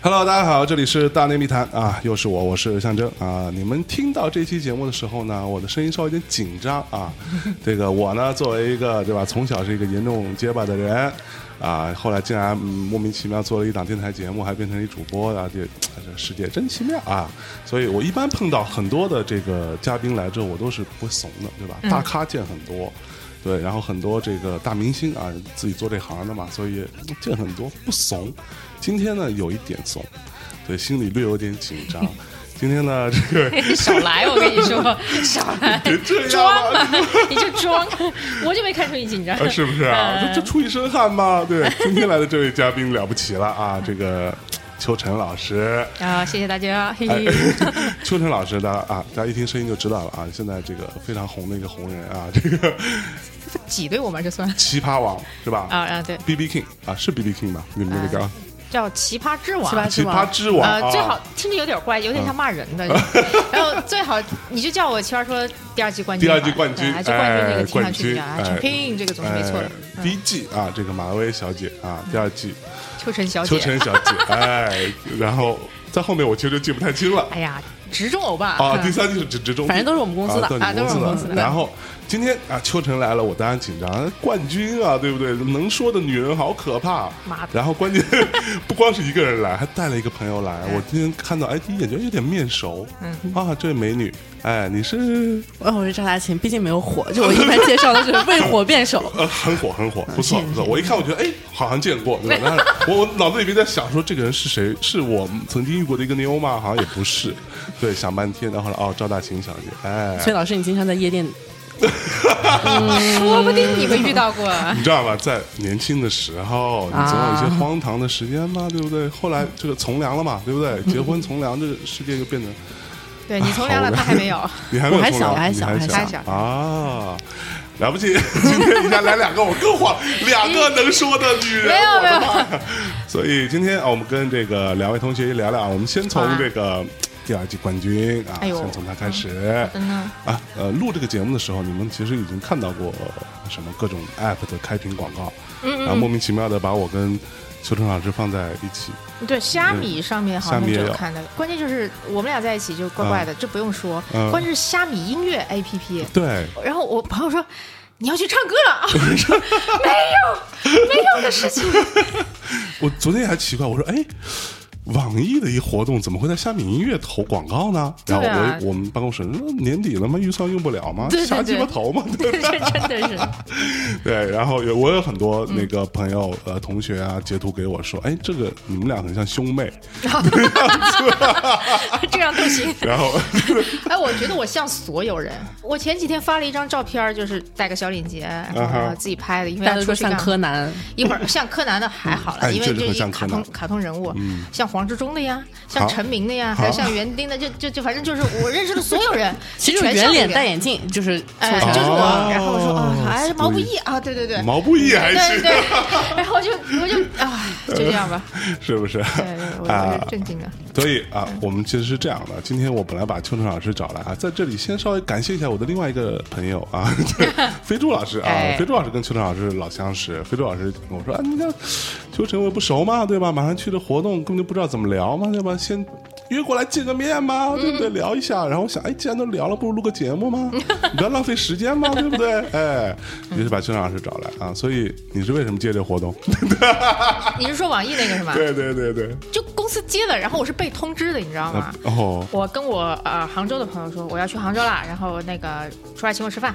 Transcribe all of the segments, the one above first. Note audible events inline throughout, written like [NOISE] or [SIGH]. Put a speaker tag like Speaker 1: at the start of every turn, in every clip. Speaker 1: Hello，大家好，这里是大内密谈啊，又是我，我是象征啊。你们听到这期节目的时候呢，我的声音稍微有点紧张啊。 [LAUGHS] 这个我呢，作为一个对吧，从小是一个严重结巴的人啊，后来竟然、嗯莫名其妙做了一档电台节目，还变成一主播啊，这这世界真奇妙啊。所以我一般碰到很多的这个嘉宾来之后，我都是不会怂的，对吧？大咖见很多。对，然后很多这个大明星啊，自己做这行的嘛，所以见很多不怂。今天呢，有一点怂，对，心里略有点紧张。今天呢，这
Speaker 2: [LAUGHS]
Speaker 1: 个
Speaker 2: 少来，我跟你说，
Speaker 1: [LAUGHS]
Speaker 2: 少来
Speaker 1: 别这样
Speaker 2: 装
Speaker 1: 嘛
Speaker 2: 嘛，你就装，我就没看出你紧张
Speaker 1: 啊，，是不是啊？
Speaker 2: 嗯
Speaker 1: 这这出一身汗嘛。对，今天来的这位嘉宾了不起了啊，这个秋晨老师。 [LAUGHS]
Speaker 2: 啊，谢谢大家，嘿
Speaker 1: 哎
Speaker 2: 嘿，
Speaker 1: 秋晨老师，大家啊，大家一听声音就知道了啊，现在这个非常红的一个红人啊，这个
Speaker 2: 挤兑我们这算
Speaker 1: 奇葩王是吧？
Speaker 2: 啊啊，对，
Speaker 1: B B King 啊，是 B B King 吧？你们那个啊
Speaker 2: 叫奇葩之王，
Speaker 1: 奇葩之王
Speaker 2: 呃，
Speaker 1: 啊，
Speaker 2: 最好听着有点怪，有点像骂人
Speaker 1: [LAUGHS]
Speaker 2: 的，然后最好你就叫我奇葩说第二季冠
Speaker 1: 第
Speaker 2: 军吧，
Speaker 1: 二季冠军
Speaker 2: 哎就冠军这
Speaker 1: 哎
Speaker 2: 个听上去比较
Speaker 1: 冠军哎
Speaker 2: Chopin 这个总是没错的，嗯
Speaker 1: 哎第一季啊，这个马薇小姐啊，第二季
Speaker 2: 秋晨小
Speaker 1: 秋
Speaker 2: 姐，
Speaker 1: 晨小
Speaker 2: [LAUGHS]
Speaker 1: 姐，哎，然后在后面我其实记不太清了
Speaker 2: 哎呀，直中欧巴
Speaker 1: 啊。第
Speaker 2: 嗯
Speaker 1: 三季是直直中，
Speaker 3: 反正都是我们公司的
Speaker 1: 啊，
Speaker 2: 啊
Speaker 1: 对
Speaker 2: 都
Speaker 1: 你
Speaker 2: 是我们
Speaker 1: 公
Speaker 2: 公
Speaker 1: 司
Speaker 2: 司
Speaker 1: 的。
Speaker 2: 的
Speaker 1: 然后今天啊，秋晨来了，我当然紧张，冠军啊，对不对？能说的女人好可怕
Speaker 2: 妈的。
Speaker 1: 然后关键 [LAUGHS] 不光是一个人来，还带了一个朋友来。我今天看到，哎，第一眼觉得有点面熟，
Speaker 2: 嗯
Speaker 1: 啊，这位美女，哎，你是。
Speaker 3: 呃，我是赵大琴，毕竟没有火，就我一般介
Speaker 2: [LAUGHS]
Speaker 3: 绍都是为火辩
Speaker 1: [LAUGHS]
Speaker 3: 手
Speaker 1: 呃，很火，很火，不错，
Speaker 3: 谢谢
Speaker 1: 不错。
Speaker 3: 谢谢
Speaker 1: 我一看，我觉得哎，好像见过，对吧？但是我我脑子里面在想说，这个人是谁？是我曾经遇过的一个妞吗？好像也不是。对，想半天，然后呢，哦，赵大琴小姐，哎，
Speaker 3: 所以老师，你经常在夜店，
Speaker 2: 说不定你们遇到
Speaker 1: [LAUGHS]
Speaker 2: 过。
Speaker 1: 你知道吧？在年轻的时候，你总有一些荒唐的时间嘛，对不对？后来这个从良了嘛，对不对？结婚从良，这个世界就变得
Speaker 2: 对你从良了，他还没
Speaker 1: [LAUGHS]
Speaker 2: 有。
Speaker 1: 你还没有
Speaker 3: 我还
Speaker 1: 从良
Speaker 3: 小我还
Speaker 1: 你
Speaker 3: 小
Speaker 1: 还
Speaker 3: 还
Speaker 2: 小
Speaker 1: 啊。了不起！今天一下来两个，我更慌，两个能说的女人，
Speaker 2: 没有
Speaker 1: 我的妈呀！所以今天啊，我们跟这个两位同学一聊聊啊，我们先从
Speaker 2: 好啊
Speaker 1: 这个第二季冠军啊，
Speaker 2: 哎呦嗯
Speaker 1: 先从他开始
Speaker 2: 真的
Speaker 1: 啊。呃，录这个节目的时候，你们其实已经看到过呃什么各种 app 的开屏广告，
Speaker 2: 嗯
Speaker 1: 然后莫名其妙的把我跟邱晨老师放在一起，
Speaker 2: 对，虾米上面好
Speaker 1: 嗯虾
Speaker 2: 像
Speaker 1: 米
Speaker 2: 就
Speaker 1: 也
Speaker 2: 有
Speaker 1: 有
Speaker 2: 看到，关键就是我们俩在一起就怪怪的，这不用说
Speaker 1: 嗯。
Speaker 2: 关键是虾米音乐 APP，
Speaker 1: 对，
Speaker 2: 然后我朋友说你要去唱歌了啊，我说没有，没有的事情。 [LAUGHS]
Speaker 1: 我昨天还奇怪，我说哎。网易的一活动怎么会在虾米音乐投广告呢？
Speaker 2: 对
Speaker 1: 然后
Speaker 2: 啊
Speaker 1: 我、我们办公室说年底了吗？预算用不了吗？
Speaker 2: 对对
Speaker 1: 瞎鸡巴
Speaker 2: 对
Speaker 1: 投
Speaker 2: [LAUGHS]
Speaker 1: 吗？对
Speaker 2: 这真的是，
Speaker 1: 对，然后有我有很多那个朋友、呃同学啊截图给我说，哎，这个你们俩很像兄
Speaker 2: [LAUGHS]
Speaker 1: 妹， [LAUGHS]
Speaker 2: 这样都
Speaker 3: [LAUGHS]
Speaker 2: 行。
Speaker 1: 然后
Speaker 2: 哎，我觉得我像所有人。我前几天发了一张照片，就是戴个小领结，然后
Speaker 1: 哈
Speaker 2: 自己拍的，因为
Speaker 3: 大家
Speaker 2: 要
Speaker 3: 都
Speaker 2: 出
Speaker 3: 说
Speaker 2: 去
Speaker 3: 像
Speaker 2: 干
Speaker 3: 柯南，
Speaker 2: 一会儿像柯南的还好
Speaker 1: 哎
Speaker 2: 了，因为
Speaker 1: 这就很
Speaker 2: 一
Speaker 1: 像
Speaker 2: 卡
Speaker 1: 柯南嗯
Speaker 2: 通卡通人物，像黄志忠的呀，
Speaker 1: 好
Speaker 2: 像陈明的呀，还有像园丁的，就就就反正就是我认识的所有人，
Speaker 3: [LAUGHS] 其实
Speaker 2: 全
Speaker 3: 圆
Speaker 2: 像
Speaker 3: 脸
Speaker 2: 那个
Speaker 3: 戴。眼镜就是秋
Speaker 2: 哎，
Speaker 3: 晨
Speaker 2: 就是
Speaker 1: 哦
Speaker 2: 我，然后我说
Speaker 1: 哦
Speaker 2: 啊，哎，毛不
Speaker 1: 所以
Speaker 2: 易啊，对对对，
Speaker 1: 毛不易还
Speaker 2: 对
Speaker 1: 是
Speaker 2: 对，然后我就我就啊，就这样吧，
Speaker 1: 是不是？
Speaker 2: 对，对
Speaker 1: [LAUGHS]
Speaker 2: 我
Speaker 1: 啊
Speaker 2: 我是正经的，
Speaker 1: 所以啊，我们其实是这样的。今天我本来把邱晨老师找来啊，在这里先稍微感谢一下我的另外一个朋友啊， [LAUGHS] 飞猪老师啊
Speaker 2: 哎，
Speaker 1: 飞猪老师跟邱晨老师老相识。飞猪老师跟我说啊，你看邱晨我也不熟嘛，对吧？马上去这活动，根本就不知道怎么聊嘛，对吧？先约过来见个面嘛，对不对？聊一下。然后我想，哎，既然都聊了，不如录个节目 [LAUGHS] 嘛，你不要浪费时间嘛，对不对？哎，于是把邱晨老师找来啊。所以你是为什么接这活动？
Speaker 2: 你是说网易那个是吗？
Speaker 1: 对对对对，
Speaker 2: 就公司接了，然后我是被通知的，你知道吗？
Speaker 1: [LAUGHS] 哦，
Speaker 2: 我跟我呃杭州的朋友说我要去杭州啦，然后那个出来请我吃饭。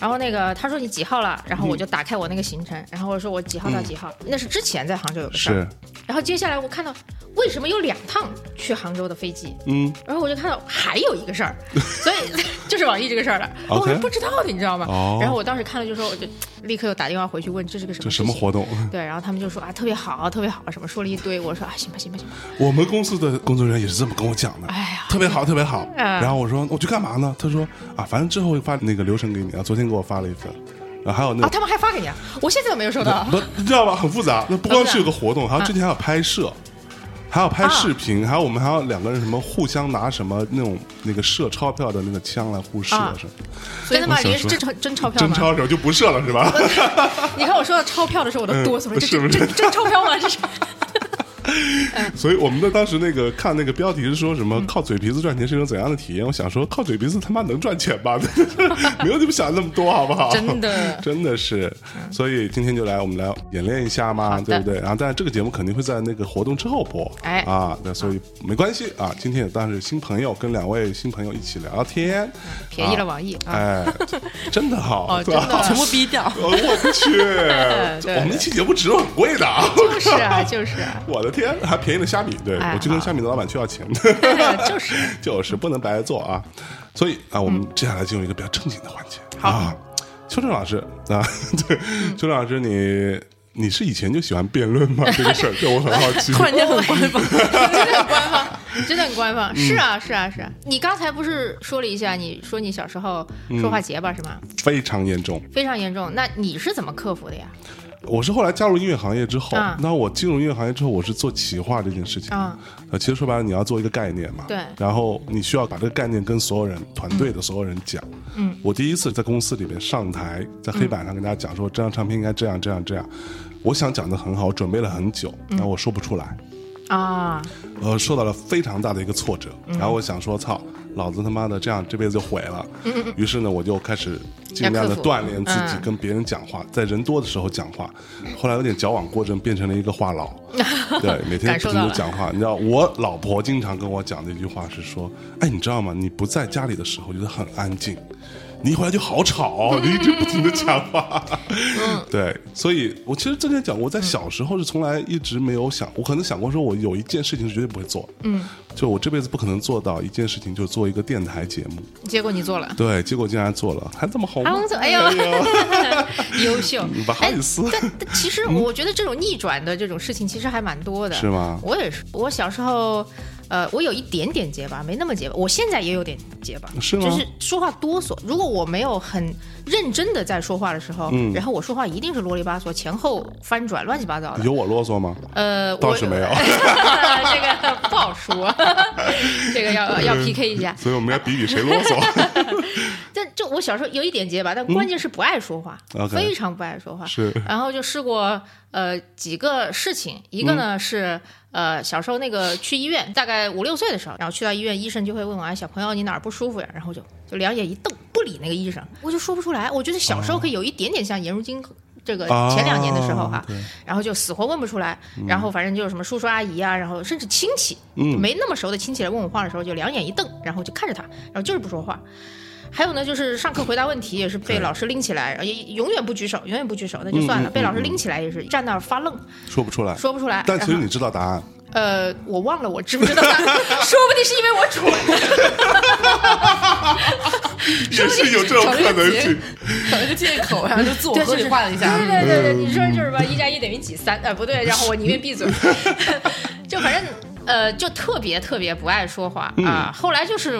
Speaker 2: 然后那个他说你几号了，然后我就打开我那个行程，然后我说我几号到几号，那是之前在杭州有个事儿。
Speaker 1: 嗯是，
Speaker 2: 然后接下来我看到为什么有两趟去杭州的飞机，
Speaker 1: 嗯。
Speaker 2: 然后我就看到还有一个事儿，所以 [LAUGHS] 就是网易这个事儿了，
Speaker 1: OK
Speaker 2: 我是不知道的，你知道吗？
Speaker 1: 哦
Speaker 2: 然后我当时看了就说我就立刻又打电话回去问这是个什
Speaker 1: 这
Speaker 2: 么
Speaker 1: 什么
Speaker 2: 事情
Speaker 1: 活动？
Speaker 2: 对，然后他们就说啊特别好，特别好什么，说了一堆，我说啊行吧行吧行吧，
Speaker 1: 我们公司的工作人员也是这么跟我讲的，
Speaker 2: 哎呀
Speaker 1: 特别好，特别好。
Speaker 2: 嗯
Speaker 1: 然后我说我去干嘛呢？他说啊，反正之后会发那个流程给你啊。昨天给我发了一份，然后还有那
Speaker 2: 啊
Speaker 1: 个
Speaker 2: 他们还发给你啊，我现在都没有收到。
Speaker 1: 不，你知道吧？很复杂。那不光是有个活动，还有之前还有拍摄，还有拍
Speaker 2: 嗯啊
Speaker 1: 视频，还有我们还有两个人什么互相拿什么那种那个射钞票的那个枪来互射
Speaker 2: 啊
Speaker 1: 什么，
Speaker 2: 真的吗？
Speaker 1: 我想
Speaker 2: 里面是
Speaker 1: 说
Speaker 2: 真钞真钞票
Speaker 1: 真
Speaker 2: 吗？
Speaker 1: 钞手就不射了是吧？
Speaker 2: 你看我说到钞票的时候，我都哆嗦了，这
Speaker 1: 嗯是不
Speaker 2: 这
Speaker 1: 是
Speaker 2: 这真钞票吗？这
Speaker 1: [LAUGHS]
Speaker 2: 是
Speaker 1: 所以我们的当时那个看那个标题是说什么
Speaker 2: 嗯
Speaker 1: 靠嘴皮子赚钱是一种怎样的体验？我想说靠嘴皮子他妈能赚钱吧？ [LAUGHS] 没有你们想的那么多，好不好？
Speaker 2: 真
Speaker 1: [LAUGHS]
Speaker 2: 的嗯
Speaker 1: 真的是。所以今天就来我们来演练一下嘛，
Speaker 2: 好的
Speaker 1: 对不对？然后但是这个节目肯定会在那个活动之后播，
Speaker 2: 哎
Speaker 1: 啊，那所以没关系啊。今天也当是新朋友跟两位新朋友一起聊聊天，
Speaker 2: 嗯便宜了网易啊！ [LAUGHS]
Speaker 1: 哎，真的好，
Speaker 2: 哦
Speaker 1: 对吧
Speaker 2: 真的
Speaker 3: [LAUGHS] 全部逼
Speaker 2: [LAUGHS]
Speaker 3: 掉。
Speaker 1: 呃 [LAUGHS] 我去，
Speaker 2: 对
Speaker 1: 我们一期节目值很贵的
Speaker 2: [LAUGHS]
Speaker 1: 啊。 [LAUGHS]
Speaker 2: 就是啊，就是啊，
Speaker 1: 我的天，还便宜了虾米，对、
Speaker 2: 哎
Speaker 1: 我去跟虾米的老板去要钱，
Speaker 2: 就是
Speaker 1: [LAUGHS]
Speaker 2: 嗯
Speaker 1: 就是不能白做啊。所以啊，我们接下来进入一个比较正经的环节。
Speaker 2: 好嗯
Speaker 1: 啊，邱正老师啊， [LAUGHS] 对，邱正老师，你你是以前就喜欢辩论
Speaker 2: [LAUGHS]
Speaker 1: 吗？这个事儿，这我很嗯好奇。
Speaker 3: 突然 [LAUGHS] 间很官方，
Speaker 2: 真的很官方， [LAUGHS] 真的很官方。是啊，是啊，是啊。你刚才不是说了一下，你说你小时候
Speaker 1: 嗯
Speaker 2: 说话结巴是吗？
Speaker 1: 非常严重。
Speaker 2: 非常严重。那你是怎么克服的呀？
Speaker 1: 我是后来加入音乐行业之后，
Speaker 2: 啊
Speaker 1: 那我进入音乐行业之后，我是做企划这件事情。
Speaker 2: 啊
Speaker 1: 呃，其实说白了，你要做一个概念嘛，
Speaker 2: 对
Speaker 1: 然后你需要把这个概念跟所有人、团队的所有人讲。
Speaker 2: 嗯，
Speaker 1: 我第一次在公司里面上台，在黑板上跟大家讲说，这张唱片应该这样、这样、这样。我想讲的很好，我准备了很久，
Speaker 2: 嗯
Speaker 1: 然后我说不出来，
Speaker 2: 啊，
Speaker 1: 呃，受到了非常大的一个挫折。
Speaker 2: 嗯
Speaker 1: 然后我想说，操，老子他妈的这样这辈子就毁了。于是呢，我就开始尽量的
Speaker 2: 嗯要克服
Speaker 1: 锻炼自己
Speaker 2: 嗯
Speaker 1: 跟别人讲话，在人多的时候讲话。后来有点矫枉过正，变成了一个话痨。
Speaker 2: [LAUGHS]
Speaker 1: 对，每天
Speaker 2: 感
Speaker 1: 不
Speaker 2: 受
Speaker 1: 停
Speaker 2: 到
Speaker 1: 的
Speaker 2: 了
Speaker 1: 讲话。你知道，我老婆经常跟我讲的一句话是说：“哎，你知道吗？你不在家里的时候觉得很安静。”你一回来就好吵，你一直不停的讲话，
Speaker 2: 嗯
Speaker 1: [LAUGHS] 对，所以我其实之前讲过，我在小时候是从来一直没有想，我可能想过说，我有一件事情是绝对不会做，嗯，就我这辈子不可能做到一件事情，就是做一个电台节目，
Speaker 2: [LAUGHS] 结果你做了。
Speaker 1: 对，结果竟然做了，还这么红，
Speaker 2: 还红色哎呦
Speaker 1: 哎
Speaker 2: [LAUGHS] 优秀，
Speaker 1: 不好意思嗯
Speaker 2: 哎但但其实我觉得这种逆转的这种事情其实还蛮多的，
Speaker 1: 是吗
Speaker 2: 我也是，我小时候，呃，我有一点点结巴，没那么结巴，我现在也有点结巴，
Speaker 1: 是吗
Speaker 2: 就是说话哆嗦。如果我没有很认真的在说话的时候，
Speaker 1: 嗯
Speaker 2: 然后我说话一定是啰里吧嗦，前后翻转，乱七八糟的。
Speaker 1: 有我啰嗦吗？
Speaker 2: 呃，
Speaker 1: 倒
Speaker 2: 我
Speaker 1: 是没有 [LAUGHS]
Speaker 2: [LAUGHS] 这个不好说， [LAUGHS] 这个要要 PK 一下。
Speaker 1: [LAUGHS] 所以我们要比比谁啰
Speaker 2: [LAUGHS]
Speaker 1: 嗦，
Speaker 2: 但就我小时候有一点结巴，但关键是不爱说话，
Speaker 1: 嗯 OK
Speaker 2: 非常不爱说话。
Speaker 1: 是
Speaker 2: 然后就试过呃几个事情，一
Speaker 1: 嗯
Speaker 2: 个呢、是呃小时候那个去医院，大概五六岁的时候，然后去到医院，医生就会问我哎小朋友你哪儿不舒服呀？然后就就两眼一瞪，不理那个医生，我就说不出来。我觉得小时
Speaker 1: 哦
Speaker 2: 候可以有一点点像颜如晶。这个
Speaker 1: 啊
Speaker 2: 前两年的时候哈、
Speaker 1: 对
Speaker 2: 然后就死活问不出来，然后反正就是什么叔叔阿姨啊，然后甚至亲戚，
Speaker 1: 嗯
Speaker 2: 没那么熟的亲戚来问我话的时候，就两眼一瞪，然后就看着他，然后就是不说话。还有呢，就是上课回答问题也是被老师拎起来，然呃后也永远不举手，永远不举手，那就算了。
Speaker 1: 嗯嗯
Speaker 2: 被老师拎起来也是站那儿发愣，
Speaker 1: 说不出来，
Speaker 2: 说不出
Speaker 1: [LAUGHS]
Speaker 2: 来。
Speaker 1: 但其实
Speaker 2: 然后
Speaker 1: 你知道答案，
Speaker 2: 呃，我忘了我知不知道， [LAUGHS] 说不定是因为我蠢。
Speaker 1: 也是有这种可能性，
Speaker 3: 找一个借口，然后就自我
Speaker 2: 对
Speaker 3: 合理化了一下
Speaker 2: 对。对对对，你说就是吧，一加一等于几三？呃，不对，然后我宁愿闭嘴。 [LAUGHS] 就反正呃，就特别特别不爱说话啊。后来就是。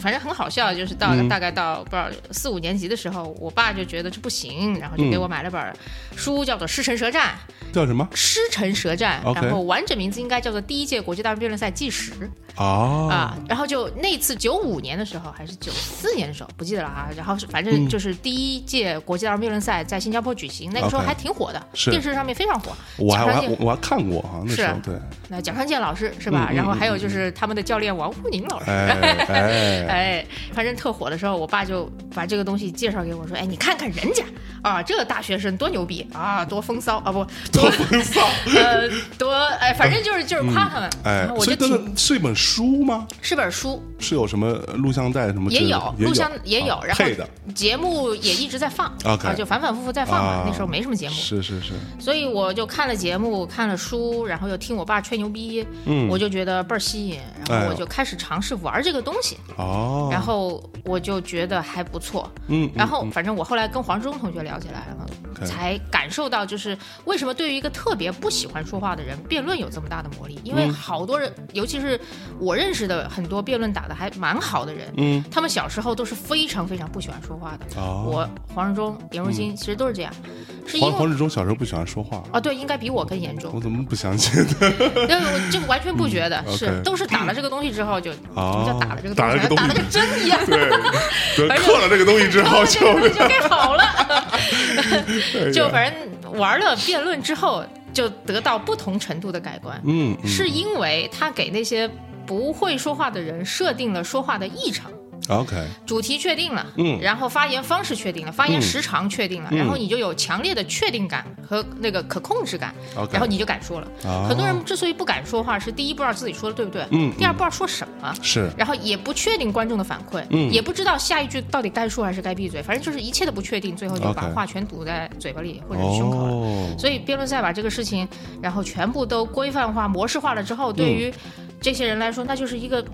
Speaker 2: 反正很好笑，就是到大概到不知道四五年级的时候，我爸就觉得这不行，然后就给我买了本书，叫做《师承舌战》。
Speaker 1: 叫什么
Speaker 2: 师承舌战
Speaker 1: OK
Speaker 2: 然后完整名字应该叫做第一届国际大辩论赛计时
Speaker 1: 啊
Speaker 2: 啊？然后就那次九五年的时候还是九四年的时候，不记得了啊。然后是
Speaker 1: 嗯
Speaker 2: 反正就是第一届国际大辩论赛在新加坡举行，那个时候
Speaker 1: OK
Speaker 2: 还挺火的
Speaker 1: 是
Speaker 2: 电视上面非常火。
Speaker 1: 我还我
Speaker 2: 蒋
Speaker 1: 还
Speaker 2: 尚
Speaker 1: 我
Speaker 2: 健
Speaker 1: 我还看过哈，那时候
Speaker 2: 是
Speaker 1: 对，
Speaker 2: 那蒋尚健老师是吧？
Speaker 1: 嗯嗯
Speaker 2: 然后还有就是他们的教练王沪宁老师。
Speaker 1: 哎
Speaker 2: [LAUGHS]
Speaker 1: 哎，
Speaker 2: 哎，反正特火的时候，我爸就把这个东西介绍给我，说：“哎，你看看人家啊，这个大学生多牛逼啊，多风骚啊，不多
Speaker 1: 风骚，
Speaker 2: 呃，多哎，反正就是就是夸他们。
Speaker 1: 哎
Speaker 2: 然后，我
Speaker 1: 所
Speaker 2: 就
Speaker 1: 以这
Speaker 2: 挺
Speaker 1: 个是一本书吗？
Speaker 2: 是本书，
Speaker 1: 是有什么录像带什么之
Speaker 2: 也
Speaker 1: 类的？
Speaker 2: 有录像也有
Speaker 1: 啊，
Speaker 2: 然后
Speaker 1: 配的，
Speaker 2: 节目也一直在放
Speaker 1: OK
Speaker 2: 啊，就反反复复在放
Speaker 1: 啊
Speaker 2: 嘛。那时候没什么节目，
Speaker 1: 是是是，
Speaker 2: 所以我就看了节目，看了书，然后又听我爸吹牛逼，
Speaker 1: 嗯
Speaker 2: 我就觉得倍儿吸引，然
Speaker 1: 哎
Speaker 2: 后我就开始尝试玩这个东西，
Speaker 1: 哦，
Speaker 2: 然后我就觉得还不错。
Speaker 1: 嗯，嗯
Speaker 2: 然后，反正我后来跟黄志忠同学聊起来了，才感受到，就是为什么对于一个特别不喜欢说话的人，辩论有这么大的魔力，因为
Speaker 1: 嗯
Speaker 2: 好多人，尤其是我认识的很多辩论打的还蛮好的人，
Speaker 1: 嗯，
Speaker 2: 他们小时候都是非常非常不喜欢说话的。
Speaker 1: 哦
Speaker 2: 我黄仁忠、颜如晶其实都是这样，是因
Speaker 1: 黄
Speaker 2: 为
Speaker 1: 黄。志忠小时候不喜欢说话，
Speaker 2: 啊，对，应该比我更严重
Speaker 1: 我。 [LAUGHS] 怎么不想起呢？
Speaker 2: 对，我这个完全不觉得，
Speaker 1: 嗯
Speaker 2: 是
Speaker 1: OK
Speaker 2: 都是打了这个东西之后就，
Speaker 1: 哦
Speaker 2: 什么叫打了这个
Speaker 1: 打了
Speaker 2: 东
Speaker 1: 这个
Speaker 2: 西，打了
Speaker 1: 东
Speaker 2: 个针一样， [LAUGHS]
Speaker 1: 对，对
Speaker 2: 而且
Speaker 1: 刻了这个东西之后就 [LAUGHS]
Speaker 2: 这个东西就给好了。
Speaker 1: 哎呀
Speaker 2: [LAUGHS] 就反正玩了辩论之后，就得到不同程度的改观，
Speaker 1: 嗯，嗯
Speaker 2: 是因为他给那些不会说话的人设定了说话的异常。
Speaker 1: OK，
Speaker 2: 主题确定了，
Speaker 1: 嗯
Speaker 2: 然后发言方式确定了，发言时长确定了，
Speaker 1: 嗯
Speaker 2: 然后你就有强烈的确定感和那个可控制感
Speaker 1: OK
Speaker 2: 然后你就敢说了。
Speaker 1: 哦
Speaker 2: 很多人之所以不敢说话，是第一不知道自己说的对不对，
Speaker 1: 嗯
Speaker 2: 第二不知道说什么。
Speaker 1: 是
Speaker 2: 然后也不确定观众的反馈，
Speaker 1: 嗯
Speaker 2: 也不知道下一句到底该说还是该闭嘴，反正就是一切都不确定，最后就
Speaker 1: OK
Speaker 2: 把话全堵在嘴巴里或者是胸口了。
Speaker 1: 哦，
Speaker 2: 所以辩论赛把这个事情，然后全部都规范化、模式化了之后，对于
Speaker 1: 嗯
Speaker 2: 这些人来说，那就是一个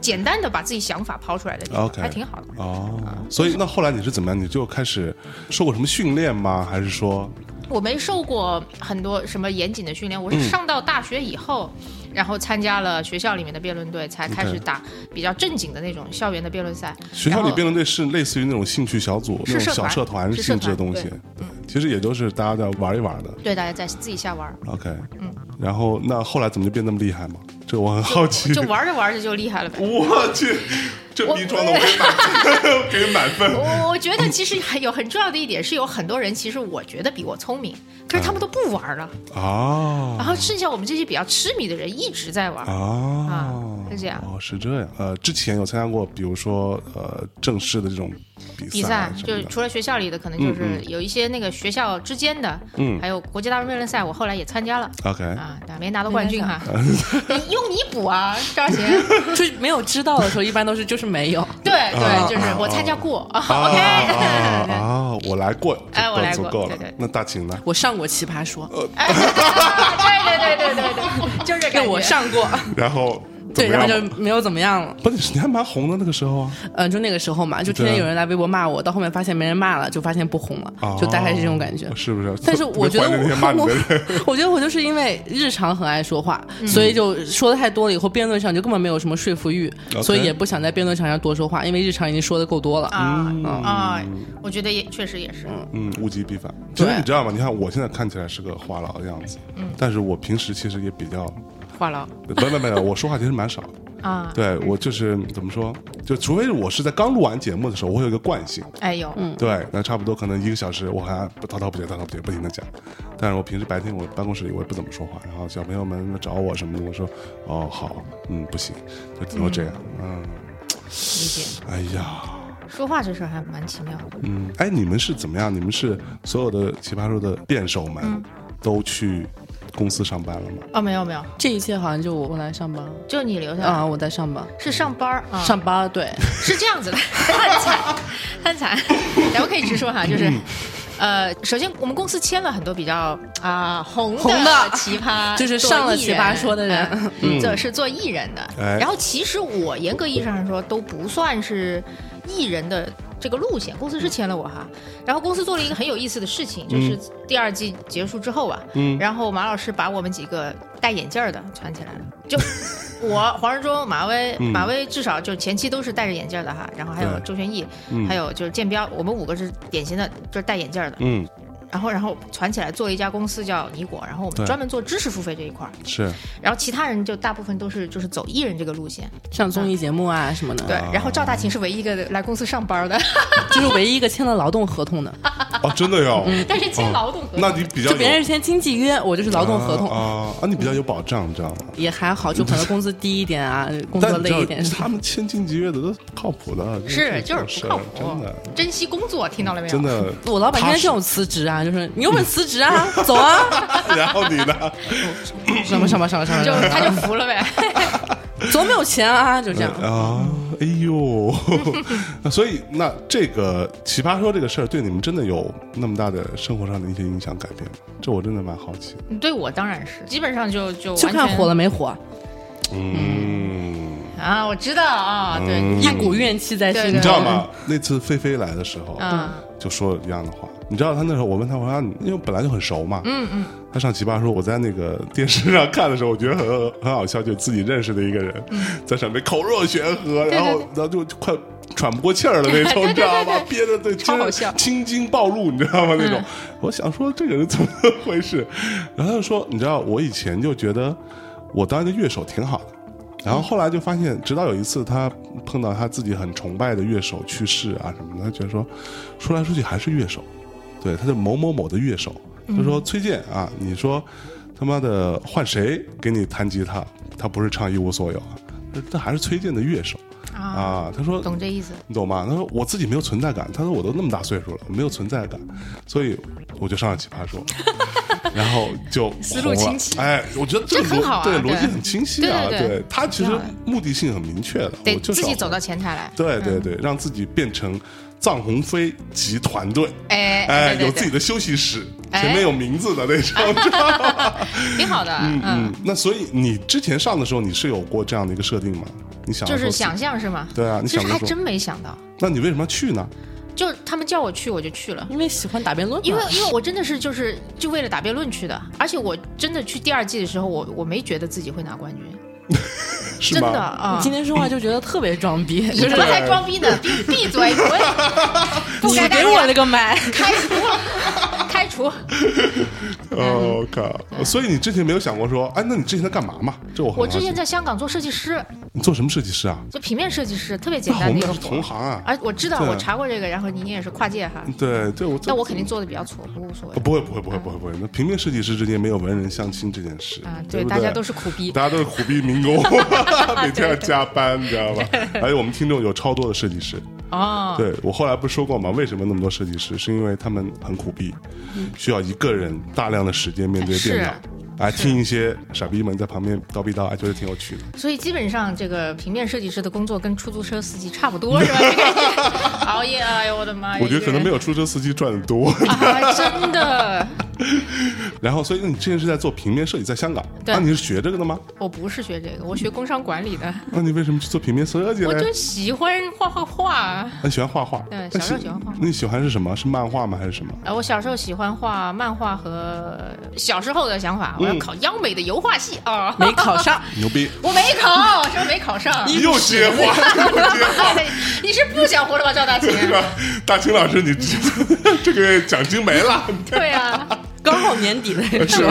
Speaker 2: 简单的把自己想法抛出来的地方
Speaker 1: OK
Speaker 2: 还挺好的。啊
Speaker 1: 哦，所以那后来你是怎么样？你就开始受过什么训练吗？还是说
Speaker 2: 我没受过很多什么严谨的训练，我
Speaker 1: 嗯
Speaker 2: 是上到大学以后。然后参加了学校里面的辩论队，才开始
Speaker 1: OK
Speaker 2: 打比较正经的那种校园的辩论赛。
Speaker 1: 学校
Speaker 2: 然
Speaker 1: 里
Speaker 2: 后
Speaker 1: 辩论队是类似于那种兴趣小组、那
Speaker 2: 是
Speaker 1: 种
Speaker 2: 社
Speaker 1: 小
Speaker 2: 团
Speaker 1: 社团
Speaker 2: 是社
Speaker 1: 性质的
Speaker 2: 团
Speaker 1: 东西
Speaker 2: 对？
Speaker 1: 对，
Speaker 2: 嗯
Speaker 1: 其实也就是大家在玩一玩的。
Speaker 2: 对，大家在自己瞎玩儿，
Speaker 1: OK，然
Speaker 2: 嗯
Speaker 1: 后那后来怎么就变那么厉害吗？这我很好奇。
Speaker 2: 就玩着玩着就厉害了呗。
Speaker 1: [LAUGHS] 我去，这
Speaker 2: 我
Speaker 1: 逼装的我给满给满分。
Speaker 2: [LAUGHS] 我我觉得其实还有很重要的一点是，有很多人其实我觉得比我聪明，可是他们都不玩儿了。
Speaker 1: 哦
Speaker 2: 然后剩下我们这些比较痴迷的人一直在玩儿。
Speaker 1: 哦
Speaker 2: 啊，是这样
Speaker 1: 哦，是这样。呃，之前有参加过，比如说呃正式的这种比
Speaker 2: 比
Speaker 1: 赛啊
Speaker 2: 赛
Speaker 1: 什
Speaker 2: 就
Speaker 1: 么
Speaker 2: 是
Speaker 1: 的。
Speaker 2: 除了学校里啊的，可嗯能就是有一些那个学校之间的，
Speaker 1: 嗯
Speaker 2: 还有国际大专辩论赛，我后来也参加了
Speaker 1: OK，
Speaker 2: 啊，但没拿到冠军哈， [LAUGHS] 用你补啊，张贤，
Speaker 3: 就是没有知道的时候，一般都是就是没有。
Speaker 2: 对
Speaker 1: 啊
Speaker 2: 对，就是我参加过啊
Speaker 1: 啊
Speaker 2: [LAUGHS] ，OK，
Speaker 1: 啊
Speaker 3: [LAUGHS]
Speaker 1: 啊啊！我来过，
Speaker 2: 哎我来
Speaker 1: 足
Speaker 2: 过
Speaker 1: 够了
Speaker 2: 对对。
Speaker 1: 那大秦呢？ [LAUGHS]
Speaker 3: 我上过奇葩说，
Speaker 1: 哦
Speaker 2: 哎 [LAUGHS] 对对对对对对，就是这
Speaker 3: 对
Speaker 2: 感觉
Speaker 3: 我上过，
Speaker 1: 然后怎
Speaker 3: 对，
Speaker 1: 么
Speaker 3: 然
Speaker 1: 样
Speaker 3: 后就没有怎么样了。
Speaker 1: 不是你还蛮红的那个时候啊。
Speaker 3: 嗯，就那个时候嘛，就天
Speaker 1: 对啊
Speaker 3: 天有人来微博骂我，到后面发现没人骂了，就发现不红
Speaker 1: 哦
Speaker 3: 了， [LAUGHS] 就大概是这种感觉。
Speaker 1: 是不是？
Speaker 3: 但是我觉得
Speaker 1: 没怀
Speaker 3: 我
Speaker 1: 念那些骂你的人，
Speaker 3: [LAUGHS] 我我觉得我就是因为日常很爱说话，
Speaker 2: 嗯
Speaker 3: 所以就说的太多了，以后辩论上就根本没有什么说服欲
Speaker 1: OK
Speaker 3: 所以也不想在辩论场上多说话，因为日常已经说的够多了。
Speaker 2: 啊啊，我觉得也确实也是，
Speaker 1: [LAUGHS] 嗯，物极必反。其实
Speaker 3: 对嗯
Speaker 1: 你知道吗？你看我现在看起来是个话痨的样子，但是我平时其实也比较， [LAUGHS]
Speaker 2: 话痨
Speaker 1: 没没没，我说话其实蛮少的。
Speaker 2: 啊，
Speaker 1: 对我就是怎么说，就除非是我是在刚录完节目的时候，我会有一个惯性，
Speaker 2: 哎呦，
Speaker 3: 嗯
Speaker 1: 对，那差不多可能一个小时，我还不滔滔不绝、滔滔不绝不停的讲。但是我平时白天我办公室里我也不怎么说话，然后小朋友们找我什么的，我说哦好，嗯不行，就只能这样，嗯，
Speaker 2: 理解，
Speaker 1: 哎呀。
Speaker 2: 说话这事儿还蛮奇妙的，
Speaker 1: 嗯，哎，你们是怎么样？你们是所有的奇葩说的辩手们都去公司上班了吗？
Speaker 2: 哦，没有没有，
Speaker 3: 这一切好像就我来上班
Speaker 2: 就你留下来
Speaker 3: 啊，我在上班，
Speaker 2: 是上班儿啊，
Speaker 3: 上班对，
Speaker 2: 是这样
Speaker 3: [LAUGHS]
Speaker 2: 子的，很惨，很惨。咱们可以直说
Speaker 3: [LAUGHS]
Speaker 2: 哈，
Speaker 3: 嗯
Speaker 2: 就是，呃，首先我们公司签了很多比较啊、红
Speaker 3: 红的
Speaker 2: 奇葩，
Speaker 3: 就是上了
Speaker 2: 做艺人
Speaker 3: 奇葩说的人
Speaker 2: 呃这是做艺人的。
Speaker 1: 嗯哎
Speaker 2: 然后其实我严格意义上说都不算是艺人的。这个路线，公司是签了我哈，然后公司做了一个很有意思的事情，就是第二季结束之后啊，
Speaker 1: 嗯
Speaker 2: 然后马老师把我们几个戴眼镜儿的串起来了，就我黄仁忠、马威、
Speaker 1: 嗯
Speaker 2: 马威至少就前期都是戴着眼镜儿的哈，然后还有
Speaker 1: 对
Speaker 2: 周玄毅，
Speaker 1: 嗯
Speaker 2: 还有就是建彪，我们五个是典型的就是戴眼镜儿的，
Speaker 1: 嗯，
Speaker 2: 然后然后攒起来做了一家公司叫尼果，然后我
Speaker 1: 对
Speaker 2: 们专门做知识付费这一块儿，
Speaker 1: 是
Speaker 2: 然后其他人就大部分都是就是走艺人这个路线，
Speaker 3: 上综艺节目啊什么的，
Speaker 2: 对，然后赵大琴是唯一一个来公司上
Speaker 1: [LAUGHS]
Speaker 2: 班的，
Speaker 3: 就是唯一一个签了劳动合同的，
Speaker 1: 哦，真的哟。
Speaker 2: 但是签劳动合同，
Speaker 1: 那你比较
Speaker 3: 就
Speaker 1: 有
Speaker 3: 别人是签经纪约，我就是劳动合同，
Speaker 1: 啊啊啊，你比较有保障，你知道吗？
Speaker 3: 也还好，就可能工资低一点
Speaker 1: [LAUGHS]
Speaker 3: 啊，工作
Speaker 1: 但你
Speaker 3: 累一
Speaker 1: 知道
Speaker 3: 点是吧
Speaker 1: 他们签经纪约的都不靠谱的，
Speaker 2: 是
Speaker 1: 这
Speaker 2: 就
Speaker 1: 种
Speaker 2: 是
Speaker 1: 事
Speaker 2: 不
Speaker 1: 儿
Speaker 2: 靠谱
Speaker 1: 真的，
Speaker 2: 珍惜工作，听到了没有？
Speaker 1: 真的。
Speaker 3: 我老板天天叫我辞职啊，就是你有本事辞职啊，走啊，
Speaker 1: 然后你呢？
Speaker 3: 什么什么什么什么，
Speaker 2: 就
Speaker 3: 什么
Speaker 2: 他就服了呗，
Speaker 1: [LAUGHS]
Speaker 3: 总没有钱啊，就这样。
Speaker 1: 啊，哎呦， [LAUGHS] 那所以那这个奇葩说这个事儿对你们真的有那么大的生活上的一些影响改变吗？这我真的蛮好奇的。
Speaker 2: 对我当然是，基本上就就
Speaker 3: 就
Speaker 2: 完
Speaker 3: 看
Speaker 2: 全
Speaker 3: 火了没火，
Speaker 1: 嗯。
Speaker 2: 啊，我知道啊，对，
Speaker 1: 嗯
Speaker 3: 一股怨气在心
Speaker 1: [LAUGHS]
Speaker 2: 对对
Speaker 3: 中，
Speaker 1: 你知道吗？那次菲菲来的时候，
Speaker 2: 啊
Speaker 1: 就说一样的话。你知道他那时候我问他，我说啊你因为本来就很熟嘛，嗯嗯，他上奇葩说，我在那个电视上看的时候，我觉得很很好笑，就自己认识的一个人在上面口若悬河，然后然后就就快喘不过气儿了那 [LAUGHS] 种，你知道吗？憋着对，
Speaker 2: 超好笑
Speaker 1: 青筋暴露，你知道吗？那种，我想说这个人怎么回事？然后他就说，你知道，我以前就觉得我当一个乐手挺好的，然后后来就发现，直到有一次他碰到他自己很崇拜的乐手去世啊什么的，他觉得说，说来说去还是乐手，对，他是某某某的乐手，他说崔健啊，你说他妈的换谁给你弹吉他，他不是唱一无所有啊，他还是崔健的乐手
Speaker 2: 啊，
Speaker 1: 啊，他说
Speaker 2: 懂这意思？
Speaker 1: 你懂吗？他说我自己没有存在感，他说我都那么大岁数了，没有存在感，所以我就上了奇葩
Speaker 2: [LAUGHS]
Speaker 1: 说，然后就
Speaker 2: 思
Speaker 1: 红
Speaker 2: 路
Speaker 1: 了
Speaker 2: 清晰
Speaker 1: 哎，我觉得这
Speaker 2: 这
Speaker 1: 个
Speaker 2: 很
Speaker 1: 逻
Speaker 2: 好啊
Speaker 1: 对
Speaker 2: 对
Speaker 1: 逻辑很清晰啊，
Speaker 2: 对对对
Speaker 1: 他其实目的性很明确的，
Speaker 2: 得
Speaker 1: 我就
Speaker 2: 自
Speaker 1: 是
Speaker 2: 己
Speaker 1: 要
Speaker 2: 走到嗯前台来。
Speaker 1: 对对对，让自己变成藏鸿飞集团队。
Speaker 2: 哎
Speaker 1: 哎，
Speaker 2: 哎，对
Speaker 1: 有
Speaker 2: 对
Speaker 1: 自己
Speaker 2: 对，
Speaker 1: 的休息室，
Speaker 2: 哎
Speaker 1: 前面有名字的那种，知
Speaker 2: [LAUGHS]
Speaker 1: 道吗？
Speaker 2: 挺好的，
Speaker 1: 嗯
Speaker 2: 嗯，
Speaker 1: 嗯。那所以你之前上的时候，你是有过这样的一个设定吗？你想
Speaker 2: 就是
Speaker 1: 说
Speaker 2: 想象是吗？
Speaker 1: 对啊，你
Speaker 2: 其
Speaker 1: 想
Speaker 2: 实
Speaker 1: 过
Speaker 2: 还
Speaker 1: 说
Speaker 2: 真没想到，
Speaker 1: 那你为什么要去呢？
Speaker 2: 就是他们叫我去，我就去了。
Speaker 3: 因为喜欢打辩论嘛，
Speaker 2: 因为
Speaker 1: 啊
Speaker 2: 因为我真的是就是就为了打辩论去的，而且我真的去第二季的时候，我我没觉得自己会拿冠军，
Speaker 1: 是
Speaker 2: 真
Speaker 1: 吗？
Speaker 2: 的啊
Speaker 3: 你。今天说话就觉得特别装 [LAUGHS] 逼，
Speaker 2: 你
Speaker 3: 就
Speaker 2: 们
Speaker 3: 是
Speaker 2: 才装逼呢！
Speaker 3: [LAUGHS]
Speaker 2: 闭闭嘴！我也不
Speaker 3: 你
Speaker 2: 该
Speaker 3: 给
Speaker 2: 干
Speaker 3: 我
Speaker 2: 的
Speaker 3: 了个麦， [LAUGHS]
Speaker 2: 开除，开
Speaker 1: [LAUGHS]
Speaker 2: 除。嗯
Speaker 1: 哦我靠！所以你之前没有想过说，哎，那你之前在干嘛嘛？这我很
Speaker 2: 我
Speaker 1: 好
Speaker 2: 之前
Speaker 1: 奇
Speaker 2: 在香港做设计师，
Speaker 1: 你做什么设计师啊？
Speaker 2: 就平面设计师，特别简
Speaker 1: 哦那
Speaker 2: 单
Speaker 1: 我们
Speaker 2: 的一个
Speaker 1: 俩是
Speaker 2: 活
Speaker 1: 同。行啊！
Speaker 2: 而我知道，
Speaker 1: 对
Speaker 2: 我查过这个，然后你也是跨界哈。
Speaker 1: 对对，我哦
Speaker 2: 那我肯定做的比较粗，不无所谓
Speaker 1: 不会不会不会不会不会。那平面设计师之间没有文人相亲这件事
Speaker 2: 啊。
Speaker 1: 对
Speaker 2: 对，
Speaker 1: 不对，
Speaker 2: 大家都是苦逼。
Speaker 1: 大家都是苦逼民
Speaker 2: [LAUGHS]
Speaker 1: 工，每天要加班，你知道吧？而且我们听众有超多的设计师。
Speaker 2: 哦，
Speaker 1: 对我后来不是说过吗？为什么那么多设计师？是因为他们很苦逼，需要一个人大量的时间面对电脑
Speaker 2: 嗯是。啊
Speaker 1: 哎，听一些傻逼们在旁边叨逼叨，哎，觉得挺有趣的。
Speaker 2: 所以基本上这个平面设计师的工作跟出租车司机差不多是吧？这个
Speaker 3: [LAUGHS]
Speaker 2: 熬夜，哎呦我的哎妈呀！
Speaker 1: 我觉得可能没
Speaker 2: 有
Speaker 1: 有出租车司机赚的多。 [LAUGHS]
Speaker 2: 啊，真的，
Speaker 1: 然后，所以那你之前是在做平面设计，在香港？
Speaker 2: 对
Speaker 1: 那、你是学这个的吗？
Speaker 2: 我不是学这个，我学工商
Speaker 1: [LAUGHS]
Speaker 2: 管理的，
Speaker 1: 那你为什么去做平面设计
Speaker 2: 我
Speaker 1: 呢？
Speaker 2: 就喜欢画画啊画。
Speaker 1: 你喜欢画画？
Speaker 2: 对
Speaker 1: 那
Speaker 2: 小时候
Speaker 1: 是
Speaker 2: 喜欢画画
Speaker 1: 那你喜欢是什么？是漫画吗？还是什么？
Speaker 2: 呃，我小时候喜欢画漫画和小时候的想法，我要考央美的油画系啊，
Speaker 3: 没考上，
Speaker 1: 牛逼！
Speaker 2: 我没考，我说没考上。
Speaker 1: 又接话，又接话。
Speaker 2: 哎你是不想活了吧，赵大秦？
Speaker 1: 是吧？ [LAUGHS] 大秦老师，你这这个月奖金没
Speaker 2: [LAUGHS]
Speaker 1: 了，
Speaker 2: 对啊，
Speaker 3: 刚好年底了，
Speaker 1: [LAUGHS] 是不是？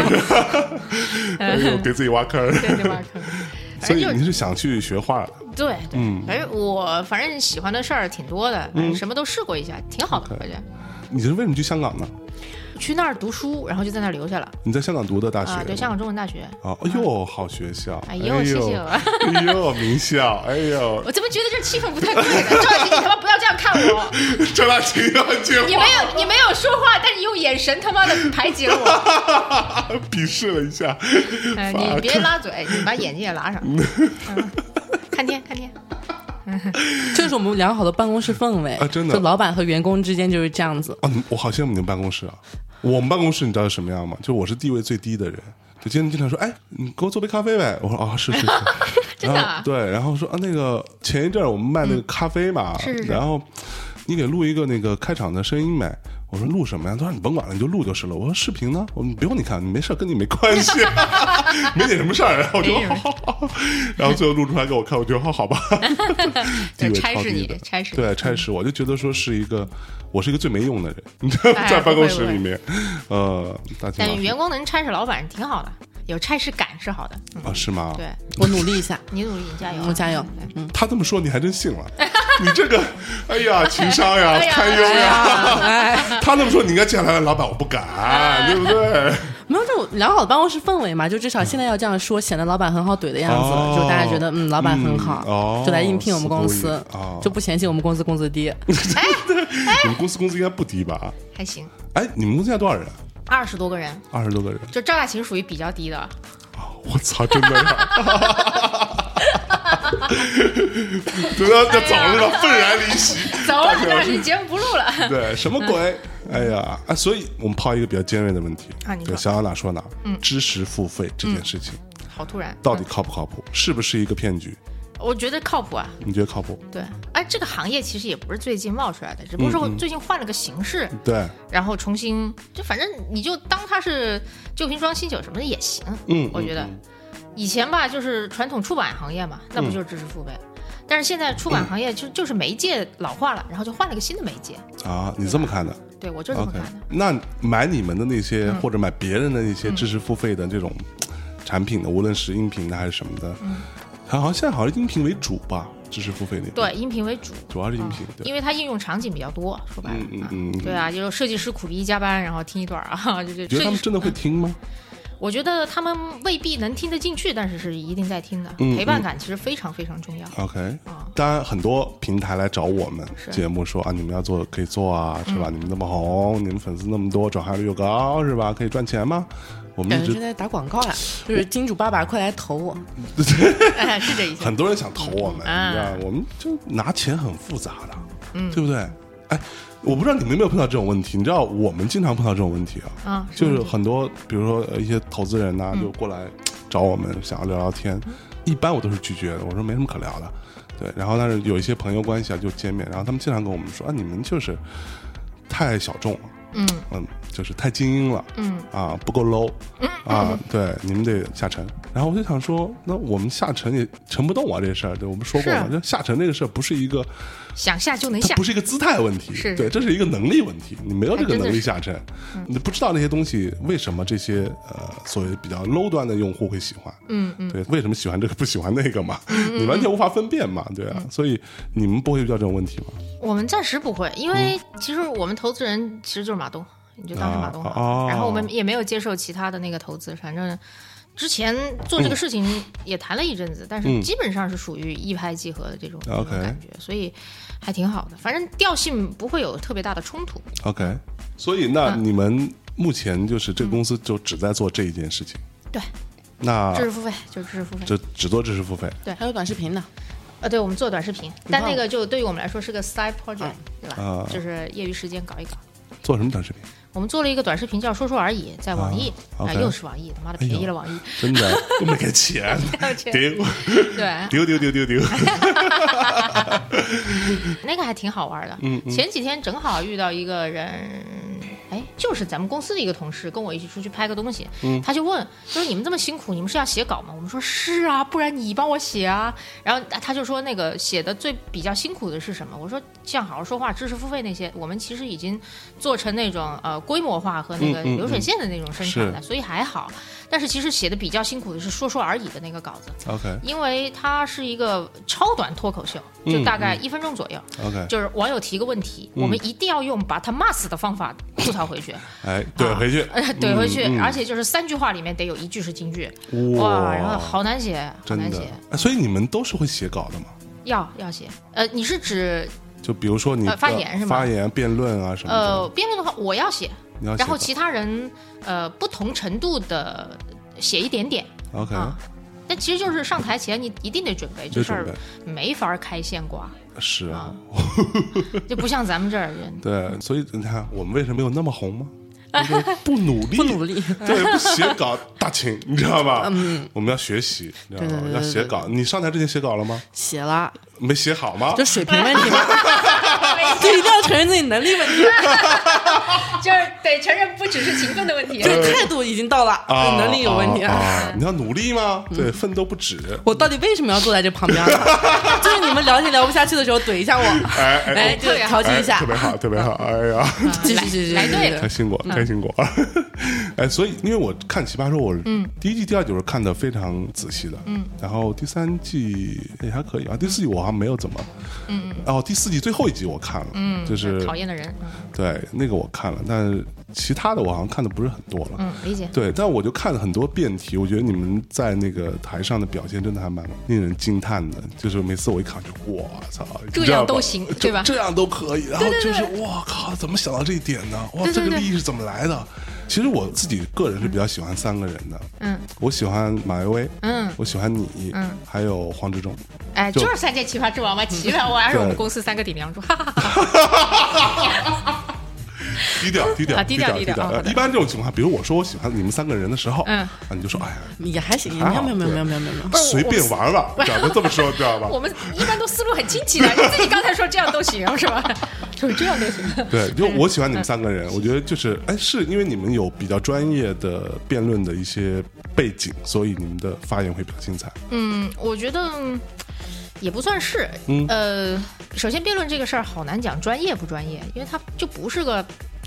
Speaker 1: [LAUGHS] 哎呦，给自己挖坑儿。
Speaker 2: [LAUGHS] 对对吧？可能
Speaker 1: 所
Speaker 2: 反正
Speaker 1: 以
Speaker 2: 就
Speaker 1: 你是想去学画的？
Speaker 2: 对对，反正我反正喜欢的事儿挺多的，什么都试过一下，挺嗯好的。
Speaker 1: OK
Speaker 2: 我觉得
Speaker 1: 你是为什么去香港呢？
Speaker 2: 去那儿读书，然后就在那儿留下了
Speaker 1: 你在香港读的大学？
Speaker 2: 啊。对，香港中文大学。
Speaker 1: 啊，哎呦，好学校！
Speaker 2: 哎呦谢谢我
Speaker 1: 哎呦，名校！哎呦，
Speaker 2: 我怎么觉得这气氛不太对呢？赵大秦，你他妈不要这样看我！
Speaker 1: [LAUGHS] 张大秦要接
Speaker 2: 你没有，你没有说话，但你用眼神他妈的排挤了我。
Speaker 1: 话，鄙视了一下。
Speaker 2: 哎，
Speaker 1: Fuck
Speaker 2: 你别拉嘴，你把眼睛也拉上。嗯，看天看天，
Speaker 3: 这是我们良好的办公室氛围
Speaker 1: 啊真的
Speaker 3: 就老板和员工之间就是这样子。
Speaker 1: 啊，你我好羡慕你们办公室啊！我们办公室你知道是什么样吗？就我是地位最低的人，就今天经常说，哎，你给我做杯咖啡呗。我说啊，是
Speaker 2: [LAUGHS]
Speaker 1: 是是，
Speaker 2: 真的
Speaker 1: 然后
Speaker 2: 啊嗯
Speaker 1: 对，然后说啊，那个前一阵儿我们卖那个咖啡嘛，
Speaker 2: 是是是
Speaker 1: 然后你给录一个那个开场的声音呗。我说录什么呀？他说你甭管了，你就录就是了。我说视频呢？我说不用你看，你没事儿，跟你没关
Speaker 2: [LAUGHS]
Speaker 1: 系，没你什么事儿。然后我就
Speaker 2: 没什么
Speaker 1: 好好好， [LAUGHS] 然后最后录出来给我看，我觉得好哦好
Speaker 2: [LAUGHS]
Speaker 1: 吧，地
Speaker 2: 对
Speaker 1: 位
Speaker 2: 差
Speaker 1: 超
Speaker 2: 事
Speaker 1: 低
Speaker 2: 你
Speaker 1: 的，
Speaker 2: 差事你
Speaker 1: 对差事，我就觉得说是一个，我是一个最没用的人， [LAUGHS] 你知道吗，
Speaker 2: 哎
Speaker 1: 在办公
Speaker 2: 不
Speaker 1: 室
Speaker 2: 会
Speaker 1: 里面，呃，大秦
Speaker 2: 但
Speaker 1: 老
Speaker 2: 是
Speaker 1: 师
Speaker 2: 员工能差事老板挺好的，有差事感是好的。嗯，
Speaker 1: 啊，是吗？
Speaker 2: 对
Speaker 3: 我努力
Speaker 1: [LAUGHS]
Speaker 3: 一下，
Speaker 2: 你努力，你加油，
Speaker 3: 我加油。嗯，
Speaker 1: 他这么说你还真信了， [LAUGHS] 你这个，哎
Speaker 2: [LAUGHS]
Speaker 1: 呀，情商呀
Speaker 2: 哎，呀
Speaker 1: 堪忧
Speaker 2: 哎
Speaker 1: 呀。
Speaker 3: 哎，
Speaker 1: 他那么说，你应该接下来，老板我不
Speaker 2: [LAUGHS] 哎
Speaker 1: 敢，对不对？
Speaker 3: 没有这种良好的办公室氛围嘛，就至少现在要这样说，显得老板很好怼的样子，
Speaker 1: 哦
Speaker 3: 就大家觉得嗯，老板很好，
Speaker 1: 嗯哦
Speaker 3: 就来应聘我们公
Speaker 1: 是
Speaker 3: 司，
Speaker 1: 故意哦
Speaker 3: 就不嫌弃我们公司工资低。
Speaker 1: 你们公司工资应该不低吧？
Speaker 2: 哎还行。
Speaker 1: 哎，你们公司现在多少人？
Speaker 2: 二十多个人，
Speaker 1: 二十多个人。
Speaker 2: 就赵大琴属于比较低的，
Speaker 1: 我操，真的
Speaker 2: [LAUGHS]
Speaker 1: 呀！ [LAUGHS] 等到在啊早上愤然离席，
Speaker 2: 走
Speaker 1: 大
Speaker 2: 了
Speaker 1: 秦，老
Speaker 2: 那
Speaker 1: 师
Speaker 2: 这节目不录
Speaker 1: [LAUGHS]
Speaker 2: 了。
Speaker 1: 对，什么鬼？哎呀，啊！所以我们抛一个比较尖锐的问题
Speaker 2: 嗯啊你说
Speaker 1: 对，想要哪说哪。嗯，知识付费这件事情
Speaker 2: 好突然，
Speaker 1: 到底靠不靠谱？是不是一个骗局？
Speaker 2: 我觉得靠谱啊。
Speaker 1: 你觉得靠谱？
Speaker 2: 对，哎，这个行业其实也不是最近冒出来的，只不过是最近换了个形式，
Speaker 1: 对，
Speaker 2: 然后重新就反正你就当它是旧瓶装新酒什么的也行。
Speaker 1: 嗯，
Speaker 2: 我觉得以前吧，就是传统出版行业嘛，那不就是知识付费？但是现在出版行业就就是媒介老化了，然后就换了个新的媒介。
Speaker 1: 嗯啊，你这么看的
Speaker 2: 对我就这么
Speaker 1: ？OK，
Speaker 2: 看的。
Speaker 1: 那买你们的那些
Speaker 2: 嗯
Speaker 1: 或者买别人的那些知识付费的这种产品的，无论是音频的还是什么的，
Speaker 2: 嗯
Speaker 1: 它好像现在好像音频为主吧，知识付费那边
Speaker 2: 对，音频为主，
Speaker 1: 主要是音频，对
Speaker 2: 因为它应用场景比较多，说白了，
Speaker 1: 嗯嗯
Speaker 2: 啊
Speaker 1: 嗯嗯
Speaker 2: 对啊，就是设计师苦逼加班，然后听一段儿啊， [LAUGHS] 就就
Speaker 1: 你觉得他们
Speaker 2: 设计师
Speaker 1: 真的会听吗？
Speaker 2: 我觉得他们未必能听得进去，但是是一定在听的，
Speaker 1: 嗯
Speaker 2: 陪伴感其实非常非常
Speaker 1: [LAUGHS]
Speaker 2: 重要。
Speaker 1: OK，
Speaker 2: 啊
Speaker 1: 当然很多平台来找我们
Speaker 2: 是嗯
Speaker 1: 节目说啊，你们要做可以做啊，是吧？你们那么红，你们粉丝那么多，转化率又高，是吧？可以赚钱吗？我们
Speaker 3: 感
Speaker 1: 一
Speaker 3: 觉是
Speaker 1: 直
Speaker 3: 在打广告呀，就是金主爸爸快来投我，
Speaker 2: 哎，是这意思。
Speaker 1: 很多人想投我们，
Speaker 2: 嗯
Speaker 1: 你知道吗，我们就拿钱很复杂的，嗯，对不对？哎，我不知道你们有没有碰到这种问题，你知道我们经常碰到这种问题啊，
Speaker 2: 啊，嗯
Speaker 1: 就是很多，比如说呃一些投资人呐、就过来找我们想要聊聊天，一般我都是拒绝的，我说没什么可聊的。对，然后但是有一些朋友关系啊，就见面，然后他们经常跟我们说啊，你们就是太小众了，
Speaker 2: 嗯
Speaker 1: 嗯，就是太精英了，
Speaker 2: 嗯，
Speaker 1: 啊，不够 low，啊，对，你们得下沉。然后我就想说，那我们下沉也沉不动啊，这事儿，对我们说过嘛，
Speaker 2: 是
Speaker 1: 就下沉这个事儿不是一个
Speaker 2: 想下就能
Speaker 1: 它
Speaker 2: 下
Speaker 1: 不，是一个姿态问题，
Speaker 2: 是哎
Speaker 1: 对，这是一个能力问题。你没有这个能
Speaker 2: 还真
Speaker 1: 力
Speaker 2: 的是嗯
Speaker 1: 下沉，你不知道那些东西为什么这些呃所谓比较 low 端的用户会喜欢，
Speaker 2: 嗯嗯，
Speaker 1: 对，为什么喜欢这个不喜欢那个嘛，你完全无法分辨嘛，对
Speaker 2: 嗯
Speaker 1: 啊，所以你们不会遇到这种问题吗？
Speaker 2: 我们暂时不会，因为其实我们投资人其实就是马东，你就当是马东
Speaker 1: 嗯啊哦
Speaker 2: 了。然后我们也没有接受其他的那个投资，反正之前做这个事情
Speaker 1: 嗯
Speaker 2: 也谈了一阵子，但是基本上是属于一拍即合的这种这种
Speaker 1: OK
Speaker 2: 感觉，所以还挺好的。反正调性不会有特别大的冲突。
Speaker 1: OK，所以那
Speaker 2: 嗯
Speaker 1: 你们目前就是这个公司就只在做这一件事情，
Speaker 2: 对，
Speaker 1: 那
Speaker 2: 知识付费就是知识付费。
Speaker 1: 就只做知识付费。
Speaker 3: 还有短视频呢，
Speaker 2: 呃，对，我们做短视频，但
Speaker 3: 看
Speaker 2: 那个就对于我们来说是个 side project，对吧
Speaker 1: 啊？
Speaker 2: 就是业余时间搞一搞。
Speaker 1: 做什么短视频？
Speaker 2: 我们做了一个短视频叫“说说而已”，在网易，
Speaker 1: 啊
Speaker 2: 啊，
Speaker 1: ，OK
Speaker 2: 又是网易，他妈的
Speaker 1: 哎呦
Speaker 2: 便宜了网易，
Speaker 1: 真
Speaker 2: [LAUGHS]
Speaker 1: 的又没给钱，丢
Speaker 2: 对，
Speaker 1: 丢丢丢丢
Speaker 2: [LAUGHS]
Speaker 1: 丢。
Speaker 2: 那个还挺好玩的。
Speaker 1: 嗯
Speaker 2: 前几天正好遇到一个人，哎，就是咱们公司的一个同事，跟我一起出去拍个东西，
Speaker 1: 嗯
Speaker 2: 他就问，他说你们这么辛苦，你们是要写稿吗？我们说是啊，不然你帮我写啊。然后他就说那个写的最比较辛苦的是什么？我说像好好说话、知识付费那些，我们其实已经做成那种呃规模化和那个
Speaker 1: 嗯嗯嗯
Speaker 2: 流水线的那种生产了，所以还好。但是其实写的比较辛苦的是说说而已的那个稿子，
Speaker 1: OK
Speaker 2: 因为它是一个超短脱口秀，就
Speaker 1: 嗯
Speaker 2: 大概一分钟左右。
Speaker 1: OK，
Speaker 2: 就是网友提一个问题，
Speaker 1: 嗯
Speaker 2: 我们一定要用把他骂死的方法吐槽回去， [LAUGHS]
Speaker 1: 哎，怼回去，
Speaker 2: 呃怼回
Speaker 1: 嗯
Speaker 2: 去，而且就是三句话里面得有一句是金句，哇，然后好难写，好
Speaker 1: 真
Speaker 2: 难
Speaker 1: 的
Speaker 2: 写，。
Speaker 1: 哎所以你们都是会写稿的吗？
Speaker 2: 要要写，呃，你是指
Speaker 1: 就比如说你
Speaker 2: 呃发言是吗
Speaker 1: 发言、辩论啊什么的，
Speaker 2: 呃辩论的话，我要写，
Speaker 1: 你要写
Speaker 2: 然后
Speaker 1: 稿。
Speaker 2: 其他人呃不同程度的写一点点
Speaker 1: OK，
Speaker 2: 啊，但其实就是上台前你一定得准备，这
Speaker 1: 得
Speaker 2: 事
Speaker 1: 准
Speaker 2: 儿
Speaker 1: 备
Speaker 2: 没法开现挂，
Speaker 1: 是啊，
Speaker 2: [LAUGHS] 就不像咱们这儿
Speaker 1: 对，所以你看我们为什么没有那么红
Speaker 3: [LAUGHS]
Speaker 1: 吗？因为不努力，
Speaker 3: 不努力，
Speaker 1: [LAUGHS] 对，不写稿大秦，你知道
Speaker 3: [LAUGHS]
Speaker 1: 吧？嗯，我们要学习，你知道
Speaker 3: 对
Speaker 1: 吗
Speaker 3: 对？对
Speaker 1: 要写稿。你上台之前写稿了吗？
Speaker 3: 写了
Speaker 1: 没写好吗？
Speaker 3: 就水平问 [LAUGHS] 题嘛，就一定要承认自己能力问题，
Speaker 2: [LAUGHS] 就是得承认不只是勤奋的问题
Speaker 1: [LAUGHS]
Speaker 3: 这个态度已经到了，
Speaker 1: 啊，
Speaker 3: [LAUGHS] 能力有问题嗯
Speaker 1: 啊！啊你要努力吗？对，奋斗不止。
Speaker 3: 我到底为什么要坐在这旁边呢？ [LAUGHS] 就是你们聊天聊不下去的时候怼一下我，
Speaker 1: 哎哎
Speaker 3: 哎，就调剂
Speaker 1: 哎
Speaker 3: 一下
Speaker 1: 特，别好，特别好。哎呀，
Speaker 3: 继续继续，
Speaker 2: 来
Speaker 3: 继续
Speaker 2: 对了
Speaker 1: 开心果，开心果。 [LAUGHS] 哎，所以因为我看《奇葩说》，我第一季、第二季我是看的非常仔细的，嗯，然后第三季也还可以啊，第四季我好像没有怎么，嗯，哦，第四季最后一集我看了，嗯，就是
Speaker 2: 讨厌的人，嗯
Speaker 1: 对那个我看了，但是其他的我好像看的不是很多了，
Speaker 2: 嗯，理解。
Speaker 1: 对，但我就看了很多辩题，我觉得你们在那个台上的表现真的还蛮令人惊叹的。就是每次我一看就我操，
Speaker 2: 这
Speaker 1: 你知道
Speaker 2: 样都
Speaker 1: 吧
Speaker 2: 行
Speaker 1: 就
Speaker 2: 对吧
Speaker 1: 这样都可以，然后就是我靠，怎么想到这一点呢？哇，
Speaker 2: 对
Speaker 1: 这
Speaker 2: 对
Speaker 1: 个
Speaker 2: 对
Speaker 1: 利益是怎么来的？其实我自己个人是比较喜欢三个人的，
Speaker 2: 嗯，
Speaker 1: 我喜欢马薇薇，
Speaker 2: 嗯
Speaker 1: 我喜欢你，
Speaker 2: 嗯，
Speaker 1: 还有黄志忠。
Speaker 2: 哎，
Speaker 1: 就
Speaker 2: 就是三届奇葩之 [LAUGHS] 王嘛，奇葩王还是我们
Speaker 1: 对
Speaker 2: 公司三个顶梁柱，哈哈哈哈。
Speaker 1: 低调低调
Speaker 2: 啊低调
Speaker 1: 低
Speaker 2: 低
Speaker 1: 调
Speaker 2: 调。啊
Speaker 1: 呃
Speaker 2: 好的
Speaker 1: 一般这种情况下，比如我说我喜欢你们三个人的时候，
Speaker 2: 嗯
Speaker 1: 啊，你就说哎呀，
Speaker 3: 也还行，
Speaker 1: 还
Speaker 3: 没
Speaker 1: 好
Speaker 3: 有没有没有没有没有没有。
Speaker 2: 不是我
Speaker 1: 随便
Speaker 2: 我
Speaker 1: 玩玩，只要这么说，知道吧？
Speaker 2: 我们一般都思路很清奇的， [LAUGHS] 你自己刚才说这样都行是吧？ [LAUGHS] 就是这样都行。
Speaker 1: 对，就我喜欢你们三个人，
Speaker 2: [LAUGHS]
Speaker 1: 我觉得就是，哎，是因为你们有比较专业的辩论的一些背景，所以你们的发言会比较精彩。
Speaker 2: 嗯，我觉得嗯也不算是。
Speaker 1: 嗯
Speaker 2: 呃，首先辩论这个事儿好难讲专业不专业，因为它就不是个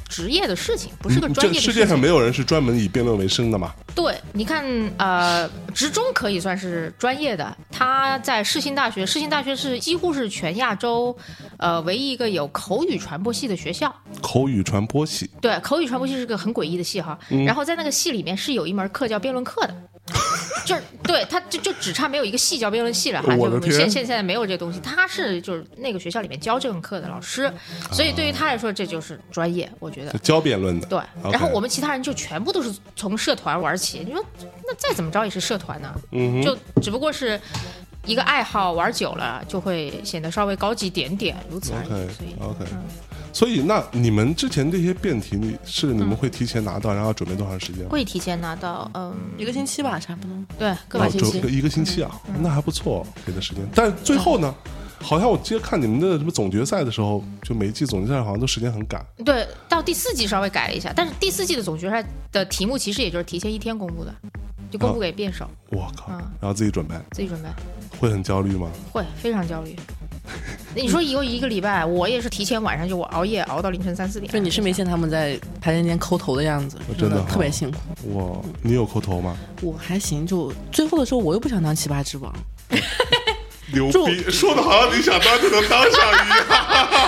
Speaker 2: 职业的事情，不是个
Speaker 1: 嗯
Speaker 2: 专
Speaker 1: 这
Speaker 2: 业的
Speaker 1: 世
Speaker 2: 事
Speaker 1: 界
Speaker 2: 情。
Speaker 1: 上没有人是专门以辩论为生的嘛？
Speaker 2: 对，你看，呃，职中可以算是专业的，他在世新大学，世新大学是几乎是全亚洲，呃，唯一一个有口语传播系的学校。
Speaker 1: 口语传播系，
Speaker 2: 对，口语传
Speaker 1: 嗯
Speaker 2: 播系是个很诡异的系哈。然后在那个系里面是有一门课叫辩论
Speaker 1: [LAUGHS]
Speaker 2: 课的，就是对，它就就只差没有一个系叫辩论系了哈，
Speaker 1: 我
Speaker 2: 就
Speaker 1: 的
Speaker 2: 是
Speaker 1: 天
Speaker 2: 现现现在没有这东西，他是就是那个学校里面教这门课的老师，所以对于他来说这就是专业，我觉得
Speaker 1: 就。教辩论的。
Speaker 2: 对
Speaker 1: OK
Speaker 2: 然后我们其他人就全部都是从社团玩起。你说那再怎么着也是社团呢、
Speaker 1: 嗯哼，
Speaker 2: 就只不过是一个爱好，玩久了就会显得稍微高级点点，如此而已。
Speaker 1: OK
Speaker 2: 所以嗯
Speaker 1: OK，所以那你们之前这些辩题你是你们会提前拿到，然后准备多长时间吗？
Speaker 2: 会提前拿到，嗯，
Speaker 3: 一个星期吧，差不多。
Speaker 2: 对，个把
Speaker 1: 哦，
Speaker 2: 信
Speaker 1: 就
Speaker 2: 息。
Speaker 1: 一个星期啊，
Speaker 2: 嗯
Speaker 1: 那还不错，给的时间。但最后呢，好像我记得看你们的什么总决赛的时候，就每一季总决赛好像都时间很赶。
Speaker 2: 对，到第四季稍微改了一下，但是第四季的总决赛的题目其实也就是提前一天公布的，就公布给辩手、
Speaker 1: 我靠
Speaker 2: 嗯！
Speaker 1: 然后自己准备，
Speaker 2: 自己准备，
Speaker 1: 会很焦虑吗？
Speaker 2: 会非常焦虑。那你说以后一个礼拜，我也是提前晚上就我熬夜熬到凌晨三四点，
Speaker 3: 就
Speaker 2: [LAUGHS]
Speaker 3: 你是没见他们在排练间抠头的样子，
Speaker 1: 真的哦
Speaker 3: 特别辛苦。
Speaker 1: 我，你有抠头吗？
Speaker 3: 我还行，就最后的时候我又不想当奇葩之王，
Speaker 1: 牛
Speaker 3: 就
Speaker 1: 逼！说的好像你想当就能当上一样。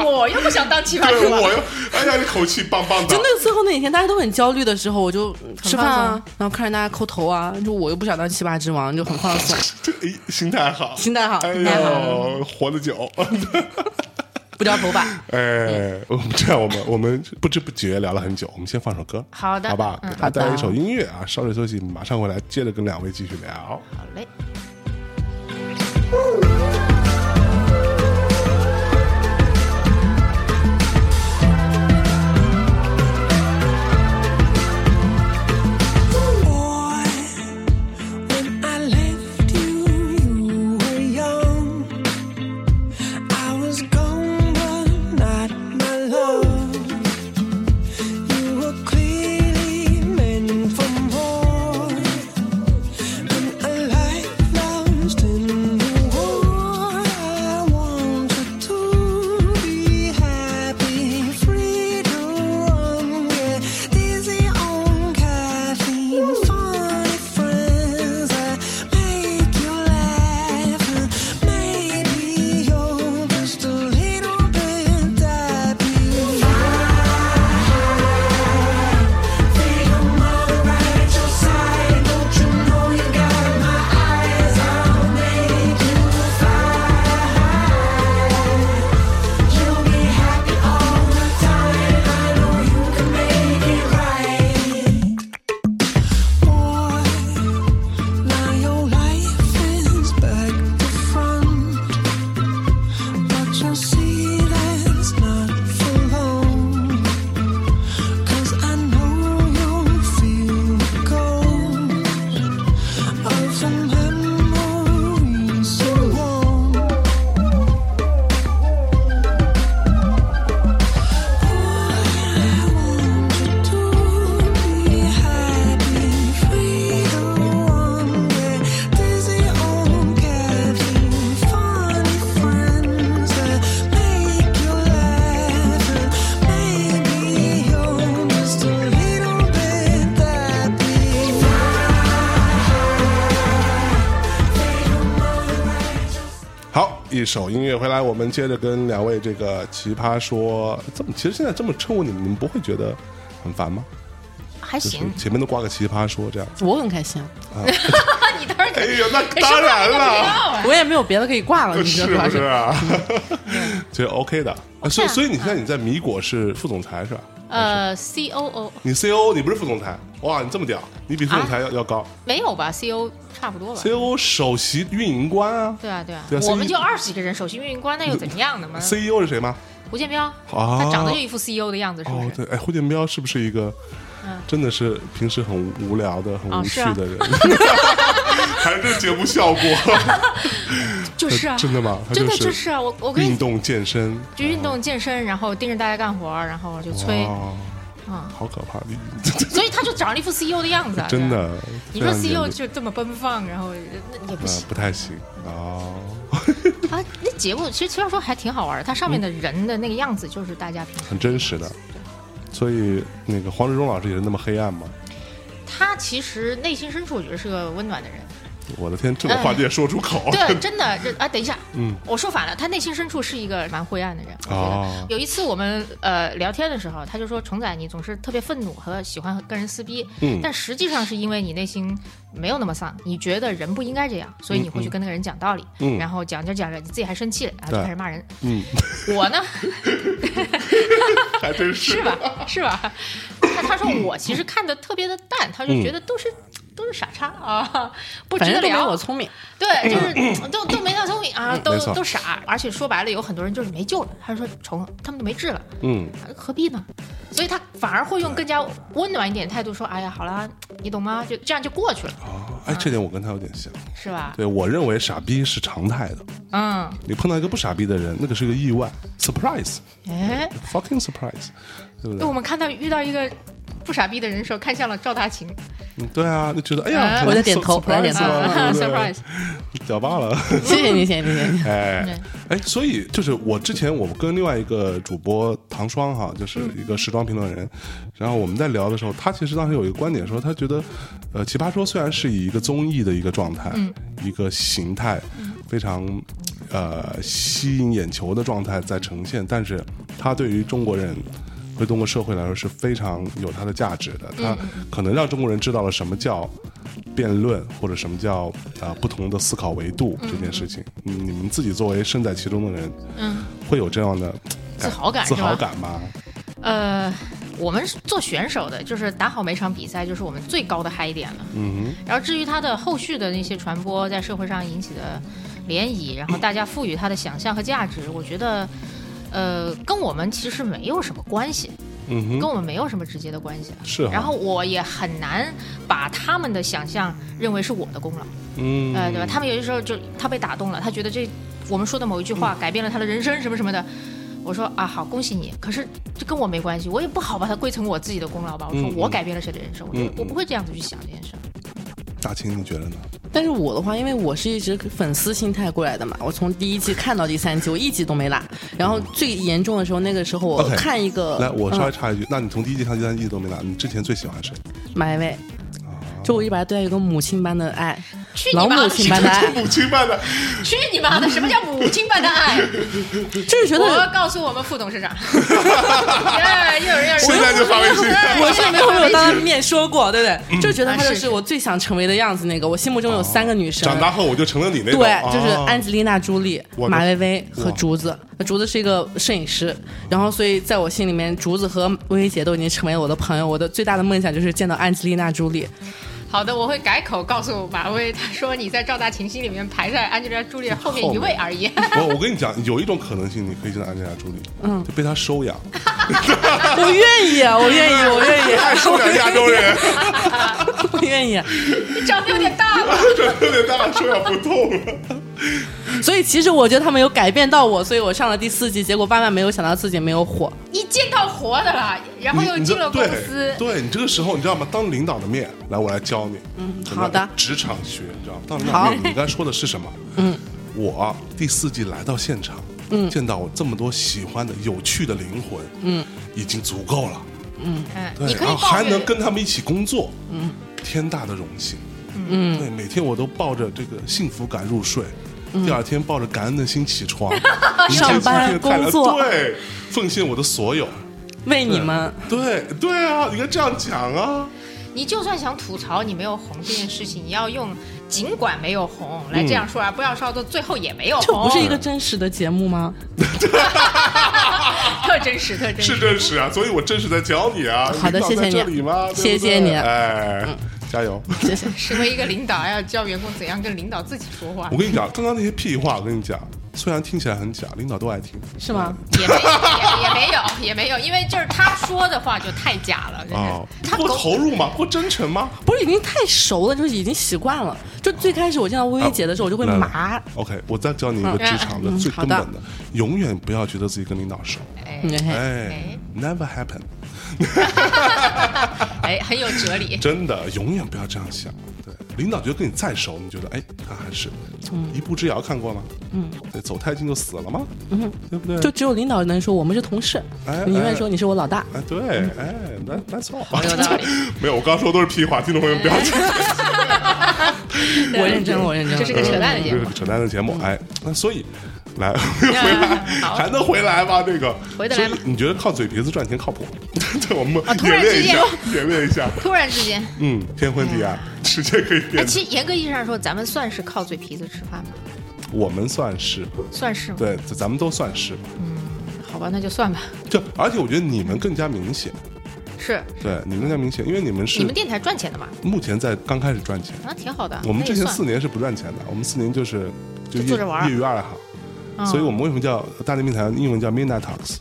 Speaker 2: 我又不想当奇
Speaker 1: [LAUGHS]
Speaker 2: 葩
Speaker 1: 对，
Speaker 2: 说，
Speaker 1: 我 [LAUGHS] 又，哎呀，你口气棒棒的
Speaker 3: 就。那个最后那几天大家都很焦虑的时候，我就吃
Speaker 2: 放
Speaker 3: 饭啊
Speaker 2: 松，
Speaker 3: 然后看着大家抠头啊，就我又不想当奇葩之王，就很放松， [LAUGHS]
Speaker 1: 这哎心态好，
Speaker 3: 心态好
Speaker 1: 哎
Speaker 3: 心态
Speaker 1: 呦，活得久。
Speaker 3: 不掉头发。
Speaker 1: 哎，我们这样，我们我们不知不觉聊了很久，我们先放首歌，
Speaker 2: 好的
Speaker 1: 好吧，
Speaker 2: 嗯
Speaker 1: 给大家带来一首音乐啊，稍事休息，马上回来，接着跟两位继续聊。
Speaker 2: 好嘞。
Speaker 4: Boy, when I left you, you were young. I was gone, but not my love. You were clearly meant for more. And a life lost in the war. I wanted to be happy, free to run, get dizzy on caffeine, funny friends that make you laugh. Maybe you're just a little bit happy. See, that's not for long. Cause I know you'll feel the cold of a memory so warm. I want you to be happy, free to run, get dizzy on caffeine, funny friends that make you laugh. Maybe you're just a little bit happy.
Speaker 1: 好，一首音乐回来，我们接着跟两位这个奇葩说，这么其实现在这么称呼你们，你们不会觉得很烦吗？
Speaker 2: 还
Speaker 1: 就是 [LAUGHS]
Speaker 2: 行，
Speaker 1: 前面都挂个奇葩说这样。
Speaker 3: 我很开心，啊
Speaker 2: 你当然
Speaker 1: 哎
Speaker 2: 肯定
Speaker 1: 呀，那当然了，
Speaker 3: 我也没有别的可以挂了，你知
Speaker 1: 是
Speaker 3: 道吧
Speaker 1: 不是？啊？ [LAUGHS] 其实 OK 的，啊所以
Speaker 2: 啊
Speaker 1: 所以你现在你在米果是副总裁是吧？
Speaker 2: 呃，C O O
Speaker 1: 你 COO 你不是副总裁，哇，你这么屌，你比副总
Speaker 2: 啊
Speaker 1: 裁要要高
Speaker 2: 没有吧？C O 差不多吧？
Speaker 1: ，COO 首席运营官啊
Speaker 2: 对啊，对啊
Speaker 1: 对啊，
Speaker 2: 我们
Speaker 1: CEO
Speaker 2: 就二十几个人，首席运营官那又怎么样呢嘛？
Speaker 1: ，CEO E 是谁吗？
Speaker 2: 胡建彪，
Speaker 1: 啊
Speaker 2: 他长得就一副 CEO 的样子，是不
Speaker 1: 哦，
Speaker 2: 是？
Speaker 1: 对，哎，胡建彪是不是一个真的是平时很无聊的、很
Speaker 2: 嗯哦
Speaker 1: 无趣
Speaker 2: 是啊
Speaker 1: 的
Speaker 2: [LAUGHS]
Speaker 1: 人？还是这节目效果？
Speaker 2: 就是啊，
Speaker 1: 真的吗？他
Speaker 2: 真的
Speaker 1: 就
Speaker 2: 就是是啊，我我跟
Speaker 1: 运
Speaker 2: 你
Speaker 1: 动健身，
Speaker 2: 就运动健身，然后盯着大家干活，然后就催，
Speaker 1: 哇
Speaker 2: 嗯
Speaker 1: 哦好可怕！你。
Speaker 2: [LAUGHS] 所以他就长了一副 CEO 的样子啊
Speaker 1: 真
Speaker 2: 对吧，
Speaker 1: 的，
Speaker 2: 你说
Speaker 1: 这样
Speaker 2: CEO
Speaker 1: 子
Speaker 2: 就这么奔放，然后那也不
Speaker 1: 呃
Speaker 2: 行
Speaker 1: 不太行哦。
Speaker 2: 啊。那节目其实虽然说还挺好玩的，它上面的人的那个样子就是大家平时
Speaker 1: 很真实的。所以那个黄志忠老师也是那么黑暗吗？
Speaker 2: 他其实内心深处我觉得是个温暖的人。
Speaker 1: 我的天，这种话你也说出口？
Speaker 2: 嗯 [LAUGHS] 对，真的，这啊，等一下，
Speaker 1: 嗯，
Speaker 2: 我说反了，他内心深处是一个蛮灰暗的人。我觉得
Speaker 1: 哦
Speaker 2: 有一次我们呃聊天的时候，他就说虫仔你总是特别愤怒和喜欢跟人撕逼，
Speaker 1: 嗯
Speaker 2: 但实际上是因为你内心没有那么丧，你觉得人不应该这样，所以你会去跟那个人讲道理，
Speaker 1: 嗯
Speaker 2: 然后讲着讲着你自己还生气了，然后
Speaker 1: 对
Speaker 2: 就开始骂人。
Speaker 1: 嗯，
Speaker 2: 我呢
Speaker 1: [LAUGHS]
Speaker 2: [LAUGHS]
Speaker 1: 还真是
Speaker 2: 是吧是吧？他他说我其实看的特别的淡，他就
Speaker 1: 嗯
Speaker 2: 觉得都是。都是傻叉啊，不值
Speaker 3: 反
Speaker 2: 得
Speaker 3: 正都没
Speaker 2: 聊。
Speaker 3: 我聪明。
Speaker 1: 哎
Speaker 2: 对，就是都都没那聪明啊，
Speaker 1: 嗯
Speaker 2: 都
Speaker 1: 没错
Speaker 2: 都傻，而且说白了，有很多人就是没救了。他说虫，他们就没治了，啊
Speaker 1: 嗯，
Speaker 2: 何必呢？所以他反而会用更加温暖一点的态度说：“哎呀，好啦，你懂吗？就这样就过去了，
Speaker 1: 哦，哎，这点我跟他有点像。
Speaker 2: 是吧
Speaker 1: 对我认为傻逼是常态的，？”
Speaker 2: 嗯，
Speaker 1: 你碰到一个不傻逼的人，那个是个意外，surprise，fucking
Speaker 2: 哎，
Speaker 1: surprise，对不
Speaker 2: 那
Speaker 1: 对
Speaker 2: 我？们看到遇到一个不傻逼的人的时候，看向了赵大秦
Speaker 1: 嗯，对啊，就觉得哎呀，
Speaker 2: 哎
Speaker 3: 我在点头
Speaker 1: surprise
Speaker 3: 我在点头
Speaker 1: 啊对
Speaker 2: 啊
Speaker 1: 不对
Speaker 2: [LAUGHS] ，surprise，
Speaker 1: 屌爆了。
Speaker 3: 谢谢你，谢谢你，谢谢 [LAUGHS] 你。
Speaker 1: 哎
Speaker 2: 对，
Speaker 1: 哎，所以就是我之前我跟另外一个主播唐双哈，就是一个时装评论人，然后我们在聊的时候，他其实当时有一个观点说，他觉得，呃，奇葩说虽然是以一个综艺的一个状态，一个形态，非常呃吸引眼球的状态在呈现，但是它对于中国人。对中国社会来说是非常有它的价值的，它可能让中国人知道了什么叫辩论或者什么叫啊、不同的思考维度这件事情。嗯你们自己作为身在其中的人，
Speaker 2: 嗯，
Speaker 1: 会有这样的
Speaker 2: 自豪感
Speaker 1: 自
Speaker 2: 是
Speaker 1: 豪
Speaker 2: 吧？
Speaker 1: 感吗？
Speaker 2: 呃，我们是做选手的，就是打好每场比赛，就是我们最高的嗨点了。
Speaker 1: 嗯
Speaker 2: 然后至于它的后续的那些传播，在社会上引起的涟漪，然后大家赋予它的想象和价值，我觉得，呃，跟我们其实没有什么关系，
Speaker 1: 哼，嗯
Speaker 2: 跟
Speaker 1: 哼，
Speaker 2: 我们没有什么直接的关系。
Speaker 1: 是啊哈。
Speaker 2: 然后我也很难把他们的想象认为是我的功劳，
Speaker 1: 嗯，
Speaker 2: 呃，对吧？他们有些时候就他被打动了，他觉得这我们说的某一句话
Speaker 1: 嗯
Speaker 2: 改变了他的人生什么什么的。我说啊，好，恭喜你。可是这跟我没关系，我也不好把它归成我自己的功劳吧。我说
Speaker 1: 嗯
Speaker 2: 我
Speaker 1: 嗯
Speaker 2: 改变了谁的人生，我觉
Speaker 1: 嗯
Speaker 2: 得我
Speaker 1: 嗯
Speaker 2: 不会这样子去想这件事儿。
Speaker 1: 大清你觉得呢？
Speaker 3: 但是我的话，因为我是一直粉丝心态过来的嘛，我从第一季看到第三季，我一集都没落。然后最严重的时候，那个时候我
Speaker 1: OK，
Speaker 3: 看一
Speaker 2: 呃
Speaker 3: 个
Speaker 1: 来，我稍微
Speaker 3: 嗯
Speaker 1: 插一句，那你从第一季看到第三季都没拿，你之前最喜欢谁？
Speaker 3: 马薇薇，就我一把对她有个母亲般的爱，
Speaker 2: 去
Speaker 3: 老
Speaker 2: 你妈
Speaker 3: 母
Speaker 2: 的！
Speaker 3: 亲般的 [LAUGHS] 爱，
Speaker 1: 母亲般
Speaker 2: [LAUGHS]
Speaker 1: 的，
Speaker 2: 去你妈的！什么叫母亲般的爱？
Speaker 3: 就是觉
Speaker 2: 我
Speaker 3: 得。
Speaker 2: 告诉我们副董
Speaker 1: [LAUGHS]
Speaker 2: 事长，哎，又有人要
Speaker 1: 现在就发 [LAUGHS] 微信
Speaker 3: [LAUGHS] 我是没有没有当着面说过，对不
Speaker 1: 嗯
Speaker 3: 对？就觉得她就是我最想成为的样子。那个，我心目中有三个女生，
Speaker 1: 哦长大后我就成了你那种，
Speaker 3: 对，就是
Speaker 1: 啊
Speaker 3: 安吉丽娜·朱莉、
Speaker 1: 我的
Speaker 3: 马薇薇
Speaker 1: 哇
Speaker 3: 和竹子。那竹子是一个摄影师，然后所以在我心里面，竹子和薇薇姐都已经成为了我的朋友。我的最大的梦想就是见到安吉丽娜·朱
Speaker 1: [LAUGHS]
Speaker 3: 莉。
Speaker 2: [LAUGHS] 好的，我会改口告诉马薇，他说你在赵大秦心里面排在安吉丽朱丽后面一位而已。 [LAUGHS]
Speaker 1: 我我跟你讲，有一种可能性，你可以见到安吉拉·朱莉，嗯，就被她收 [LAUGHS] 养，
Speaker 3: 我愿意，啊，我愿意，我愿意，
Speaker 1: [LAUGHS] 收养亚洲 [LAUGHS] 人，
Speaker 3: 我愿意。
Speaker 2: 你长得有点大了，
Speaker 1: 这特别大，收养不动了。
Speaker 3: 所以其实我觉得他们有改变到我，所以我上了第四季，结果万万没有想到自己没有火。
Speaker 2: 你见到活的了，然后
Speaker 1: 你
Speaker 2: 又
Speaker 1: 你
Speaker 2: 进
Speaker 1: 这
Speaker 2: 了公
Speaker 1: 对
Speaker 2: 司，
Speaker 1: 对你这个时候，你知道吗？当领导的面，来，我来教你。嗯
Speaker 3: 好的
Speaker 1: 职场学，你知道吗？当领导的面，
Speaker 3: 好
Speaker 1: 你应该说的是什么？嗯，我第四季来到现场，嗯，见到我这么多喜欢的、有趣的灵魂，嗯，已经足够了。
Speaker 2: 嗯，
Speaker 1: 对，
Speaker 2: 你可以
Speaker 1: 然后
Speaker 2: 抱
Speaker 1: 还
Speaker 2: 怨
Speaker 1: 能，跟他们一起工作，嗯，天大的荣幸，嗯，对，每天我都抱着这个幸福感入睡，第二天抱着感恩的心起床，一切
Speaker 3: 上班
Speaker 1: 一切快乐
Speaker 3: 工作
Speaker 1: 对，奉献我的所有，
Speaker 3: 为你们，
Speaker 1: 对对啊，你应该这样讲啊，
Speaker 2: 你就算想吐槽你没有红这件事情，你要用尽管没有红来这
Speaker 1: 嗯
Speaker 2: 样说啊，不要说到最后也没有
Speaker 3: 这不
Speaker 2: 红，
Speaker 3: 是一个真实的节目吗？
Speaker 2: 特真实，特真
Speaker 1: 是
Speaker 2: 实。
Speaker 1: 真实啊，所以我真实在教你啊，
Speaker 3: 好的
Speaker 1: 领导在
Speaker 3: 谢谢你
Speaker 1: 这里吗？对不对
Speaker 3: 谢谢你啊
Speaker 1: 哎，加油。
Speaker 3: 谢谢。
Speaker 2: 身为一个领导，要教员工怎样跟领导自己说话
Speaker 1: 我。跟你讲，刚刚那些屁话，我跟你讲，虽然听起来很假，领导都爱听
Speaker 3: 是吗？
Speaker 2: 也没也也没有也没有，因为就是他说的话就太假了，真
Speaker 1: 啊
Speaker 3: 哎
Speaker 2: 的。他
Speaker 1: 不
Speaker 2: 狗
Speaker 1: 投入吗？不真诚吗？
Speaker 3: 不是已经太熟了，就是已经习惯了。就最开始我见到
Speaker 1: 啊
Speaker 3: 薇薇姐的时候，我就会
Speaker 1: 来了
Speaker 3: 麻。
Speaker 1: 嗯 OK，我再教你一个职场的
Speaker 3: 嗯
Speaker 1: 最
Speaker 3: 好
Speaker 1: 根
Speaker 3: 的
Speaker 1: 本的，永远不要觉得自己跟领导熟，
Speaker 2: 哎
Speaker 3: 哎
Speaker 1: 哎，never happen，
Speaker 2: 哎，很有哲理。
Speaker 1: 真的永远不要这样想。对，领导觉得跟你再熟，你觉得哎，他还是一步之遥看过吗？嗯，对，走太近就死了吗？嗯，对不对？
Speaker 3: 就只有领导能说我们是同事
Speaker 1: 哎，
Speaker 3: 你永
Speaker 1: 哎
Speaker 3: 远说你是我老大。
Speaker 1: 哎，对，哎，那那错，
Speaker 2: 有
Speaker 1: [LAUGHS]
Speaker 2: 道理
Speaker 1: 没有，我刚刚说的都是屁话，听众朋友们不要听，
Speaker 3: 我认真了，我认真了。
Speaker 2: 这是个 [LAUGHS] 扯淡的节
Speaker 1: 这
Speaker 2: 目嗯
Speaker 1: 是。个扯淡的节目。哎，那所以
Speaker 2: [LAUGHS]
Speaker 1: 来回来
Speaker 2: 好
Speaker 1: 还能回来吗？这个
Speaker 2: 回得来吗
Speaker 1: 所
Speaker 2: 啊
Speaker 1: 以你觉得靠嘴皮子赚钱靠谱吗？ [LAUGHS] 对，我们
Speaker 2: 突
Speaker 1: 演
Speaker 2: 然
Speaker 1: 练
Speaker 2: 之
Speaker 1: 一
Speaker 2: 间
Speaker 1: 下，演练一下。
Speaker 2: 突然之间，
Speaker 1: 嗯，天昏地暗，直接可以
Speaker 2: 哎，
Speaker 1: 变。
Speaker 2: 其实严格意义上说，咱们算是靠嘴皮子吃饭吗？
Speaker 1: 我们算是
Speaker 2: 算是吗？
Speaker 1: 对，咱们都算是。
Speaker 2: 好吧，那就算吧。
Speaker 1: 就而且我觉得你们更加明显，
Speaker 2: 是
Speaker 1: 对，你们更加明显，因为你们
Speaker 2: 你
Speaker 1: 是
Speaker 2: 们电台赚钱的嘛？
Speaker 1: 目前在刚开始赚钱。
Speaker 2: 啊，挺好的。
Speaker 1: 我们之前四
Speaker 2: 那
Speaker 1: 年是不赚钱的，我们四年就是就
Speaker 2: 就
Speaker 1: 业
Speaker 2: 坐着玩儿嗯
Speaker 1: 业余爱好。
Speaker 2: 也算
Speaker 1: 所以我们为什么叫大内密谈？英文叫 Midnight Talks，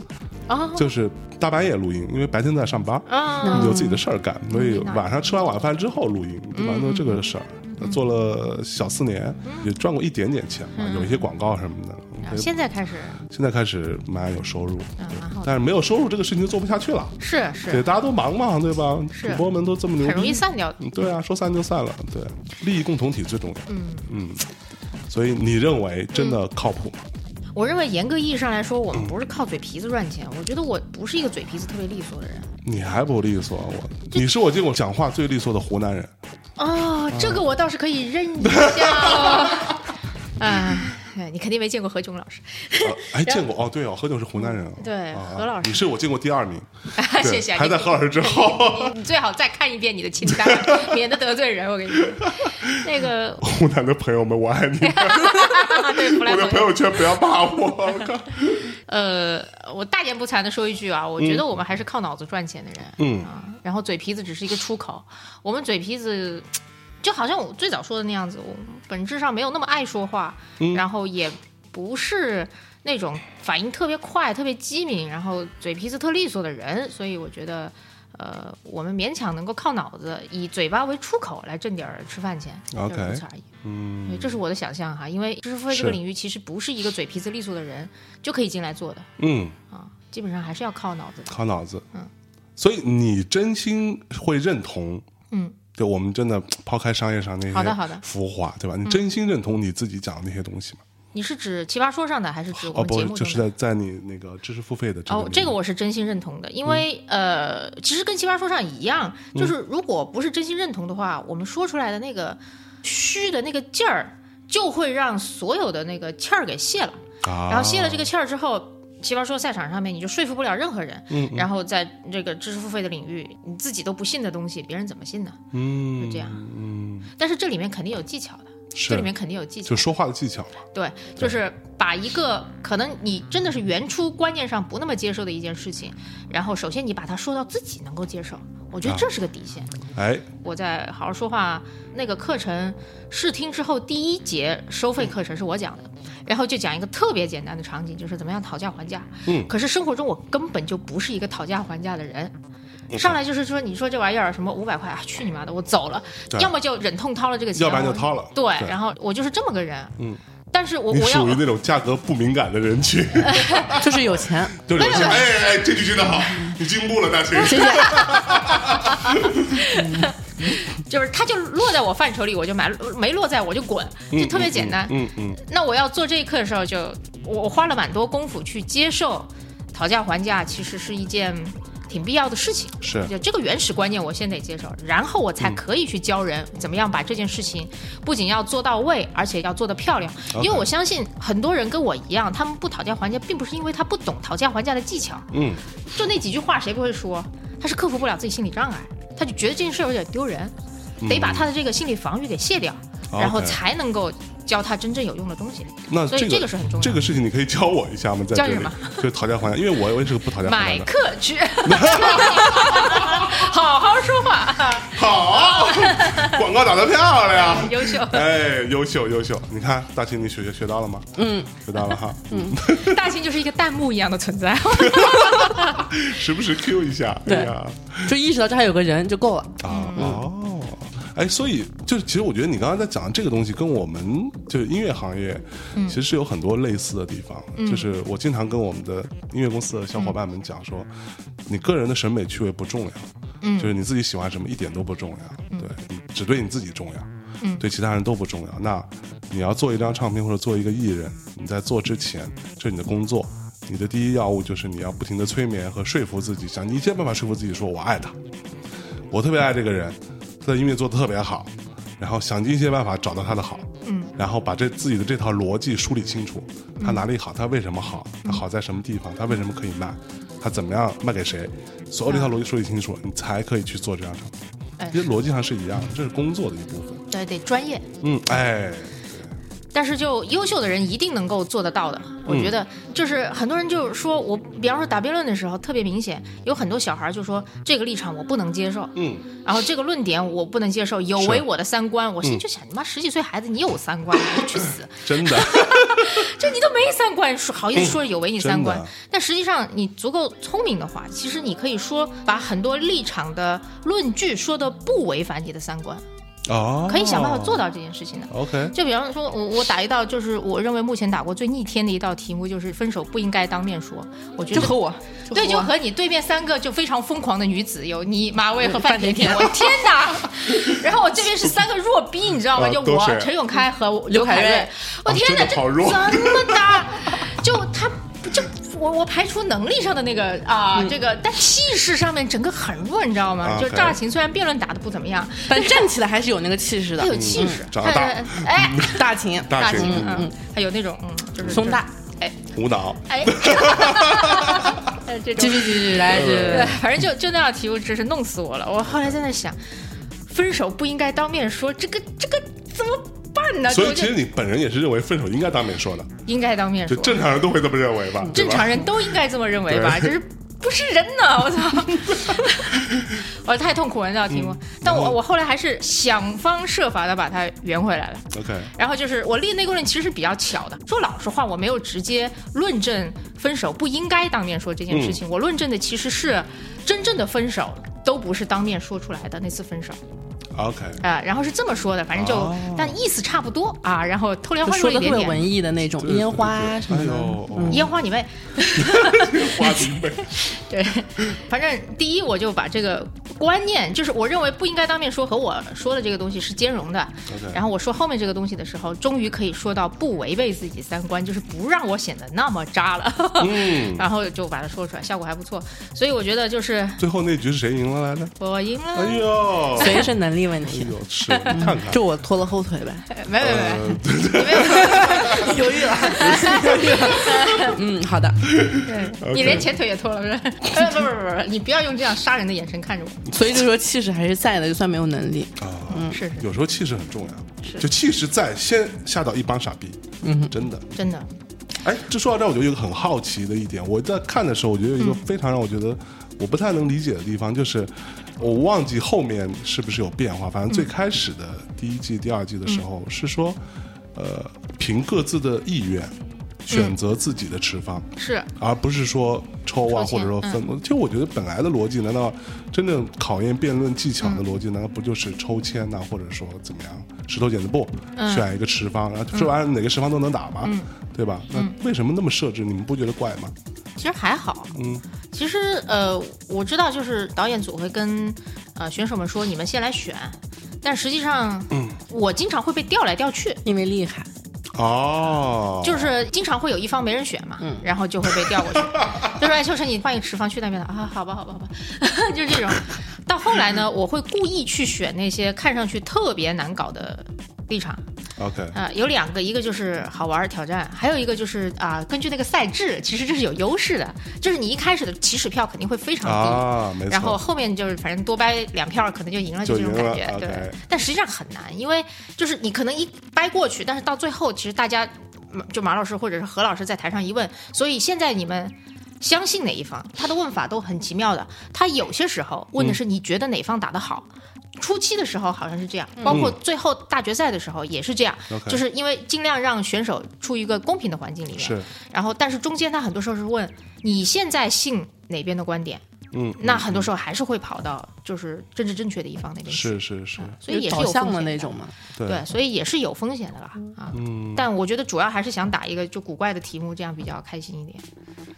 Speaker 2: 啊
Speaker 1: 就是大半夜录音，因为白天都在上班，
Speaker 2: 啊
Speaker 1: 有自己的事儿干，所以
Speaker 2: Midnight
Speaker 1: 晚上吃完晚饭之后录音，对
Speaker 2: 嗯
Speaker 1: 吧？那这个事儿做了小四年，也赚过一点点钱
Speaker 2: 嗯
Speaker 1: 嘛，有一些广告什么的。
Speaker 2: 啊！
Speaker 1: 可以
Speaker 2: 现在开始
Speaker 1: 现在开始蛮有收入，
Speaker 2: 啊，蛮好的。
Speaker 1: 但是没有收入这个事情就做不下去了。
Speaker 2: 是
Speaker 1: 对，
Speaker 2: 是，
Speaker 1: 大家都忙嘛，对吧？
Speaker 2: 是
Speaker 1: 主播们都这么牛逼，
Speaker 2: 很容易散掉的。
Speaker 1: 嗯对啊，说散就散了，对，利益共同体最重要。嗯嗯，所以你认为真的靠谱
Speaker 2: 嗯
Speaker 1: 吗？
Speaker 2: 我认为严格意义上来说，我们不是靠嘴皮子赚钱。我觉得我不是一个嘴皮子特别利索的人。
Speaker 1: 你还不利索，我你是我见过讲话最利索的湖南人。
Speaker 2: 哦，这个我倒是可以认一下哦。 [LAUGHS] 啊，哎你肯定没见过何炅老师。
Speaker 1: 呃哎，见过哦，对哦，何炅是湖南人哦。
Speaker 2: 嗯对
Speaker 1: 啊
Speaker 2: 何老师
Speaker 1: 你是我见过第二名，对
Speaker 2: [LAUGHS] 谢谢啊
Speaker 1: 还在
Speaker 2: 你
Speaker 1: 何老师之
Speaker 2: [LAUGHS]
Speaker 1: 后，
Speaker 2: 你最好再看一遍你的清 [LAUGHS] 单，免得得罪人。我跟你说，那 [LAUGHS] 个
Speaker 1: 湖南的朋友们，我爱
Speaker 2: [LAUGHS]
Speaker 1: 你们，
Speaker 2: 啊，对，弗莱
Speaker 1: 我的朋
Speaker 2: 朋友，
Speaker 1: 友圈不要骂我，我
Speaker 2: [LAUGHS]
Speaker 1: 靠
Speaker 2: 呃，我大言不惭的说一句啊，我觉得我们还是靠脑子赚钱的人，
Speaker 1: 嗯
Speaker 2: 啊，然后嘴皮子只是一个出口，我们嘴皮子。就好像我最早说的那样子，我本质上没有那么爱说话，
Speaker 1: 嗯
Speaker 2: 然后也不是那种反应特别快、特别机敏，然后嘴皮子特利索的人，所以我觉得，呃，我们勉强能够靠脑子，以嘴巴为出口来挣点儿吃饭钱，就是
Speaker 1: OK
Speaker 2: 如此而已。
Speaker 1: 嗯，
Speaker 2: 对，这是我的想象哈，因为知识付费这个
Speaker 1: 是
Speaker 2: 领域其实不是一个嘴皮子利索的人就可以进来做的
Speaker 1: 嗯，
Speaker 2: 啊，基本上还是要靠脑子的。
Speaker 1: 靠脑子。
Speaker 2: 嗯，
Speaker 1: 所以你真心会认同，
Speaker 2: 嗯，
Speaker 1: 就我们真的抛开商业上那些
Speaker 2: 好的好的嗯
Speaker 1: 浮华，对吧？你真心认同你自己讲的那些东西吗？
Speaker 2: 你是指奇葩说上的，还是指我
Speaker 1: 哦，
Speaker 2: 们
Speaker 1: 不
Speaker 2: 节，目
Speaker 1: 就
Speaker 2: 中
Speaker 1: 是
Speaker 2: 的？
Speaker 1: 在在你那个知识付费的这个嗯
Speaker 2: 哦，这个
Speaker 1: 领域
Speaker 2: 我是真心认同的，因为、呃，其实跟奇葩说上一样，
Speaker 1: 嗯
Speaker 2: 就是如果不是真心认同的话，我们说出来的那个虚的那个劲儿，就会让所有的那个气儿给泄了。
Speaker 1: 啊，
Speaker 2: 然后泄了这个气儿之后，奇葩说赛场上面你就说服不了任何人。
Speaker 1: 嗯
Speaker 2: 然后在这个知识付费的领域，你自己都不信的东西，别人怎么信呢？
Speaker 1: 嗯，
Speaker 2: 就这样
Speaker 1: 嗯，
Speaker 2: 但是这里面肯定有技巧的，
Speaker 1: 是
Speaker 2: 这里面肯定有技巧
Speaker 1: 就。说话的技巧，
Speaker 2: 对，就是把一个可能你真的是原初观念上不那么接受的一件事情，然后首先你把它说到自己能够接受，我觉得
Speaker 1: 啊
Speaker 2: 这是个底线。
Speaker 1: 哎，
Speaker 2: 我在好好说话那个课程试听之后，第一节收费课程是我讲的，然后就讲一个特别简单的场景，就是怎么样讨价还价。
Speaker 1: 嗯
Speaker 2: 可是生活中我根本就不是一个讨价还价的人。上来就是说，你说这玩意儿什么五百块啊，去你妈的，我走了
Speaker 1: 对，
Speaker 2: 要么就忍痛掏了这个钱，
Speaker 1: 要不然就掏了
Speaker 2: 对，
Speaker 1: 对
Speaker 2: 然后我就是这么个人，
Speaker 1: 嗯，
Speaker 2: 但是我
Speaker 1: 你
Speaker 2: 我要
Speaker 1: 属于那种价格不敏感的人
Speaker 2: [LAUGHS]
Speaker 1: 群，嗯
Speaker 3: 就是有钱，
Speaker 1: 就是有些哎哎哎，这句真的好，你进步了，
Speaker 2: [LAUGHS]
Speaker 1: 大秦。
Speaker 3: 谢谢。
Speaker 2: 就是它就落在我范畴里，我就买，没落在我就滚，就特别简单。
Speaker 1: 嗯嗯，
Speaker 2: 那我要做这一课的时候就，我我花了蛮多功夫去接受讨价还价，其实是一件挺必要的事情。
Speaker 1: 是
Speaker 2: 就这个原始观念，我先得接受，然后我才可以去教人怎么样把这件事情不仅要做到位，而且要做得漂亮。因
Speaker 1: OK
Speaker 2: 为我相信很多人跟我一样，他们不讨价还价，并不是因为他不懂讨价还价的技巧，
Speaker 1: 嗯，
Speaker 2: 就那几句话谁不会说？他是克服不了自己心理障碍，他就觉得这件事儿有点丢人，得把他的这个心理防御给卸掉，然后
Speaker 1: 嗯 OK
Speaker 2: 才能够教他真正有用的东西。
Speaker 1: 那
Speaker 2: 所
Speaker 1: 这
Speaker 2: 以
Speaker 1: 个
Speaker 2: 这个是很重要
Speaker 1: 这
Speaker 2: 的。
Speaker 1: 个事情你可以教我一下吗？在
Speaker 2: 教
Speaker 1: 这
Speaker 2: 你
Speaker 1: 里
Speaker 2: 吗，
Speaker 1: 就讨价还价，因为我我也是个不讨价还
Speaker 2: 买
Speaker 1: 价的。
Speaker 2: 课
Speaker 1: [LAUGHS]
Speaker 2: 去，好好说话，
Speaker 1: 好， [LAUGHS] 广告打得漂亮。
Speaker 2: 优秀。
Speaker 1: 哎，优秀优秀！你看大庆，你学学学到了吗？嗯，学到了哈。嗯，
Speaker 2: 大庆就是一个弹幕一样的
Speaker 1: [LAUGHS]
Speaker 2: 存在。
Speaker 1: 时不时 Q 一下。
Speaker 3: 对
Speaker 1: 哎呀，
Speaker 3: 就意识到这还有个人就够了。
Speaker 1: 啊哦，哎，所以就是其实我觉得你刚刚在讲这个东西，跟我们就是音乐行业其实是有很多类似的地方。就是我经常跟我们的音乐公司的小伙伴们讲说，你个人的审美趣味不重要，就是你自己喜欢什么一点都不重要，对你只对你自己重要。对其他人都不重要。那你要做一张唱片或者做一个艺人，你在做之前，这是你的工作，你的第一要务就是你要不停的催眠和说服自己，想一切办法说服自己说我爱他，我特别爱这个人，他的音乐做的特别好，然后想尽一切办法找到他的好，嗯，然后把这自己的这套逻辑梳理清楚，
Speaker 2: 嗯
Speaker 1: 他哪里好，他为什么好，他好在什么地方，他为什么可以卖，他怎么样卖给谁，所有这套逻辑梳理清楚，你才可以去做这张唱片。
Speaker 2: 嗯哎
Speaker 1: 其实逻辑上是一样的，这是工作的一部分。
Speaker 2: 对，得专业。
Speaker 1: 嗯，哎，
Speaker 2: 但是就优秀的人一定能够做得到的。我觉
Speaker 1: 嗯
Speaker 2: 得就是很多人就是说我，比方说打辩论的时候特别明显，有很多小孩就说这个立场我不能接受，
Speaker 1: 嗯，
Speaker 2: 然后这个论点我不能接受，有违我的三观。我心
Speaker 1: 嗯
Speaker 2: 里就想，你妈十几岁孩子你有
Speaker 1: [LAUGHS]
Speaker 2: 三观，你去死！
Speaker 1: 真
Speaker 2: [LAUGHS]
Speaker 1: 的，
Speaker 2: 这你都没三观，说好意思说有违你三观
Speaker 1: 真的？
Speaker 2: 但实际上你足够聪明的话，其实你可以说把很多立场的论据说的不违反你的三观，
Speaker 1: 哦，
Speaker 2: 可以想办法做。到这件事情的。
Speaker 1: OK，
Speaker 2: 就比方说，我我打一道就是我认为目前打过最逆天的一道题目，就是分手不应该当面说。我觉得
Speaker 3: 就和我，
Speaker 2: 对，就
Speaker 3: 我
Speaker 2: 和你对面三个就非常疯狂的女子，有你马薇和范甜甜。我天哪！然后我这边是三个弱逼，你知道吗？
Speaker 1: 啊
Speaker 2: 就
Speaker 1: 都
Speaker 2: 我
Speaker 1: 是
Speaker 2: 陈永开和
Speaker 3: 嗯刘
Speaker 2: 凯
Speaker 3: 恺瑞
Speaker 2: 我天哪，
Speaker 1: 啊真的
Speaker 2: 这
Speaker 1: 好弱
Speaker 2: 这么大，就他就。我我排除能力上的那个啊，
Speaker 3: 嗯
Speaker 2: 这个，但气势上面整个很弱，你知道吗？
Speaker 1: OK
Speaker 2: 就赵大琴虽然辩论打的不怎么样，
Speaker 3: 但站起来还是有那个气势
Speaker 2: 她有
Speaker 3: 的。
Speaker 2: 气势，
Speaker 1: 嗯长得大
Speaker 2: 她
Speaker 1: [LAUGHS]
Speaker 2: 哎，
Speaker 3: 大秦，
Speaker 1: 大
Speaker 2: 型，
Speaker 1: 型
Speaker 2: 嗯嗯，还有那种嗯，就是
Speaker 3: 胸大，
Speaker 2: 哎
Speaker 1: 舞蹈，
Speaker 2: [LAUGHS] 哎，呃 [LAUGHS] 这
Speaker 3: 继
Speaker 2: 种，
Speaker 3: 续继续来，继
Speaker 1: 呃
Speaker 2: 对
Speaker 3: 续，
Speaker 2: 反正就就那道题，我真是弄死我了。我后来在那想，分手不应该当面说，这个这个怎么办呢？
Speaker 1: 所
Speaker 2: 我
Speaker 1: 以
Speaker 2: 就
Speaker 1: 其实你本人也是认为分手应该当面说的，
Speaker 2: 应该当面
Speaker 1: 就
Speaker 2: 说，
Speaker 1: 正常人都会这么认为吧？对
Speaker 2: 正
Speaker 1: 吧
Speaker 2: 常人都应该这么认为吧？
Speaker 1: 对
Speaker 2: 就是不是人呢？我操！
Speaker 1: [LAUGHS]
Speaker 2: 我太痛苦了那道题目，但
Speaker 1: 嗯然
Speaker 2: 我
Speaker 1: 后
Speaker 2: 我后来还是想方设法的把它圆回来了。
Speaker 1: OK，
Speaker 2: 然后就是我立那个论其实是比较巧的。说老实话，我没有直接论证分手不应该当面说这件事情，我论证的其实是真正的分手。都不是当面说出来的那次分手
Speaker 1: OK，
Speaker 2: 啊、然后是这么说的，反正就、
Speaker 1: 哦
Speaker 2: 但意思差不多啊，然后偷梁
Speaker 3: 就
Speaker 2: 换柱
Speaker 3: 说
Speaker 2: 了一
Speaker 3: 的特
Speaker 2: 点
Speaker 3: 别
Speaker 2: 点，
Speaker 3: 文艺的那种
Speaker 1: 对
Speaker 3: 烟花什么
Speaker 1: 哎
Speaker 3: 的。嗯
Speaker 1: 呦，哎哦
Speaker 2: 烟花你妹，
Speaker 1: 花瓶呗，
Speaker 2: 对，反正第一我就把这个观念，就是我认为不应该当面说和我说的这个东西是兼容的。
Speaker 1: OK
Speaker 2: 然后我说后面这个东西的时候，终于可以说到不违背自己三观，就是不让我显得那么渣了。
Speaker 1: 嗯，
Speaker 2: [LAUGHS] 然后就把它说出来，效果还不错。所以我觉得就是
Speaker 1: [LAUGHS] 最后那局是谁赢了来着？
Speaker 2: 我赢了，
Speaker 1: 哎呦，
Speaker 3: 所以是能力问
Speaker 1: 哎
Speaker 3: 题，
Speaker 1: 呦，是你看看，
Speaker 3: 就我拖了后腿呗，
Speaker 2: 没没没，
Speaker 1: 呃，
Speaker 2: 你没
Speaker 3: 犹豫了，嗯，好的，
Speaker 2: 有，你连前腿也脱了，是吧？ [LAUGHS] 哎不不不不，你不要用这样杀人的眼神看着我，
Speaker 3: 所以就说气势还是在的，就算没有能力，
Speaker 1: 啊，
Speaker 2: 是是
Speaker 1: 有时候气势很重要，就气势在，先吓到一帮傻逼，嗯，真的，
Speaker 2: 真的，
Speaker 1: 哎，这说到这儿，我就有一个很好奇的一点，我在看的时候，我觉得有一个非常让我觉得我不太能理解的地方，就是我忘记后面是不是有变化，反正最开始的第一季、第二季的时
Speaker 3: 嗯
Speaker 1: 候是说，呃，凭各自的意愿选择自己的持方。
Speaker 2: 是
Speaker 1: 而不是说抽啊，或
Speaker 2: 抽签嗯
Speaker 1: 者说分。其实我觉得本来的逻辑，难道真正考验辩论技
Speaker 2: 嗯
Speaker 1: 巧的逻辑，难道不就是抽签呐、或者说怎么样，石头剪子布，
Speaker 2: 嗯
Speaker 1: 选一个持方，然后说完哪个持方都能打嘛，对吧？
Speaker 2: 嗯
Speaker 1: 那为什么那么设置？你们不觉得怪吗？
Speaker 2: 其实还好，
Speaker 1: 嗯，
Speaker 2: 其实呃，我知道就是导演组会跟呃选手们说，你们先来选。但实际上，嗯，我经常会被调来调去，
Speaker 3: 因为厉害，
Speaker 1: 哦，
Speaker 2: 就是经常会有一方没人选嘛，然后就会被调过去，就说哎，秋晨你换一个持方去那边的啊，好吧，好吧，好 [LAUGHS] 吧，就是这种。到后来呢，我会故意去选那些看上去特别难搞的立场，
Speaker 1: OK，
Speaker 2: 啊、有两个，一个就是好玩儿挑战，还有一个就是啊、根据那个赛制，其实这是有优势的，就是你一开始的起始票肯定会非常低，
Speaker 1: 啊，没错，
Speaker 2: 嗯然后后面就是反正多掰两票可能就赢了，
Speaker 1: 就
Speaker 2: 这种
Speaker 1: 赢
Speaker 2: 感
Speaker 1: 了
Speaker 2: 觉，对。
Speaker 1: OK
Speaker 2: 但实际上很难，因为就是你可能一掰过去，但是到最后其实大家嗯就马老师或者是何老师在台上一问，所以现在你们。相信哪一方，他的问法都很奇妙的。他有些时候
Speaker 1: 嗯
Speaker 2: 问的是你觉得哪方打得好，初期的时候好像是这样，包括最后大决赛的时候也是这样，
Speaker 1: OK
Speaker 2: 就是因为尽量让选手处于一个公平的环境里面。
Speaker 1: 是
Speaker 2: 然后，但是中间他很多时候是问你现在信哪边的观点，
Speaker 1: 嗯，
Speaker 2: 那很多时候还是会跑到就是政治正确的一方那边去，
Speaker 1: 是是是，
Speaker 2: 所以也是
Speaker 3: 导
Speaker 2: 有
Speaker 3: 向
Speaker 2: 风
Speaker 3: 的
Speaker 2: 险
Speaker 3: 那种嘛。
Speaker 1: 对
Speaker 2: 对，所以也是有风险的啦啊。
Speaker 1: 嗯
Speaker 2: 但我觉得主要还是想打一个就古怪的题目，这样比较开心一点。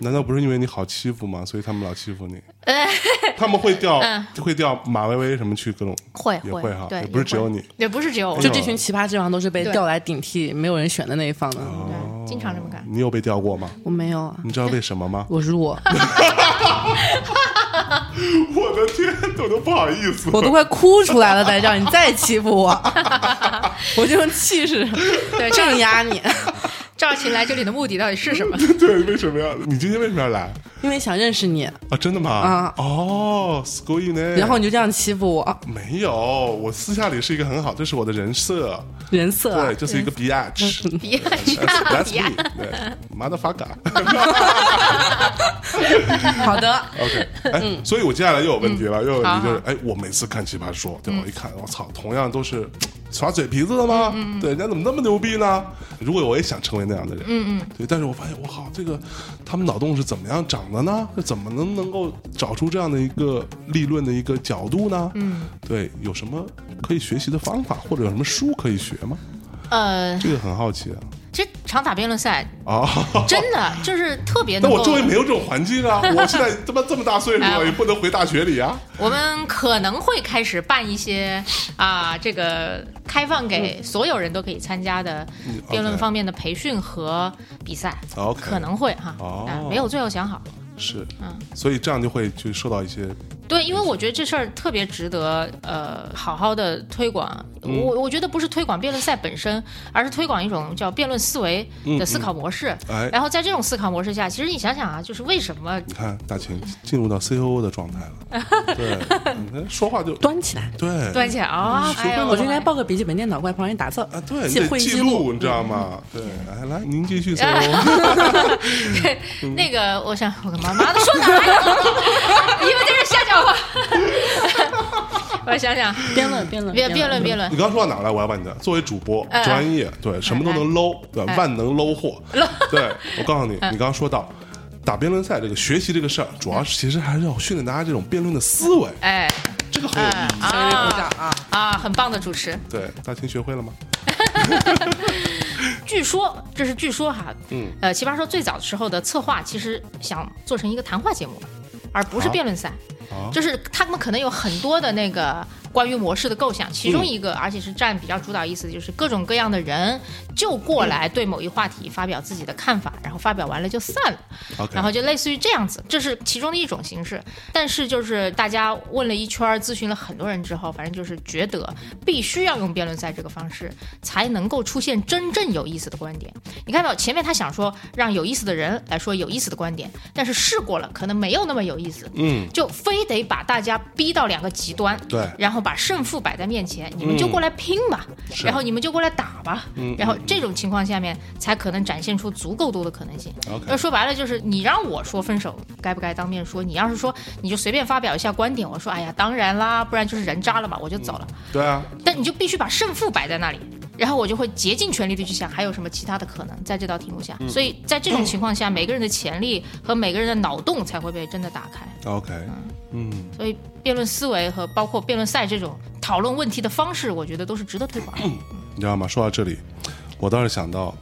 Speaker 1: 难道不是因为你好欺负吗？所以他们老欺负你？
Speaker 2: 哎
Speaker 1: 他们会调
Speaker 2: 嗯
Speaker 1: 会调马薇薇什么去各种
Speaker 2: 会
Speaker 1: 也
Speaker 2: 会
Speaker 1: 会哈，
Speaker 2: 对，
Speaker 1: 也不是只有你哎
Speaker 2: 也会，也不是只有
Speaker 1: 哦
Speaker 2: 我，
Speaker 3: 就这群奇葩之王都是被
Speaker 2: 对
Speaker 3: 调来顶替没有人选的那一方的。
Speaker 1: 哦
Speaker 2: 对经常这么干。
Speaker 1: 你有被调过吗？
Speaker 3: 我没有啊，？
Speaker 1: 你知道
Speaker 2: 嗯
Speaker 1: 为什么吗
Speaker 3: 我弱，
Speaker 1: [LAUGHS] 我的天，我都不好意思
Speaker 3: 我都快哭出来了，再让你再欺 [LAUGHS] 负我，我就用气势
Speaker 2: 对，
Speaker 3: 镇压你。
Speaker 2: 赵琴来这里的目的到底是什么？
Speaker 1: [LAUGHS] 对，为什么要？你今天为什么要来
Speaker 3: 因为想认识你，
Speaker 1: 啊？真的吗？
Speaker 3: 啊
Speaker 1: 哦，school 呢？
Speaker 3: 然后你就这样欺负我，
Speaker 1: 没有，我私下里是一个很好，这是我的人设，
Speaker 3: 人设啊
Speaker 1: 对，就是一个 biatch。
Speaker 2: 别
Speaker 1: [LAUGHS] That's
Speaker 2: 别
Speaker 1: me，对，motherfucker。
Speaker 3: 啊好的，
Speaker 1: OK，哎，所以我接下来又有问题了，又有问题就是
Speaker 2: 嗯好，嗯
Speaker 1: 哎，我每次看《奇葩说》，对吧？我一看，我操，同样都是耍嘴皮子的吗？
Speaker 2: 嗯
Speaker 1: 对，人家怎么那么牛逼呢？如果我也想成为那样的人，嗯嗯，对，但是我发现，我靠，这个他们脑洞是怎么样长的呢？是怎么能能够找出这样的一个立论的一个角度呢？嗯，对，有什么可以学习的方法，或者有什么书可以学吗？
Speaker 2: 呃，
Speaker 1: 这个很好奇啊。
Speaker 2: 其实长打辩论赛
Speaker 1: 哦，
Speaker 2: 真的就是特
Speaker 1: [LAUGHS]
Speaker 2: 别
Speaker 1: 但
Speaker 2: 能够。
Speaker 1: 我周围没有这种环境啊！我现在他妈这么大岁数
Speaker 2: 哎
Speaker 1: 了，
Speaker 2: 我
Speaker 1: 也不能回大学里啊。
Speaker 2: 我们可能会开始办一些啊、这个开放给所有人都可以参加的
Speaker 1: 嗯
Speaker 2: 辩论
Speaker 1: OK
Speaker 2: 方面的培训和比赛。
Speaker 1: OK
Speaker 2: 可能会哈，
Speaker 1: 哦
Speaker 2: 啊没有最后想好。
Speaker 1: 是，
Speaker 2: 嗯
Speaker 1: 所以这样就会去受到一些
Speaker 2: 对，因为我觉得这事儿特别值得呃好好的推广。
Speaker 1: 嗯
Speaker 2: 我我觉得不是推广辩论赛本身，而是推广一种叫辩论思维的思考模式。
Speaker 1: 嗯哎，
Speaker 2: 然后在这种思考模式下，其实你想想啊，就是为什么
Speaker 1: 你看大秦进入到 C O O 的状态了，对，你看说话就
Speaker 3: 端起来。
Speaker 1: 对，
Speaker 2: 端起来
Speaker 1: 嗯
Speaker 2: 啊？哎呀，
Speaker 3: 我就应
Speaker 2: 的
Speaker 3: 该抱个笔记本电脑过来旁边打字
Speaker 1: 啊，对，你
Speaker 3: 记
Speaker 1: 得
Speaker 3: 会议
Speaker 1: 记
Speaker 3: 记录，
Speaker 1: 录，你知道吗？对，来来，您继续 C O O， [LAUGHS]
Speaker 2: 那个，我想我妈妈的说哪来 [LAUGHS] 着？你们在这瞎讲话。 [LAUGHS] 我想想，
Speaker 3: 辩论辩论
Speaker 2: 辩辩论辩论
Speaker 1: 你，刚刚说到哪儿来？我要问你，作为主播
Speaker 2: 哎
Speaker 1: 专业，对，什么都能搂，对，
Speaker 2: 哎
Speaker 1: 万能搂货，对，我告诉你，你刚刚说到。打辩论赛这个学习这个事儿，主要是其实还是要训练大家这种辩论的思维，
Speaker 2: 哎
Speaker 1: 这个很有意义。
Speaker 3: 鼓
Speaker 2: 啊
Speaker 3: 掌啊！
Speaker 2: 啊，很棒的主持。
Speaker 1: 对，大秦学会了吗？
Speaker 2: 据说这是据说哈，嗯，呃，奇葩说最早的时候的策划其实想做成一个谈话节目，而不是
Speaker 1: 啊
Speaker 2: 辩论赛，
Speaker 1: 啊
Speaker 2: 就是他们可能有很多的那个关于模式的构想，其中一个、而且是占比较主导意思的就是各种各样的人就过来对某一话题发表自己的看法，然后发表完了就散了。
Speaker 1: ，OK，
Speaker 2: 然后就类似于这样子，这是其中的一种形式。但是就是大家问了一圈儿，咨询了很多人之后，反正就是觉得必须要用辩论赛这个方式，才能够出现真正有意思的观点。你看到前面他想说让有意思的人来说有意思的观点，但是试过了，可能没有那么有意思。 [LAUGHS]
Speaker 1: 嗯，
Speaker 2: 就非得把大家逼到两个极端，
Speaker 1: 对
Speaker 2: 然后把胜负摆在面前，你们就过来拼吧，
Speaker 1: 是
Speaker 2: 然后你们就过来打吧，然后这种情况下面才可能展现出足够多的可能性。
Speaker 1: OK
Speaker 2: 那说白了就是你让我说分手该不该当面说，你要是说你就随便发表一下观点，我说哎呀当然啦，不然就是人渣了嘛，我就走了。
Speaker 1: 对啊，
Speaker 2: 但你就必须把胜负摆在那里，然后我就会竭尽全力的去想还有什么其他的可能在这道题目下。所以在这种情况下，每个人的潜力和每个人的脑洞才会被真的打开。
Speaker 1: OK，嗯，
Speaker 2: 所以辩论思维和包括辩论赛这种讨论问题的方式，我觉得都是值得推广的。
Speaker 1: 你知道吗？说到这里，我倒是想到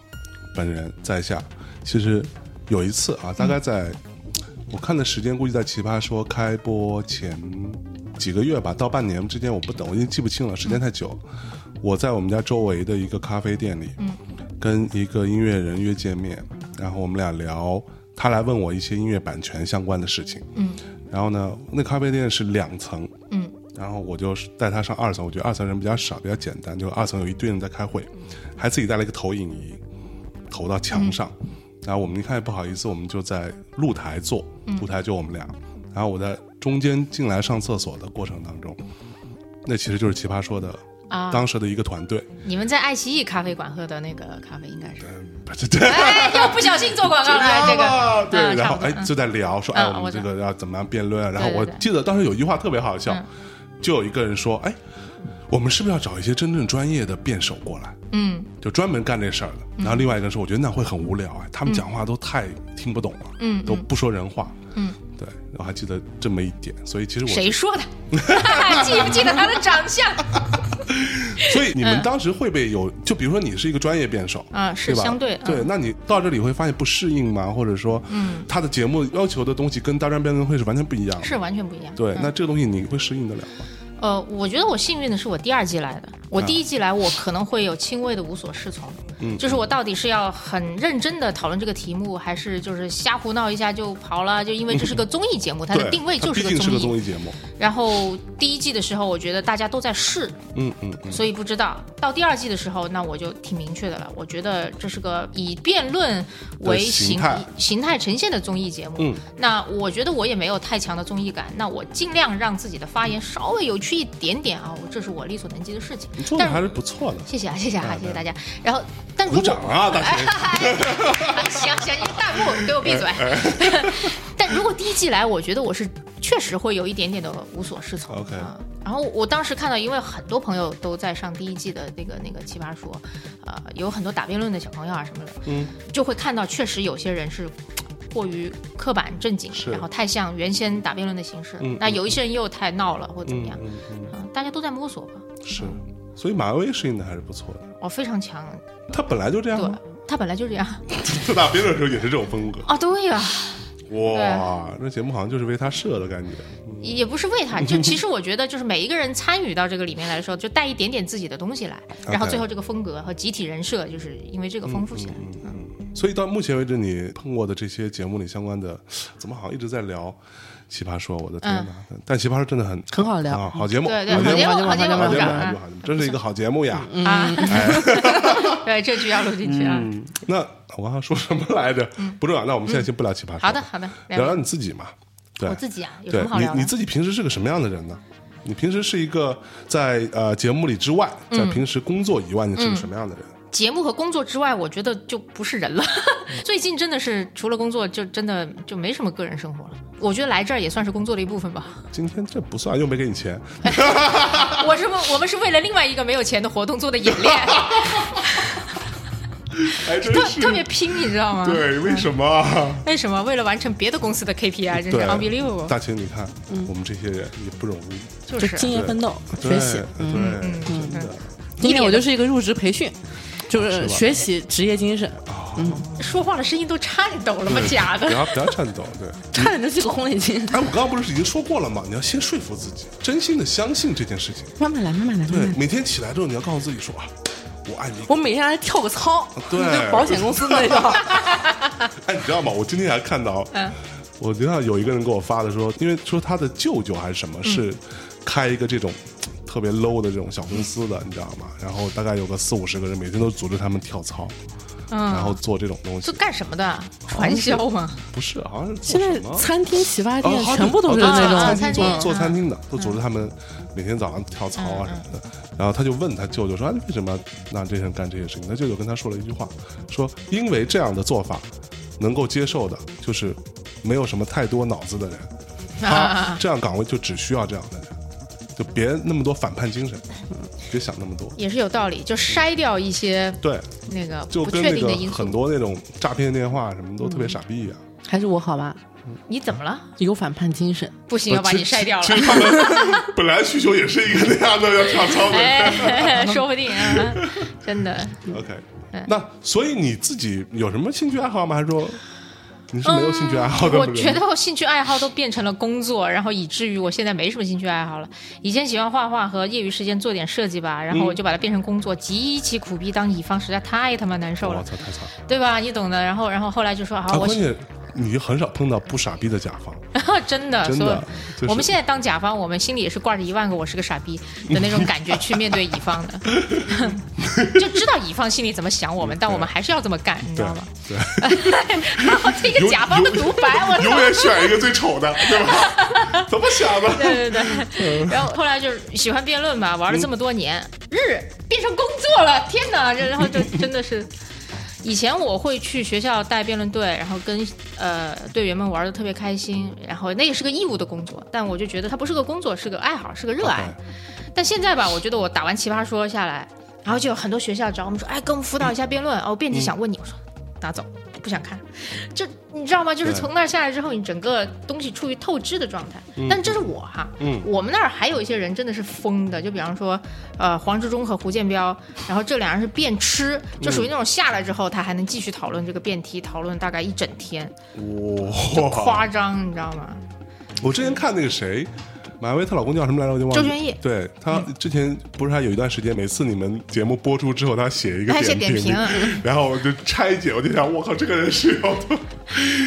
Speaker 1: 本人在下，其实有一次啊，大概在、我看的时间，估计在《奇葩说》开播前几个月吧，到半年之间，我不等，我已经记不清了，时间太久。我在我们家周围的一个咖啡店里，跟一个音乐人约见面，然后我们俩聊，他来问我一些音乐版权相关的事情，嗯，然后呢，那咖啡店是两层，嗯，然后我就带他上二层，我觉得二层人比较少，比较简单，就二层有一堆人在开会，还自己带了一个投影仪，投到墙上。然后我们一看也不好意思，我们就在露台坐，露台就我们俩。然后我在中间进来上厕所的过程当中，那其实就是奇葩说的
Speaker 2: 啊
Speaker 1: 当时的一个团队，
Speaker 2: 你们在爱奇艺咖啡馆喝的那个咖啡应该是，
Speaker 1: 对对。
Speaker 2: 哎，又不小心做 [LAUGHS] 广
Speaker 1: [LAUGHS]
Speaker 2: 告了，啊这个
Speaker 1: 对，
Speaker 2: 嗯
Speaker 1: 然
Speaker 2: 差
Speaker 1: 后
Speaker 2: 不多
Speaker 1: 哎
Speaker 2: 嗯
Speaker 1: 就在聊说哎
Speaker 2: 嗯
Speaker 1: 我
Speaker 2: 我
Speaker 1: 们
Speaker 2: 知
Speaker 1: 这
Speaker 2: 道
Speaker 1: 个要怎么样辩论啊，然后
Speaker 2: 对对
Speaker 1: 我
Speaker 2: 对
Speaker 1: 记得当时有一句话特别好笑
Speaker 2: 嗯，
Speaker 1: 就有一个人说哎，我们是不是要找一些真正专业的辩手过来？
Speaker 2: 嗯
Speaker 1: 就专门干这事儿的。然后另外一个人说，我觉得那会很无聊啊，他们讲话都太听不懂了，
Speaker 2: 嗯
Speaker 1: 都不说人话，
Speaker 2: 嗯，
Speaker 1: 对，我还记得这么一点。所以其实我，
Speaker 2: 谁说的？ [LAUGHS] 记不记得他的长
Speaker 1: [LAUGHS]
Speaker 2: 相？
Speaker 1: 所以你们当时会不会有，就比如说你是一个专业辩手
Speaker 2: 嗯啊是
Speaker 1: 吧
Speaker 2: 相对嗯
Speaker 1: 对，那你到这里会发现不适应吗？或者说，嗯，他的节目要求的东西跟大专辩论会是完全不一样的。
Speaker 2: 是完全不一样。
Speaker 1: 对，
Speaker 2: 嗯
Speaker 1: 那这个东西你会适应得了吗？
Speaker 2: 呃，我觉得我幸运的是我第二季来的。我
Speaker 1: 啊
Speaker 2: 第一季来，我可能会有轻微的无所适从，
Speaker 1: 嗯
Speaker 2: 就是我到底是要很认真的讨论这个题目，还是就是瞎胡闹一下就跑了？就因为这是个综艺节目，它的
Speaker 1: 对
Speaker 2: 定位
Speaker 1: 它
Speaker 2: 就是
Speaker 1: 毕
Speaker 2: 个
Speaker 1: 竟是个
Speaker 2: 综
Speaker 1: 综
Speaker 2: 艺。
Speaker 1: 艺节目，
Speaker 2: 然后第一季的时候，我觉得大家都在试，
Speaker 1: 嗯嗯嗯，
Speaker 2: 所以不知道。到第二季的时候，那我就挺明确的了，我觉得这是个以辩论为
Speaker 1: 对形
Speaker 2: 形
Speaker 1: 态
Speaker 2: 以形态呈现的综艺节目。
Speaker 1: 嗯
Speaker 2: 那我觉得我也没有太强的综艺感，那我尽量让自己的发言稍微有趣一点点啊，我这是我力所能及的事情
Speaker 1: 你。做的
Speaker 2: 但
Speaker 1: 还是不错的，
Speaker 2: 谢谢啊，谢谢
Speaker 1: 对
Speaker 2: 啊，
Speaker 1: 对
Speaker 2: 谢谢大家。然后，但
Speaker 1: 嗯鼓
Speaker 2: 如果
Speaker 1: 掌啊，大家。
Speaker 2: 哎 [LAUGHS] 行行，你弹幕给我闭嘴。
Speaker 1: 哎
Speaker 2: [LAUGHS] 但如果第一季来，我觉得我是确实会有一点点的无所适从。
Speaker 1: OK
Speaker 2: 啊然后我当时看到，因为很多朋友都在上第一季的那个那个奇葩说，呃，有很多打辩论的小朋友啊什么的，
Speaker 1: 嗯，
Speaker 2: 就会看到确实有些人是。过于刻板正经
Speaker 1: 是，
Speaker 2: 然后太像原先打辩论的形式。
Speaker 1: 嗯
Speaker 2: 那有一些人又太闹了，或者怎么样，
Speaker 1: 嗯嗯
Speaker 2: 嗯大家都在摸索吧。
Speaker 1: 嗯，是，所以马薇适应的还是不错的。
Speaker 2: 哦，非常强，
Speaker 1: 他本来就这样
Speaker 2: 对
Speaker 1: 吗，
Speaker 2: 他本来就这样。
Speaker 1: [LAUGHS] 做大辩论的时候也是这种风格。
Speaker 2: 啊，
Speaker 1: [LAUGHS]
Speaker 2: 对呀、
Speaker 1: 哇，那节目好像就是为他设的感觉。
Speaker 2: 也不是为他，就其实我觉得，就是每一个人参与到这个里面来的时候，就带一点点自己的东西来，然后最后这个风格和集体人设，就是因为这个丰富
Speaker 1: 嗯
Speaker 2: 起来。嗯
Speaker 1: 所以到目前为止，你碰过的这些节目里相关的，怎么好像一直在聊《奇葩说》？我的天哪！但《奇葩说》真的很
Speaker 3: 很好聊
Speaker 1: 啊，好节目，
Speaker 2: 嗯对对，
Speaker 1: 好
Speaker 2: 好
Speaker 1: 节目，
Speaker 2: 目，好节目，
Speaker 1: 好
Speaker 2: 好
Speaker 1: 节目，好节
Speaker 2: 节目
Speaker 1: 目，好节目，真是一个好节目呀！
Speaker 2: 啊！
Speaker 1: [LAUGHS]
Speaker 2: 对，这句要录进去啊。
Speaker 1: 嗯，那我刚刚说什么来着？不重要。那我们现在先不聊《奇葩说》，
Speaker 2: 嗯好的，，好的，
Speaker 1: 聊聊
Speaker 2: 聊
Speaker 1: 你自己嘛。对
Speaker 2: 我，自己啊，有什
Speaker 1: 对
Speaker 2: 么好
Speaker 1: 你
Speaker 2: 聊
Speaker 1: 你
Speaker 2: 的？
Speaker 1: 自己平时是个什么样的人呢？你平时是一个在呃节目里之外，
Speaker 2: 嗯
Speaker 1: 在平时工作以外，你是个什么样的人？
Speaker 2: 节目和工作之外，我觉得就不是人了。
Speaker 1: 嗯
Speaker 2: [LAUGHS] 最近真的是除了工作，就真的就没什么个人生活了。我觉得来这儿也算是工作的一部
Speaker 1: [LAUGHS]
Speaker 2: 分吧。
Speaker 1: 今天这不算，又没给你钱。
Speaker 2: 我是为我们是为了另外一个没有钱的活动做的演
Speaker 1: [LAUGHS]
Speaker 2: 练，
Speaker 1: 哎，真
Speaker 2: 特
Speaker 1: 是
Speaker 2: 特别拼，你知道吗？
Speaker 1: 对，为什么？
Speaker 2: 为什么为了完成别的公司的 KPI，真是
Speaker 1: 对
Speaker 2: unbelievable，
Speaker 1: 大秦，你看，
Speaker 2: 嗯
Speaker 1: 我们这些人也不容易，
Speaker 2: 就啊
Speaker 3: 就是敬业奋斗，
Speaker 1: 对
Speaker 3: 学习。
Speaker 2: 嗯
Speaker 1: 对，真的。
Speaker 3: 今天我就是一个入职培训，就是学习职业精神，
Speaker 1: 哦
Speaker 2: 说话的声音都颤抖了嘛，假
Speaker 1: 不
Speaker 2: 的。
Speaker 1: 要不要颤抖，对。
Speaker 3: 差点就是个红领巾。
Speaker 1: 哎，我刚刚不是已经说过了吗？你要先说服自己，真心的相信这件事情。
Speaker 3: 慢慢来，慢慢来，慢
Speaker 1: 对
Speaker 3: 慢，来。
Speaker 1: 每天起来之后，你要告诉自己说啊，我爱你。
Speaker 3: 我每天还跳个操，
Speaker 1: 对
Speaker 3: 就保险公司那
Speaker 1: [LAUGHS]
Speaker 3: 种。
Speaker 1: 哎，你知道吗？我今天还看到，
Speaker 3: 嗯
Speaker 1: 我知道有一个人给我发的说，因为说他的舅舅还是
Speaker 3: 嗯
Speaker 1: 什么，是开一个这种。特别 low 的这种小公司的，你知道吗？然后大概有个四五十个人，每天都组织他们跳操，
Speaker 3: 嗯
Speaker 1: 然后做这种东西
Speaker 2: 这。干什么的啊？传销吗？
Speaker 1: 不是，好像是做
Speaker 3: 现
Speaker 1: 什
Speaker 3: 在
Speaker 1: 么？
Speaker 3: 餐厅、洗发
Speaker 1: 哦
Speaker 3: 店
Speaker 1: 好像
Speaker 3: 全部都是
Speaker 1: 哦
Speaker 3: 那
Speaker 1: 做
Speaker 3: 种
Speaker 2: 啊
Speaker 1: 餐
Speaker 2: 餐
Speaker 1: 厅做
Speaker 2: 厅
Speaker 1: 做餐厅的，
Speaker 2: 嗯
Speaker 1: 都组织他们每天早上跳操啊什么的。然后他就问他舅舅说：“啊，为什么要让这些人干这些事情？”他舅舅跟他说了一句话，说：“因为这样的做法，能够接受的就是没有什么太多脑子的
Speaker 2: [LAUGHS]
Speaker 1: 人，他这样岗位就只需要这样的人，就别那么多反叛精神，
Speaker 2: 嗯
Speaker 1: 别想那么多。”
Speaker 2: 也是有道理，就筛掉一些
Speaker 1: 对，
Speaker 2: 那个
Speaker 1: 就
Speaker 2: 不
Speaker 1: 跟
Speaker 2: 确
Speaker 1: 那
Speaker 2: 定的
Speaker 1: 个
Speaker 2: 因
Speaker 1: 很
Speaker 2: 素。嗯
Speaker 1: 多那种诈骗电话什么都特别傻逼一样。
Speaker 3: 还是我好吧，
Speaker 2: 你怎么了？
Speaker 3: 有反叛精神。
Speaker 2: 不
Speaker 1: 啊
Speaker 2: 行，要把你筛掉
Speaker 1: 其实
Speaker 2: 了。
Speaker 1: 他们本来需求也是一个那样的要跳操
Speaker 2: [LAUGHS]
Speaker 1: 的人。
Speaker 2: [LAUGHS] 哎，说不定啊， [LAUGHS] 真的。
Speaker 1: OK，
Speaker 2: 嗯
Speaker 1: 那所以你自己有什么兴趣爱好吗？还是说你是没有兴趣爱好的
Speaker 2: 我
Speaker 1: 人？
Speaker 2: 觉得我兴趣爱好都变成了工作，然后以至于我现在没什么兴趣爱好了。以前喜欢画画和业余时间做点设计吧，
Speaker 1: 嗯
Speaker 2: 然后我就把它变成工作，极其苦逼当乙方，实在太他妈难受
Speaker 1: 我
Speaker 2: 了，
Speaker 1: 操，太惨了！
Speaker 2: 对吧？你懂的。然后，然后后来就说好，
Speaker 1: 啊，
Speaker 2: 我
Speaker 1: 关键你很少碰到不傻逼的甲方，
Speaker 2: [LAUGHS] 真的，
Speaker 1: 真的
Speaker 2: 所以
Speaker 1: 就是
Speaker 2: 我们现在当甲方，我们心里也是挂着一万个我是个傻逼的那种感觉去面对乙方的， [LAUGHS] 就知道乙方心里怎么想我们，但我们还是要这么干，你知
Speaker 1: 对
Speaker 2: 道吗？
Speaker 1: 对，
Speaker 2: [LAUGHS] 然后这个
Speaker 1: 永
Speaker 2: 甲方的
Speaker 1: 永
Speaker 2: 独白，我操
Speaker 1: 永！远选一个最丑的，对
Speaker 2: [LAUGHS]
Speaker 1: 吧？怎么想的？
Speaker 2: 对对对，然后后来就是喜欢辩论吧，玩了这么多年，日变成工作了，天哪！这然后就真的是，以前我会去学校带辩论队，然后跟呃队员们玩的特别开心，然后那也是个义务的工作，但我就觉得它不是个工作，是个爱好，是个热爱。但现在吧，我觉得我打完奇葩说下来，然后就有很多学校找我们说，哎，跟我们辅导一下辩论。哦，辩题想问你，我说拿走，不想看。就你知道吗？就是
Speaker 1: 对
Speaker 2: 从那儿下来之后，你整个东西处于透支的状态。但这是我哈，
Speaker 1: 嗯
Speaker 2: 我们那儿还有一些人真的是疯的，就比方说，呃，黄志忠和胡建彪，然后这俩人是辩痴，
Speaker 1: 嗯
Speaker 2: 就属于那种下来之后他还能继续讨论这个辩题，讨论大概一整天，
Speaker 1: 哇！
Speaker 2: 夸张，你知道吗？ [LAUGHS]
Speaker 1: 我之前看那个谁，马薇她老公叫什么来着？我就忘了。
Speaker 2: 周嗯俊毅
Speaker 1: 对她之前不是还有一段时间，每次你们节目播出之后，她写一个
Speaker 2: 她写
Speaker 1: 点
Speaker 2: 点评，
Speaker 1: 然后我就拆解，我就想，我靠，这个人是有多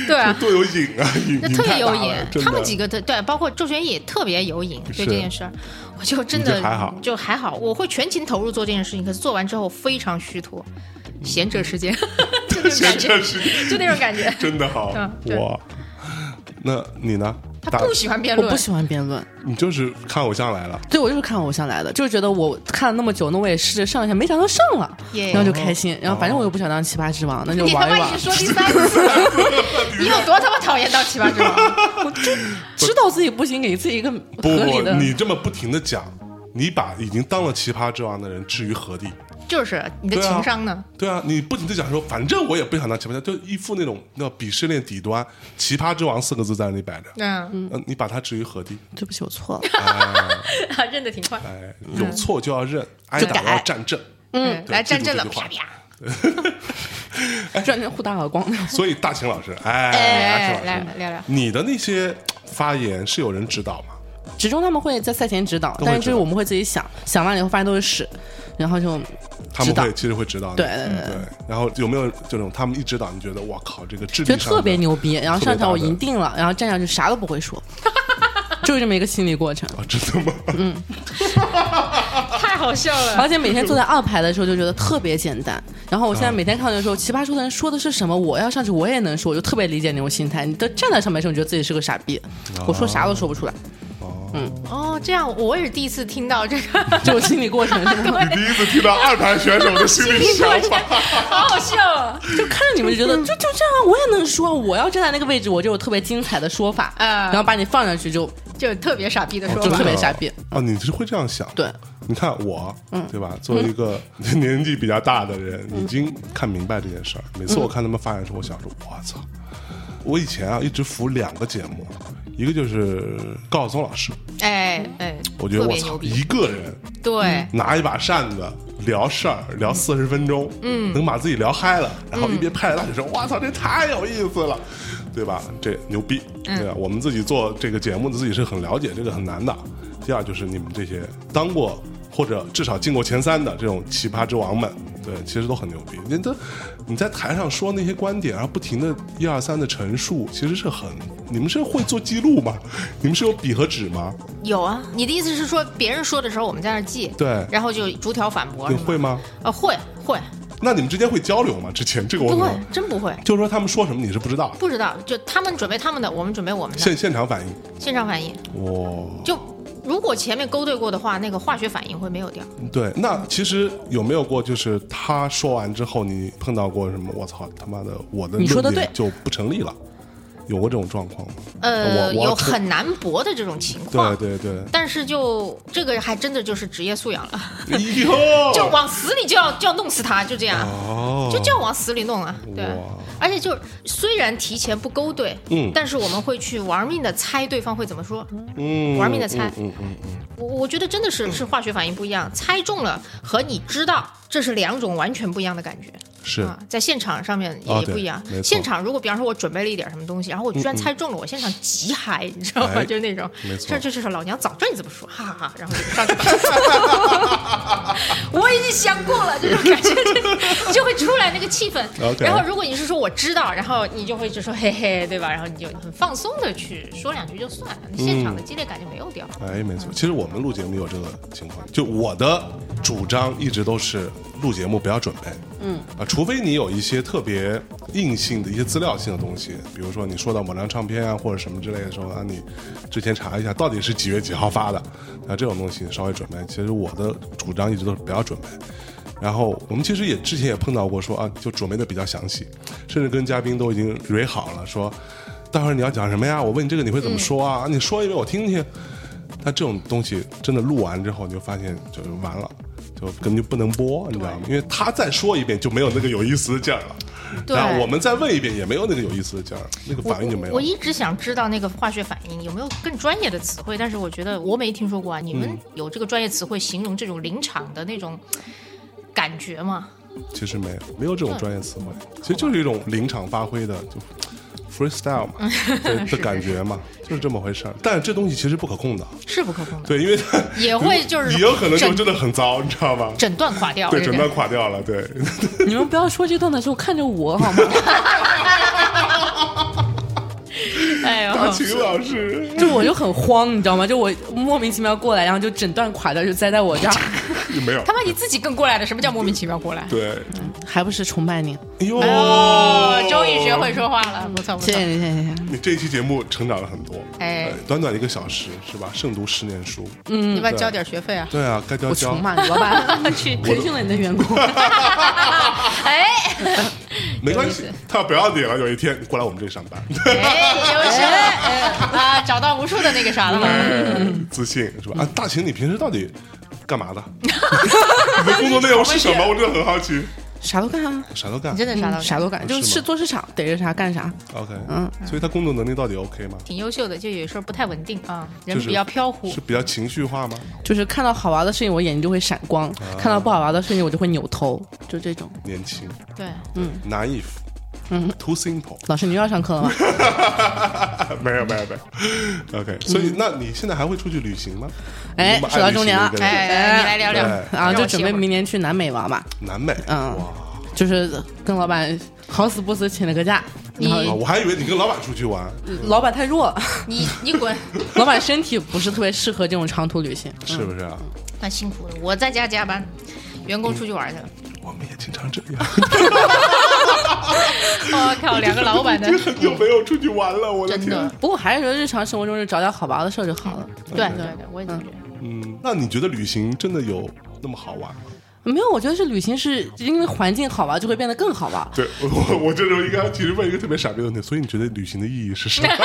Speaker 2: 对啊，
Speaker 1: 多有瘾啊！瘾
Speaker 2: 那特别有瘾
Speaker 1: 瘾，，真的
Speaker 2: 他们几个的对，包括周璇也特别有瘾对
Speaker 1: 是
Speaker 2: 这件事儿，我就真
Speaker 1: 你
Speaker 2: 的
Speaker 1: 就还好
Speaker 2: 就还好，我会全情投入做这件事情，可是做完之后非常虚脱，闲者
Speaker 1: [LAUGHS]
Speaker 2: 时间， [LAUGHS] 就那种感
Speaker 1: 真
Speaker 2: 觉
Speaker 1: 的，是
Speaker 2: 就那种
Speaker 1: [LAUGHS]
Speaker 2: 感觉，
Speaker 1: 真的好
Speaker 2: [LAUGHS] 嗯对
Speaker 1: 哇！那你呢？
Speaker 2: 他
Speaker 1: 大
Speaker 2: 不喜欢辩
Speaker 3: 我
Speaker 2: 论，
Speaker 3: 不喜欢辩论，
Speaker 1: 你就是看偶像来了，
Speaker 3: 对我就是看偶像来的，就是觉得我看了那么久，那我也试着上一下，没想到上了，
Speaker 2: 耶
Speaker 3: 然后就开心，然后
Speaker 1: 哦
Speaker 3: 反正我又不想当奇葩之王，那就
Speaker 2: 你他
Speaker 3: 玩一
Speaker 2: 妈已
Speaker 3: 玩
Speaker 2: 经。说第三次了，你有多他妈讨厌当奇葩之王？
Speaker 3: 知道自己不行，给自己一个
Speaker 1: 不
Speaker 3: 合
Speaker 1: 不
Speaker 3: 理的。，
Speaker 1: 你这么不停的讲，你把已经当了奇葩之王的人置于何地？
Speaker 2: [LAUGHS] 就是你的
Speaker 1: 对啊
Speaker 2: 情商呢？
Speaker 1: 对啊，你不停的讲说，反正我也不想当奇葩，就一副那种那鄙视链底端“奇葩之王”四个字在那里摆着。
Speaker 2: 嗯，
Speaker 1: 嗯，你把它置于何地？
Speaker 3: 对不起，我错了。 [LAUGHS]
Speaker 2: [LAUGHS] 啊认得挺快，
Speaker 1: 哎，有错就要认，挨
Speaker 3: 就
Speaker 1: 打
Speaker 3: 改
Speaker 1: 要站正。
Speaker 2: 嗯，来
Speaker 1: 记
Speaker 2: 站
Speaker 1: 住
Speaker 2: 正了，
Speaker 1: 这句话
Speaker 2: 啪啪，
Speaker 3: 转天互打耳光， [LAUGHS]
Speaker 1: 所以大秦老师，哎，大秦
Speaker 2: 哎，
Speaker 1: 老师
Speaker 2: 来聊聊，
Speaker 1: 你的那些发言是有人指导吗？
Speaker 3: 职中他们会在赛前指导，
Speaker 1: 会
Speaker 3: 但是
Speaker 1: 指
Speaker 3: 就是
Speaker 1: 导
Speaker 3: 我们会自己想，想完了以后发现都是屎，然后就
Speaker 1: 他
Speaker 3: 指
Speaker 1: 们
Speaker 3: 导
Speaker 1: 会其实会指导你，嗯
Speaker 3: 对对对
Speaker 1: 对。然后有没有这种他们一指导，你觉得哇靠，这个智力
Speaker 3: 觉得
Speaker 1: 上
Speaker 3: 特别
Speaker 1: 的
Speaker 3: 牛逼，然后
Speaker 1: 特别
Speaker 3: 上场我
Speaker 1: 大的
Speaker 3: 赢定了，然后站上去啥都不会说， [LAUGHS] 就是这么一个心理过程。
Speaker 1: 啊，真的吗？
Speaker 3: 嗯
Speaker 2: 太好笑
Speaker 1: [LAUGHS]
Speaker 2: 了。
Speaker 3: 而且每天坐在二排的时候就觉得特别简单。然后我
Speaker 1: 嗯
Speaker 3: 现在每天看的时候，奇葩说的人说的是什么，我要上去我也能说，我就特别理解那种心态。你都站在上面的时候，你觉得自己是个傻逼，我说啥都说不出来，
Speaker 2: 哦，这样我也是第一次听到这个。
Speaker 3: 这种心理过程是吗？ [LAUGHS]
Speaker 1: 你 [LAUGHS] 第一次听到二排选手的心理想法，
Speaker 2: 好好笑啊！
Speaker 3: 就看着你们就觉得就就这样，啊我也能说，我要站在那个位置，我就有特别精彩的说法，
Speaker 2: 啊
Speaker 3: 然后把你放上去就
Speaker 2: 就特别傻逼的
Speaker 1: [LAUGHS]
Speaker 2: 说
Speaker 3: 就
Speaker 1: 真的
Speaker 2: 法
Speaker 3: 特，别傻逼。
Speaker 1: 哦，你是会这样想？
Speaker 3: 对，嗯
Speaker 1: 你看我，对吧？作为一个 [LAUGHS] 年纪比较大的人，已经看明白这件事儿。每次我
Speaker 3: 嗯
Speaker 1: 看他们发言的时候，我想说，我操！我以前啊一直服两个节目，一个就是高晓松老师，
Speaker 2: 哎哎，
Speaker 1: 我觉得
Speaker 2: 特
Speaker 1: 我
Speaker 2: 别牛
Speaker 1: 操，
Speaker 2: 逼
Speaker 1: 一，嗯个人
Speaker 2: 对，
Speaker 1: 拿一把扇子聊事儿，聊四十分钟，嗯，能把自己聊嗨了，然
Speaker 2: 嗯
Speaker 1: 后一边拍着大腿说：“我操，这太有意思了，对吧？这牛逼，
Speaker 2: 嗯
Speaker 1: 对吧？”我们自己做这个节目的自己是很了解这个很难的。第二就是你们这些当过或者至少进过前三的这种奇葩之王们，对，其实都很牛逼。你都你在台上说那些观点，然后不停的一二三的陈述，其实是很你们是会做记录吗？你们是有笔和纸吗？
Speaker 2: 有啊。你的意思是说别人说的时候我们在那儿记，
Speaker 1: 对
Speaker 2: 然后就逐条反驳，
Speaker 1: 你
Speaker 2: 是吗
Speaker 1: 会？吗？
Speaker 2: 呃，会会，
Speaker 1: 那你们之间会交流吗？之前这个我
Speaker 2: 不
Speaker 1: 可
Speaker 2: 会
Speaker 1: 能，
Speaker 2: 真不会，
Speaker 1: 就是说他们说什么你是不知道的，
Speaker 2: 不知道。就他们准备他们的，我们准备我们的，
Speaker 1: 现现场反应。
Speaker 2: 现场反应。
Speaker 1: 哇，
Speaker 2: 就如果前面勾兑过的话，那个化学反应会没有掉。
Speaker 1: 对，那其实有没有过就是他说完之后，你碰到过什么？我操，他妈的，我的
Speaker 3: 你说
Speaker 1: 论
Speaker 3: 得
Speaker 1: 点
Speaker 3: 对
Speaker 1: 就不成立了，有过这种状况吗？
Speaker 2: 呃，
Speaker 1: 我我
Speaker 2: 有很难驳的这种情况。
Speaker 1: 对对对，
Speaker 2: 但是就这个还真的就是职业素养了，
Speaker 1: 哎哟，
Speaker 2: 就往死里就要就要弄死他，就这样。
Speaker 1: 哦，
Speaker 2: 就就要往死里弄啊！对
Speaker 1: 哇，
Speaker 2: 而且就是虽然提前不勾兑，
Speaker 1: 嗯
Speaker 2: 但是我们会去玩命的猜对方会怎么说。
Speaker 1: 嗯
Speaker 2: 玩命地猜
Speaker 1: 嗯嗯嗯
Speaker 2: 我我觉得真的是是化学反应不一样，猜中了和你知道这是两种完全不一样的感觉。
Speaker 1: 是
Speaker 2: 啊，在现场上面
Speaker 1: 哦
Speaker 2: 也
Speaker 1: 对
Speaker 2: 不一样
Speaker 1: 没。错嗯
Speaker 2: 现场如果比方说我准备了一点什么东西，然后我居然猜中了，我现场极嗨，你知道吗？
Speaker 1: 哎
Speaker 2: 就是那种
Speaker 1: 没，错
Speaker 2: 这就是说老娘早知道你这么说，哈哈哈。然后就上去 [LAUGHS] 吧，我已经想过了，这种感觉就就会出来那个气氛。
Speaker 1: OK
Speaker 2: 然后如果你是说我知道，然后你就会就说嘿嘿，对吧？然后你就很放松的去说两句就算了，那现
Speaker 1: 嗯
Speaker 2: 场的激烈感就没有掉。
Speaker 1: 哎，没错，其实我们录节目有这个情况，就我的主张一直都是录节目不要准备，嗯啊，除非你有一些特别硬性的一些资料性的东西，比如说你说到某张唱片啊或者什么之类的时候啊，你之前查一下到底是几月几号发的，啊这种东西稍微准备。其实我的主张一直都是不要准备。然后我们其实也之前也碰到过说啊，就准备的比较详细，甚至跟嘉宾都已经蕊好了，说待会儿你要讲什么呀？我问你这个你会怎么说啊？你说一遍我听听。但这种东西真的录完之后，你就发现就是完了，就根本就不能播，你知道吗？因为他再说一遍就没有那个有意思的劲儿了，
Speaker 2: 对
Speaker 1: 然后我们再问一遍也没有那个有意思的劲儿，那个
Speaker 2: 我
Speaker 1: 反应就没有
Speaker 2: 我。我
Speaker 1: 了。
Speaker 2: 一直想知道那个化学反应有没有更专业的词汇，但是我觉得我没听说过啊。你
Speaker 1: 嗯
Speaker 2: 们有这个专业词汇形容这种临场的那种感觉吗？
Speaker 1: 其实没有，没有这种专业词汇，
Speaker 2: 嗯
Speaker 1: 其实就是一种临场发挥的就 freestyle 嘛
Speaker 2: [LAUGHS]
Speaker 1: 的的感觉嘛，就是这么回事儿。但是这东西其实不可控的，
Speaker 2: 是不可控的，
Speaker 1: 对，因为它
Speaker 2: 嗯也
Speaker 1: [LAUGHS]
Speaker 2: 会就是
Speaker 1: 也有可能就
Speaker 2: 整
Speaker 1: 真的很糟，你知道吧？
Speaker 2: 整嗯段垮掉。
Speaker 1: 对，
Speaker 2: 这
Speaker 1: 整
Speaker 2: 个 [LAUGHS]
Speaker 1: 段垮掉了，对。 [LAUGHS]
Speaker 3: 你们不要说这段的时候看着我好吗？
Speaker 1: [LAUGHS]
Speaker 2: 哎呦，
Speaker 1: 秦老师，
Speaker 2: 嗯
Speaker 3: 就我就很慌，你知道吗？就我莫名其妙过来，然后就整段垮掉，就栽在我这儿，
Speaker 1: 没有
Speaker 2: 他，妈你自己更过来的，什么叫莫名其妙过来？
Speaker 1: 对，
Speaker 3: [LAUGHS] 还不是崇拜你？
Speaker 1: 哎呦，
Speaker 2: 哦，终于学会说话了，不错不
Speaker 3: 谢
Speaker 2: 错
Speaker 3: 谢。你，谢谢你。
Speaker 1: 你这一期节目成长了很多，
Speaker 2: 哎嗯
Speaker 1: 呃短短一个小时是吧？胜读十年书，
Speaker 3: 嗯
Speaker 2: 你把
Speaker 1: 对！
Speaker 2: 交点学费啊
Speaker 1: 对啊，该教
Speaker 3: 我
Speaker 1: 教
Speaker 3: 穷。嘛，你老 [LAUGHS] 板
Speaker 2: 去
Speaker 3: 培训了你的员工，
Speaker 2: 哎
Speaker 1: 没关系，他不要你了，有一天你过来我们这里上班，
Speaker 2: 哎，优秀啊！找到无数的那个啥了吗？
Speaker 1: 嗯自信是吧？啊，大秦，你平时到底干嘛 [LAUGHS] 的？你的工作内容是 [LAUGHS] 什么？我真的很好奇，
Speaker 3: [LAUGHS] 啥都干啊，
Speaker 1: 啥都干
Speaker 2: 你。真的啥
Speaker 3: 嗯啥
Speaker 2: 都
Speaker 3: 都干，就是
Speaker 1: 是吗
Speaker 3: 是做市场，逮着啥干啥。
Speaker 1: OK，
Speaker 3: 嗯，
Speaker 1: 所以他工作能力到底 OK 吗？
Speaker 2: 挺优秀的，就有时候不太稳定啊，人
Speaker 1: 就是
Speaker 2: 比较飘忽
Speaker 1: 是。比较情绪化吗？
Speaker 3: 就是看到好玩的事情，我眼睛就会闪光；看到不好玩的事情，我就会扭头，就这种。
Speaker 1: 年轻
Speaker 2: 对，
Speaker 1: ，naive，嗯，too simple。
Speaker 3: 老师，你又要上课 [LAUGHS] 了吗？
Speaker 1: [LAUGHS] 没有没有没有，OK。所以，那你现在还会出去旅行吗？
Speaker 3: 哎
Speaker 1: 你那么爱
Speaker 3: 说到重点了
Speaker 1: 旅行的一个人
Speaker 2: 哎，来你来聊聊
Speaker 1: 对，
Speaker 2: 让
Speaker 3: 啊，
Speaker 2: 我
Speaker 3: 就准备
Speaker 2: 歇会儿
Speaker 3: 明年去南美玩吧，
Speaker 1: 南美，
Speaker 3: 嗯
Speaker 1: 哇，
Speaker 3: 就是跟老板好死不死请了个假，然
Speaker 1: 啊
Speaker 3: 后
Speaker 1: 我还以为你跟老板出去玩，
Speaker 3: 老板太弱 [LAUGHS] 了，
Speaker 2: 你你滚，
Speaker 3: 老板身体不是特别适合这种长途旅行。
Speaker 1: 是不是啊？
Speaker 2: 蛮辛苦的。我在家加班，员工出去玩去 [LAUGHS] 了。
Speaker 1: 我们也经常这样，
Speaker 2: 我哦靠，两个老板
Speaker 3: [LAUGHS]
Speaker 1: [LAUGHS]
Speaker 2: 的，
Speaker 1: 很久没有出去玩了，我的
Speaker 2: 真
Speaker 1: 天。
Speaker 2: 的，
Speaker 3: 不过还是觉得日常生活中就找点好玩的事儿就好了。
Speaker 2: 对对对，我也这么觉得。
Speaker 1: 嗯，那你觉得旅行真的有那么好玩吗？
Speaker 3: 没有，我觉得是旅行是因为环境好玩就会变得更好玩。
Speaker 1: 对我，我我这时候应该其实问一个特别傻逼的问题，所以你觉得旅行的意义是什么？
Speaker 3: [LAUGHS]
Speaker 2: 大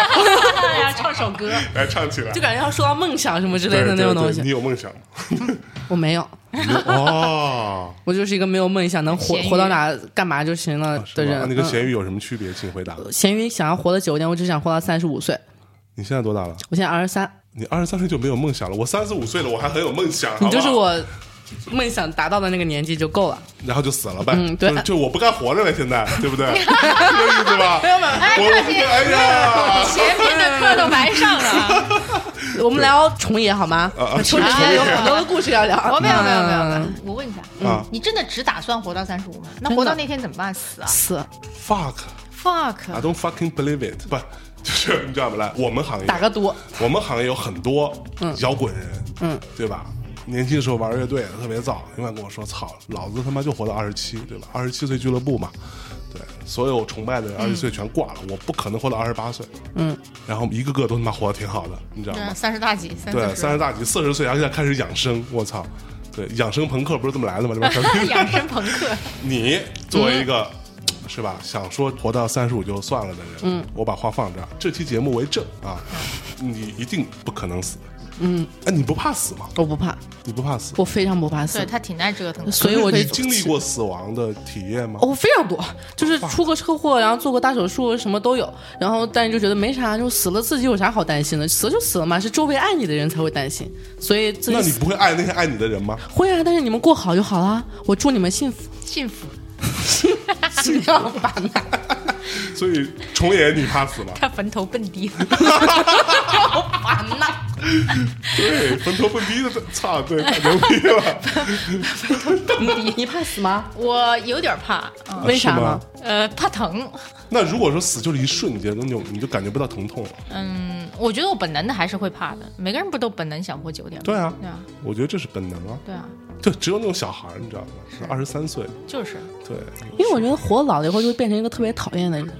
Speaker 2: 家唱首歌，
Speaker 1: 来唱起来
Speaker 3: 就。感觉要说到梦想什么之类
Speaker 1: 对对
Speaker 3: 的那种东
Speaker 1: 对，
Speaker 3: 西
Speaker 1: 你，有梦想吗
Speaker 3: 我没有，
Speaker 1: 哦，
Speaker 3: 我就是一个没有梦想，能活
Speaker 2: 咸鱼
Speaker 3: 活到哪干嘛就行
Speaker 1: [LAUGHS]
Speaker 3: 了
Speaker 1: 啊是
Speaker 3: 的
Speaker 1: 吧
Speaker 3: 人
Speaker 1: 那。跟
Speaker 3: 嗯
Speaker 1: 咸鱼有什么区别？请回答。
Speaker 3: 咸鱼想要活得久一点，我只想活到三十五岁。
Speaker 1: 你现在多大了？
Speaker 3: 我现在二十三，
Speaker 1: 你二十三岁就没有梦想了，我三十五岁了，我还很有梦想。
Speaker 3: 你就是
Speaker 1: 好不好，
Speaker 3: 我梦想达到的那个年纪就够了。
Speaker 1: 然后就死了呗。
Speaker 3: 嗯对
Speaker 1: 就是就我不该活着了，现在对不
Speaker 3: [LAUGHS]
Speaker 1: 对？是这意思吧？没有没有，我我不该哎呀，
Speaker 2: [LAUGHS] 前面的课都白上
Speaker 3: 嗯
Speaker 2: 了。
Speaker 3: 我们聊重野好吗 [LAUGHS]
Speaker 1: 啊啊？
Speaker 3: 重野
Speaker 2: 是是
Speaker 3: 有
Speaker 2: 是
Speaker 3: 很多的故事要聊。
Speaker 2: 我哦没有没有没有没有
Speaker 3: 嗯，
Speaker 2: 我问一下
Speaker 1: 啊，
Speaker 2: 你真的只打算活到三十五吗？那
Speaker 3: 真的
Speaker 2: 活到那天怎么办？死啊
Speaker 3: 死
Speaker 1: fuck，I
Speaker 2: ！fuck，
Speaker 1: don't fucking believe it，不，就是你知道不？来，我们行业
Speaker 3: 打个赌，
Speaker 1: 我们行业有很多摇滚人，嗯，对吧？年轻时候玩乐队特别燥，永远跟我说：“操，老子他妈就活到二十七，对吧？二十七岁俱乐部嘛，对，所有崇拜的人二十岁全挂了，我不可能活到二十八岁。”嗯，然后一个个都他妈活得挺好的，你知道吗？
Speaker 2: 三十大几，三
Speaker 1: 对，
Speaker 2: 四
Speaker 1: 三十
Speaker 2: 十。
Speaker 1: 大几，四十岁，然后现在开始养生，我操！对，养生朋克不是这么来的 [LAUGHS] 吗？这
Speaker 2: 养生朋
Speaker 3: [LAUGHS]
Speaker 2: 克，
Speaker 1: 你作为一个、是吧，想说活到三十五就算了的人，嗯，我把话放这儿，这期节目为证啊，你一定不可能死，嗯，哎，你不怕死吗？
Speaker 3: 我不怕，
Speaker 1: 你不怕死？
Speaker 3: 我非常不怕
Speaker 2: 对
Speaker 3: 死，
Speaker 2: 他挺爱折腾的。
Speaker 3: 所以我哦就
Speaker 1: 你经历过死亡的体验吗？
Speaker 3: 我非常多，就是出过车祸，然后做过大手术，什么都有。然后但是就觉得没啥，就死了自己有啥好担心的？死了就死了嘛，是周围爱你的人才会担心。所以自
Speaker 1: 那
Speaker 3: 己
Speaker 1: 你
Speaker 3: 死
Speaker 1: 不会爱那些爱你的人吗？
Speaker 3: 会啊，但是你们过好就好啦。我祝你们幸福。
Speaker 2: 幸福，
Speaker 3: 尽量把那
Speaker 1: 所以重演你怕死吗？
Speaker 2: 他坟头蹦
Speaker 3: [LAUGHS]
Speaker 2: 迪，
Speaker 3: 把那
Speaker 1: 对，坟头蹦迪的，操，对，太牛逼了，
Speaker 3: [LAUGHS] 你你怕死吗？
Speaker 2: 我有点怕，嗯
Speaker 3: 为啥
Speaker 1: 啊是
Speaker 3: 呢
Speaker 1: 吗？
Speaker 2: 呃，怕疼。那
Speaker 1: 那如果说死就是一瞬间，那你就你就感觉不到疼痛了。
Speaker 2: 嗯我觉得我本能的还是会怕的，每个人不都本能想活久点吗？
Speaker 1: 对啊，
Speaker 2: 对啊，
Speaker 1: 我觉得这是本能啊，
Speaker 2: 对啊，
Speaker 1: 就只有那种小孩儿，你知道吗？二十三岁，
Speaker 2: 就是，
Speaker 1: 对，
Speaker 3: 因为我觉得活老了以后就会变成一个特别讨厌的人，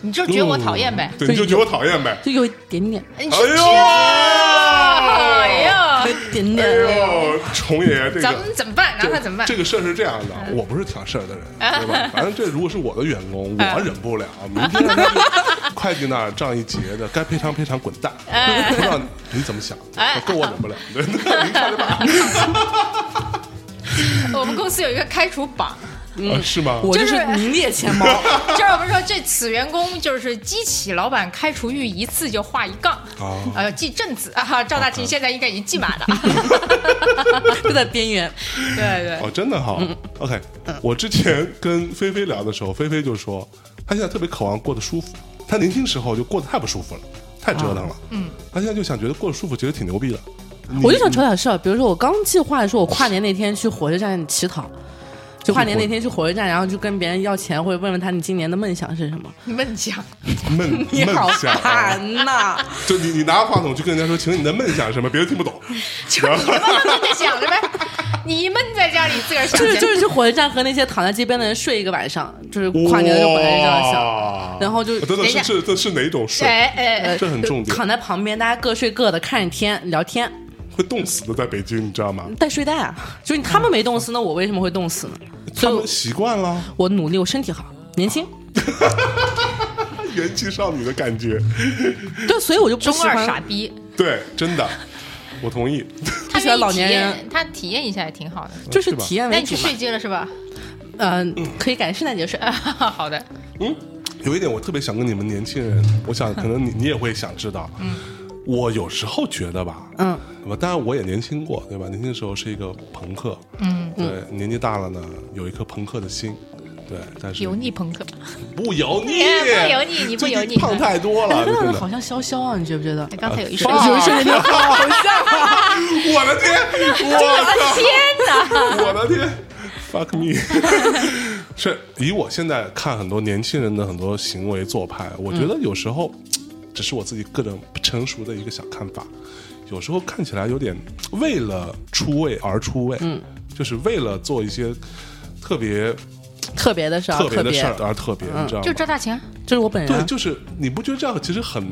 Speaker 2: 你就觉得我讨厌呗
Speaker 1: 嗯，对，你就觉得我讨厌呗。
Speaker 3: 就有一点点，
Speaker 2: 你
Speaker 1: 哎
Speaker 2: 是
Speaker 1: 呦，
Speaker 2: 哎呀
Speaker 3: 有，一点
Speaker 1: [LAUGHS] 哎
Speaker 3: 点。
Speaker 1: 呦，重爷这
Speaker 2: 咱
Speaker 1: 个。
Speaker 2: 们怎么办？拿他怎么办
Speaker 1: 这？个事儿是这样的，
Speaker 3: 嗯
Speaker 1: 我不是挑事儿的人，对吧？ [LAUGHS] 反正这如果是我的员工，我忍不了，
Speaker 3: 嗯
Speaker 1: 明天他就会计那儿账一结的，该赔偿赔偿，滚蛋！
Speaker 3: 嗯
Speaker 1: 不知道你怎么想，
Speaker 2: 哎
Speaker 1: 跟我忍
Speaker 3: [LAUGHS]
Speaker 1: 不了，对，您看着办
Speaker 2: 我们公司有一个开除
Speaker 3: [LAUGHS]
Speaker 2: 榜，
Speaker 1: 啊，是吗？
Speaker 3: 嗯我就是
Speaker 2: 就是
Speaker 3: 名列
Speaker 1: [LAUGHS]
Speaker 3: 前茅，
Speaker 2: 就是我们说这此员工就是激起老板开除欲一次就画一杠
Speaker 1: 哦，
Speaker 2: 呃，记正字啊，赵大
Speaker 3: 哦
Speaker 2: 琴现在应该已经记满
Speaker 3: [LAUGHS]
Speaker 2: 了，
Speaker 3: 就在边缘。
Speaker 2: 对对，
Speaker 1: 哦，真的哈。OK，我之前跟菲菲聊的时候，菲菲就说她现在特别渴望过得舒服，她年轻时候就过得太不舒服了，太折腾了。嗯，她现在就想觉得过得舒服，觉得挺牛逼的。
Speaker 3: 我就想找点事儿，比如说我刚计划说，我跨年那天去火车站乞讨，就跨年那天去火车站，然后就跟别人要钱，或者问问他你今年的梦想是什么。
Speaker 2: 梦想，
Speaker 1: 闷
Speaker 3: [LAUGHS] 你好
Speaker 1: 闷想啊，
Speaker 3: 烦呐、
Speaker 1: 就你你拿话筒去跟人家说，请你的梦想是什么，别人听不懂。
Speaker 2: 就你他妈闷着想着呗，你闷在家里自个儿想
Speaker 3: [LAUGHS] 就是
Speaker 2: 去，
Speaker 3: 就是去火车站和那些躺在街边的人睡一个晚上，就是跨年的时候在这样想，
Speaker 1: 哇哦
Speaker 3: 然后就
Speaker 1: 等等
Speaker 2: 等一
Speaker 1: 是
Speaker 2: 下
Speaker 1: 是这是哪种睡？
Speaker 2: 哎
Speaker 3: 呃
Speaker 2: 哎，
Speaker 1: 这很重点
Speaker 3: 躺在旁边，大家各睡各的，看着天聊天，
Speaker 1: 会冻死的，在北京你知道吗？
Speaker 3: 带睡袋啊。就是他们没冻死，那我为什么会冻死呢？
Speaker 1: 他
Speaker 3: 所以
Speaker 1: 们
Speaker 3: 我
Speaker 1: 习惯了，
Speaker 3: 我努力，我身体好，年轻。
Speaker 1: 元气少女的感觉。
Speaker 3: 对，所以我就不
Speaker 2: 中
Speaker 3: 喜
Speaker 2: 二傻
Speaker 3: 欢
Speaker 2: 逼，
Speaker 1: 对，真的，我同意。
Speaker 2: 他
Speaker 3: 喜欢老
Speaker 2: 体
Speaker 3: 年
Speaker 2: 验
Speaker 3: 人
Speaker 2: 他体验一下也挺好的。
Speaker 3: 就是
Speaker 1: 是吧
Speaker 3: 体验
Speaker 2: 那
Speaker 3: 为
Speaker 2: 你
Speaker 3: 主
Speaker 2: 去
Speaker 3: 嘛
Speaker 2: 睡。街了是吧？ [LAUGHS]
Speaker 3: 嗯，可以改圣诞节睡。
Speaker 2: 好的，
Speaker 1: 嗯，有一点我特别想跟你们年轻人，我想可
Speaker 2: [LAUGHS]
Speaker 1: 能你你也会想知道，嗯，我有时候觉得吧，
Speaker 3: 嗯，
Speaker 1: 我当然我也年轻过，对吧？年轻的时候是一个朋克，嗯，对，年纪大了呢，有一颗朋克的心。对，但是
Speaker 2: 油腻朋克，
Speaker 1: 不油腻，
Speaker 2: 不油腻你不
Speaker 1: 最近
Speaker 2: 油腻
Speaker 1: 胖太多了，
Speaker 3: 哎那
Speaker 1: 真
Speaker 3: 个
Speaker 1: 的
Speaker 3: 好。像潇潇啊，你觉不觉得？
Speaker 2: 哎刚才有一
Speaker 1: 放
Speaker 2: 瞬
Speaker 1: 啊
Speaker 2: 间，
Speaker 3: 有一瞬间
Speaker 1: [LAUGHS]
Speaker 3: 就好像啊，
Speaker 1: 我的天，我靠！
Speaker 2: 天哪！
Speaker 1: 我的天，fuck me！是以我现在看很多年轻人的很多行为做派，我觉得有时候、只是我自己个人不成熟的一个小看法，有时候看起来有点为了出位而出位，嗯，就是为了做一些特别
Speaker 3: 特别的事儿，
Speaker 1: 特别
Speaker 3: 啊特
Speaker 1: 的事
Speaker 3: 别嗯
Speaker 1: 儿，而特别，你知道
Speaker 2: 就
Speaker 1: 吗？
Speaker 2: 赵大琴啊，
Speaker 3: 这是我本
Speaker 1: 对，
Speaker 3: 人。
Speaker 1: 就是你不觉得这样其实很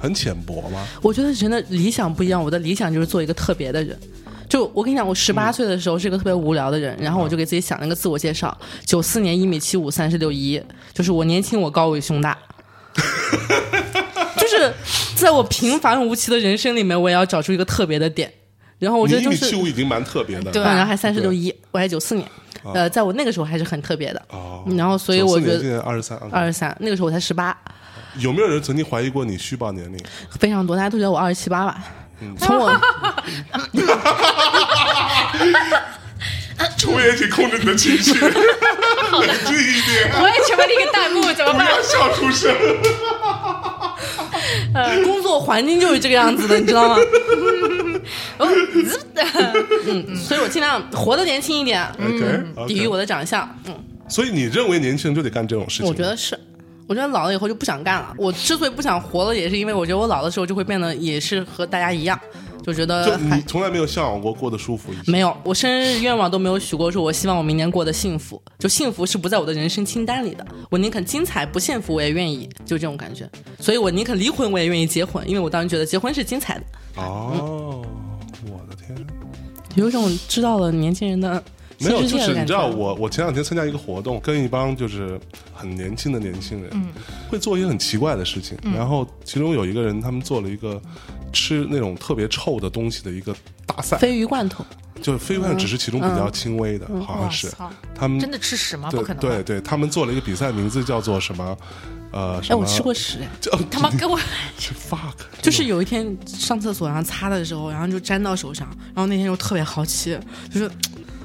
Speaker 1: 很浅薄吗？
Speaker 3: 我觉得人的理想不一样，我的理想就是做一个特别的人。就我跟你讲，我十八岁的时候是一个特别无聊的
Speaker 1: 嗯
Speaker 3: 人，然后我就给自己想了一个自我介绍：九四年一米七五，三十六一，就是我年轻，我高，我胸大。 [LAUGHS] 就是在我平凡无奇的人生里面，我也要找出一个特别的点。然后我觉得
Speaker 1: 你一
Speaker 3: 就
Speaker 1: 米
Speaker 3: 是
Speaker 1: 七五已经蛮特别的了，
Speaker 2: 对
Speaker 3: 嗯，然后还三十六一，我还九四年，呃，在我那个时候还是很特别的。
Speaker 1: 啊哦
Speaker 3: 然后所以我觉
Speaker 1: 现
Speaker 3: 得
Speaker 1: 在二十三，
Speaker 3: 二十三，那个时候我才十八，
Speaker 1: 有没有人曾经怀疑过你虚报年龄？
Speaker 3: 非常多，大家都觉得我二十七八吧。
Speaker 1: 嗯
Speaker 3: 从我
Speaker 1: 抽烟，请控制你的情
Speaker 3: [LAUGHS]
Speaker 1: 绪，冷静一点，
Speaker 2: 我也成为了一个弹幕，怎么
Speaker 1: 不
Speaker 2: 办？ [LAUGHS]
Speaker 1: 要笑出声。
Speaker 3: 工作环境就是这个样子的，你知道吗？嗯，所以我尽量活得年轻一点，
Speaker 1: OK，
Speaker 3: 嗯抵御我的长相。嗯，
Speaker 1: 所以你认为年轻人就得干这种事情？
Speaker 3: 我觉得是。我觉得老了以后就不想干了。我之所以不想活了，也是因为我觉得我老的时候就会变得也是和大家一样，就觉
Speaker 1: 就
Speaker 3: 得还
Speaker 1: 你从来没有向往过过得舒服一些。
Speaker 3: 没有，我生日愿望都没有许过，说我希望我明年过得幸福。就幸福是不在我的人生清单里的，我宁肯精彩，不幸福我也愿意，就这种感觉。所以我宁肯离婚，我也愿意结婚，因为我当时觉得结婚是精彩的，
Speaker 1: 哦，我的天，
Speaker 3: 有一种知道了年轻人的
Speaker 1: 没有，
Speaker 3: 新世
Speaker 1: 就
Speaker 3: 界的
Speaker 1: 是你
Speaker 3: 感
Speaker 1: 知道，
Speaker 3: 觉。
Speaker 1: 我我前两天参加一个活动，跟一帮就是很年轻的年轻人，
Speaker 3: 嗯
Speaker 1: 会做一些很奇怪的事情。然后其中有一个人，他们做了一个吃那种特别臭的东西的一个大赛，
Speaker 3: 鲱鱼罐头，
Speaker 1: 就是飞快只是其中比较轻微的，好像是
Speaker 2: 嗯操
Speaker 1: 他们
Speaker 2: 真的吃屎吗？
Speaker 1: 对
Speaker 2: 不可能吧。
Speaker 1: 对对，他们做了一个比赛，名字叫做什么？呃，什
Speaker 3: 哎，
Speaker 1: 么
Speaker 3: 我吃过屎，
Speaker 1: 这
Speaker 2: 他妈给我，
Speaker 1: 这 [LAUGHS] fuck，
Speaker 3: 就是有一天上厕所，然后擦的时候，然后就粘到手上，然后那天就特别好奇，就是